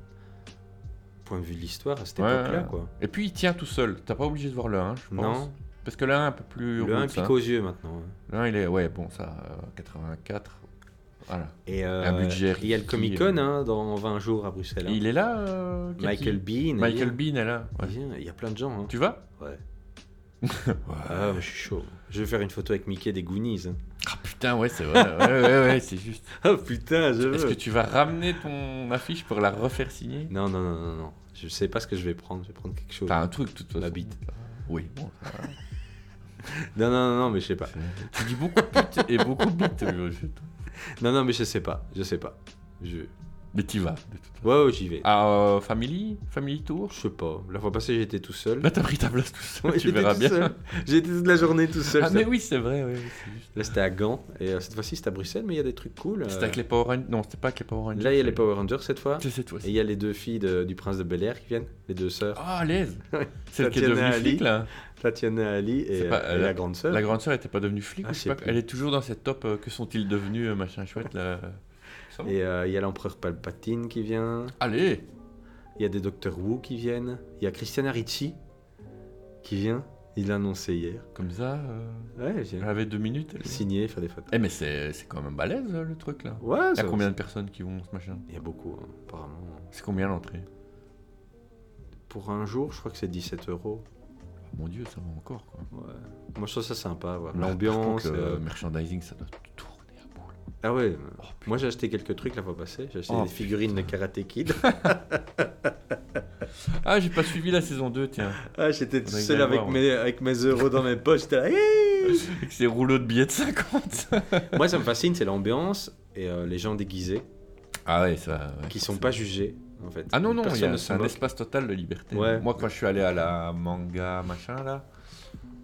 point de vue de l'histoire, à cette
Ouais,
époque-là,
ouais.
quoi.
Et puis il tient tout seul. T'as pas obligé de voir le 1, je pense.
Non,
Parce que le 1 est un peu plus.
le
route,
1
ça.
pique aux yeux maintenant. hein.
Le 1, il est. Ouais, bon, ça. euh, 84. Voilà.
Et euh,
Un budget
Il y a le
qui-
Comic Con hein, dans 20 jours à Bruxelles. hein.
Il est là euh, Kaki
Michael Bean.
Michael Bean est là. ouais.
Il y a plein de gens. hein.
Tu vas
Ouais. Ah, mais je suis chaud. Je vais faire une photo avec Mickey des Goonies. hein.
Ah putain, ouais, c'est vrai. ouais, ouais, ouais, c'est juste.
*laughs* Ah putain, je
Est-ce
veux.
que tu vas ramener ton affiche pour la refaire signer
Non, non, non, non, non. Je sais pas ce que je vais prendre. Je vais prendre quelque chose.
T'as un truc, de toute façon.
La bite.
Oui, bon. ça va.
Non, non, non, non, mais je sais pas.
Tu dis beaucoup pute et beaucoup bite. euh, je-
Non, non, mais je sais pas. Je sais pas. Je...
Mais t'y vas. de toute façon.
Ouais, ouais, j'y vais.
Ah, euh, Family Family Tour
Je sais pas. La fois passée, j'étais tout seul.
Là, t'as pris ta place tout seul. *laughs*
Ouais,
tu
j'étais
verras
tout
bien.
seul. J'étais toute la journée tout seul.
Ah, mais oui, c'est vrai, ouais, ouais, c'est juste.
Là, c'était à Gand. Et euh, cette fois-ci, c'était à Bruxelles, mais il y a des trucs cool. euh.
C'était avec les Power Rangers. Non, c'était pas avec les Power Rangers.
Là, il y a les Power Rangers cette fois.
C'est cette
Et il
fois-ci.
y a les deux filles de- du Prince de Bel Air qui viennent. Les deux sœurs.
Ah, à l'aise
*laughs* Ouais.
Celle qui est
Tatiana
devenue
Ali.
flic, là.
Tatiana Ali et,
Ah. C'est pas-
euh, et
elle a-
la grande sœur.
La grande sœur était pas devenue flic
Ah,
ou
je
je
sais
sais pas,
plus.
Elle est toujours dans cette top. euh, que sont-ils devenus, euh, machin chouette là
Et euh, il y a l'empereur Palpatine qui vient.
Allez
Il y a des Docteur Wu qui viennent. Il y a Christiana Ricci qui vient. Il l'a annoncé hier.
Comme ça, euh,
Ouais, elle vient.
elle avait deux minutes. elle.
Signer, faire des photos.
Eh, mais c'est c'est quand même balèze euh, le truc là.
Ouais,
Il y
ça-
a combien de personnes qui vont ce machin
Il y a beaucoup, hein, apparemment.
C'est combien l'entrée
Pour un jour, je crois que c'est 17 euros.
Ah, Mon dieu, ça va encore quoi.
Ouais. Moi, je trouve ça sympa. à voir.
Là, par
L'ambiance.
contre, le
euh,
merchandising, ça doit tourner à boule.
Ah ouais.
putain.
Moi, j'ai acheté quelques trucs la fois passée. J'ai acheté
Oh,
des figurines de Karate
*laughs*
Kid.
Ah, j'ai pas suivi la saison 2, tiens.
ah, j'étais tout
On a
seul
eu à
avec,
voir,
mes, avec mes euros dans mes poches. J'étais là.
*laughs*
Hey
Avec ces rouleaux de billets de 50.
Moi, ça me fascine, c'est l'ambiance et euh, les gens déguisés
*laughs* Ah ouais, ça. ouais.
qui sont pas jugés, en fait.
Ah non, non, il y
personne
a-
ne
c'est
se
un
moque.
espace total de liberté.
Ouais.
Moi, quand je suis allé à la manga machin là,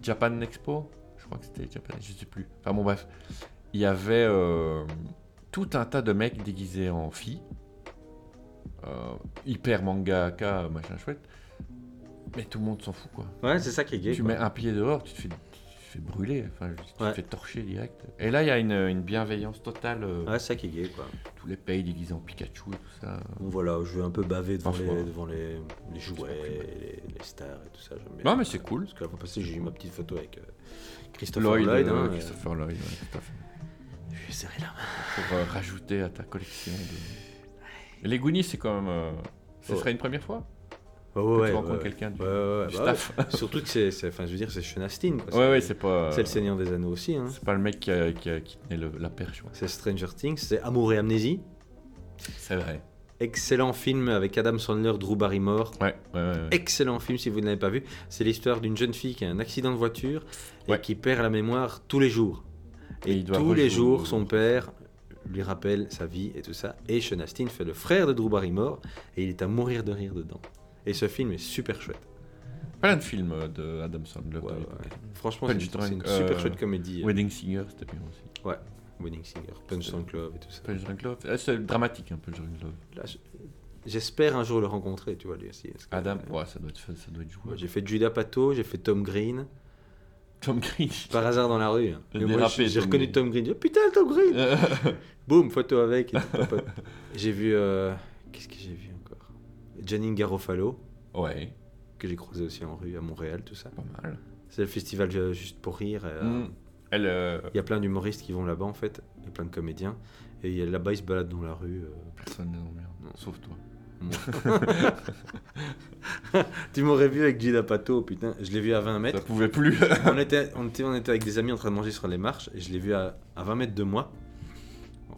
Japan Expo, je crois que c'était Japan, je sais plus. Enfin bon, bref, il y avait euh, tout un tas de mecs déguisés en filles, euh, hyper mangaka machin chouette, mais tout le monde s'en fout quoi.
Ouais, c'est ça qui est gay.
tu
quoi.
mets un pied dehors, tu te fais, tu te fais brûler, enfin, tu
Ouais.
te fais torcher direct. Et là, il y a une, une bienveillance totale, euh,
Ouais, c'est ça qui est gay, quoi.
tous les pays déguisés en Pikachu et tout ça.
Bon, voilà, je vais un peu baver devant,
Franchement.
les, devant les, les jouets,
pas plus
les, les stars et tout ça. j'aime bien.
Non, mais c'est cool.
Parce que la fois passée, j'ai eu ma petite photo avec euh, Christopher Lloyd.
Lloyd, euh,
hein,
Christopher Lloyd, ouais, tout à fait.
euh, Je lui ai serré la main.
pour euh, rajouter à ta collection de... Les Goonies, c'est quand même... euh, Ce
Ouais.
serait une première fois
Oh,
que
ouais,
tu
ouais,
rencontres
ouais.
quelqu'un du,
Ouais, ouais, ouais,
du
bah ouais.
staff.
*laughs* Surtout que c'est, c'est- enfin, je veux dire, c'est Chenastine, quoi.
Ouais, ouais, c'est pas... euh,
c'est le Seigneur des Anneaux aussi, hein.
C'est pas le mec qui, a- qui, a- qui tenait le- la perche, ouais.
C'est Stranger Things, c'est Amour et Amnésie.
C'est vrai.
Excellent film avec Adam Sandler, Drew Barrymore.
Ouais, ouais, ouais. ouais.
Excellent film si vous ne l'avez pas vu. C'est l'histoire d'une jeune fille qui a un accident de voiture et
Ouais.
qui perd la mémoire tous les jours. Et,
Et il doit
tous les
rejouer.
jours, son père lui rappelle sa vie et tout ça. Et Sean Astin fait le frère de Drew Barrymore et il est à mourir de rire dedans. Et ce film est super chouette.
Plein de films euh, de Adam Sandler.
Ouais,
à
ouais,
l'époque.
ouais. Franchement, c'est
Punch
une, c'est une
Drunk,
super
euh,
chouette comédie.
Wedding Singer, c'était bien aussi.
Ouais. Winning Singer, Punch and Club et tout ça.
Punch Drunk Love. Euh, C'est dramatique un peu, Drunk Love.
Là, je- J'espère un jour le rencontrer, tu vois, lui aussi. parce que-
Adam, ouais, ça doit être, ça doit être joué.
Ouais, J'ai fait Judas Pato, j'ai fait Tom Green,
Tom Green.
par hasard dans la rue. hein.
Le
Mais moi,
dérapé,
J'ai j'ai
Tom
reconnu
Green.
Tom Green. j'ai dit, putain, Tom Green
Euh,
Boum, photo avec. et tout, papa. *laughs* J'ai vu. euh, Qu'est-ce que j'ai vu encore Janine Garofalo,
ouais,
que j'ai croisé aussi en rue à Montréal, tout ça.
pas mal.
C'est le festival euh, juste pour rire. euh,
Mm. Elle, euh,
Il y a plein d'humoristes qui vont là-bas en fait, et plein de comédiens. Et il y a- là-bas, ils se baladent dans la rue. euh. *laughs*
personne ne l'emmerde,
Non.
sauf toi.
Tu m'aurais vu avec Gina Pato, putain. Je l'ai vu à 20
Ça
mètres.
pouvait plus.
*laughs* on, était, on, était, on était avec des amis en train de manger sur les marches, et je l'ai vu à, à 20 mètres de moi,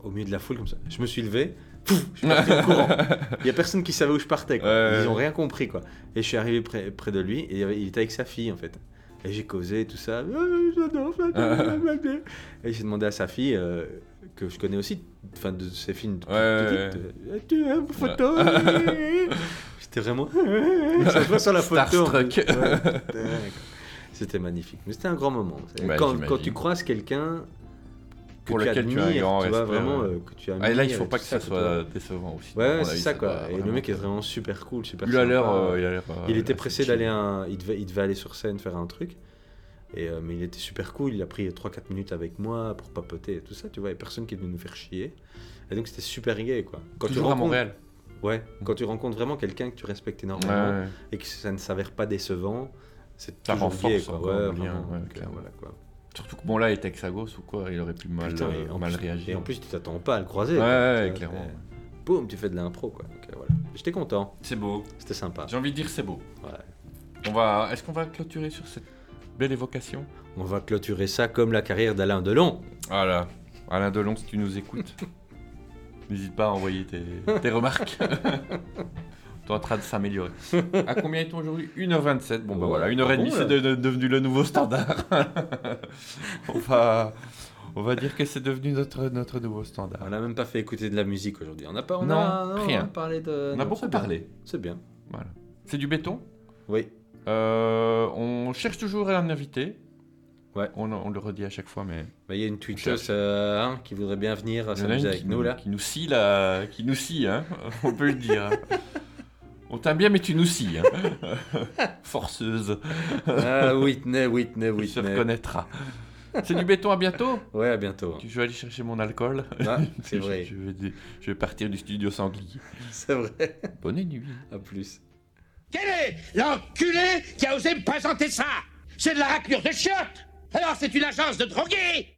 au milieu de la foule comme ça. Je me suis levé, pouf, je suis
*laughs*
parti en courant. Il y a personne qui savait où je partais. quoi.
Ouais,
Ils
ouais.
ont rien compris quoi. Et je suis arrivé près, près de lui et il, y avait- il était avec sa fille en fait. Et j'ai causé tout ça. Euh, j'adore, j'adore,
*laughs*
j'adore. et j'ai demandé à sa fille euh, que je connais aussi, enfin de ses films. tout-
Ouais,
tout- tout- euh, Tu as une photo
*laughs*
C'était vraiment. *laughs* Ça se voit sur la photo. en
Starstruck.
plus. Ouais, putain, quoi. C'était magnifique. Mais c'était un grand moment.
Bah,
quand,
j'imagine.
quand tu croises quelqu'un que
Pour
tu
lequel tu as un
admires,
grand
vois,
respect,
vraiment
ouais.
euh, que tu
Ah, et
admires.
là, il
et
faut pas
tout
que ça
tu vois.
soit décevant aussi.
Ouais,
À mon
c'est
avis,
ça quoi.
doit
Et le
vraiment-
mec est vraiment super cool, super
Lui, à l'heure,
sympa.
euh, il a l'air. euh,
il était
assez
pressé
chill.
d'aller à un... il, devait, il devait aller sur scène faire un truc. Et, euh, mais il était super cool, il a pris 3-4 minutes avec moi pour papoter et tout ça, tu vois, et personne qui est venu nous faire chier. Et donc c'était super gay quoi. Quand
Toujours à
rencontres-
Montréal.
Ouais, quand tu rencontres vraiment quelqu'un que tu respectes
Ouais,
énormément
ouais.
et que ça ne s'avère pas décevant, c'est
Ça
toujours
renforce
gay quoi.
encore
Ouais,
le lien,
vraiment,
ouais,
donc, euh,
clairement.
voilà quoi.
Surtout que bon, là, il était avec sa gosse ou quoi, il aurait pu mal,
Putain,
euh,
et en
mal
plus-
réagir.
Et en plus tu t'attends pas à le croiser.
Ouais,
quoi.
ouais,
Tu vois,
clairement.
t'es- Boum, tu fais de l'impro quoi. Donc, euh, voilà. J'étais content,
C'est beau.
c'était sympa.
J'ai envie de dire, c'est beau.
Ouais.
On va... Est-ce qu'on va clôturer sur cette belle évocation
On va clôturer ça comme la carrière d'Alain Delon.
Voilà. Alain Delon, si tu nous *laughs* écoutes, n'hésite pas à envoyer *laughs* tes, tes remarques. T'es en train de s'améliorer. À combien est-on aujourd'hui 1h27. Bon, bah
Ouais.
voilà, 1h30,
Bon, là.
c'est de- de- devenu le nouveau standard. *laughs* on, va, on va dire que c'est devenu notre, notre nouveau standard.
On n'a même pas fait écouter de la musique aujourd'hui. On a pas, on
Non,
a, on a
rien.
parlé de.
On
non,
a
c'est
beaucoup
bien.
parlé.
C'est bien.
Voilà. C'est du béton
Oui.
Euh, on cherche toujours un invité.
Ouais.
On, on le redit à chaque fois, mais.
Bah, Il y a une
cherche.
tweetos euh, hein, qui voudrait bien venir
Il y en a une
s'amuser
qui
avec nous *laughs* là.
Qui nous scie, là. Qui nous scie, hein. *laughs* On peut le dire. on t'aime bien, mais tu nous scies, hein. *laughs* Forceuse.
Ah, Whitney, Whitney,
Tu se
Whitney.
reconnaîtra. C'est du béton à bientôt.
Ouais, à bientôt.
Je vais aller chercher mon alcool.
*laughs* Ah, c'est
Je- *laughs*
vrai,
Je vais, dé- je vais partir du studio sans gui.
c'est vrai.
Bonne nuit.
À plus.
Quel est l'enculé qui a osé me présenter ça C'est de la raclure de chiottes Alors c'est une agence de drogués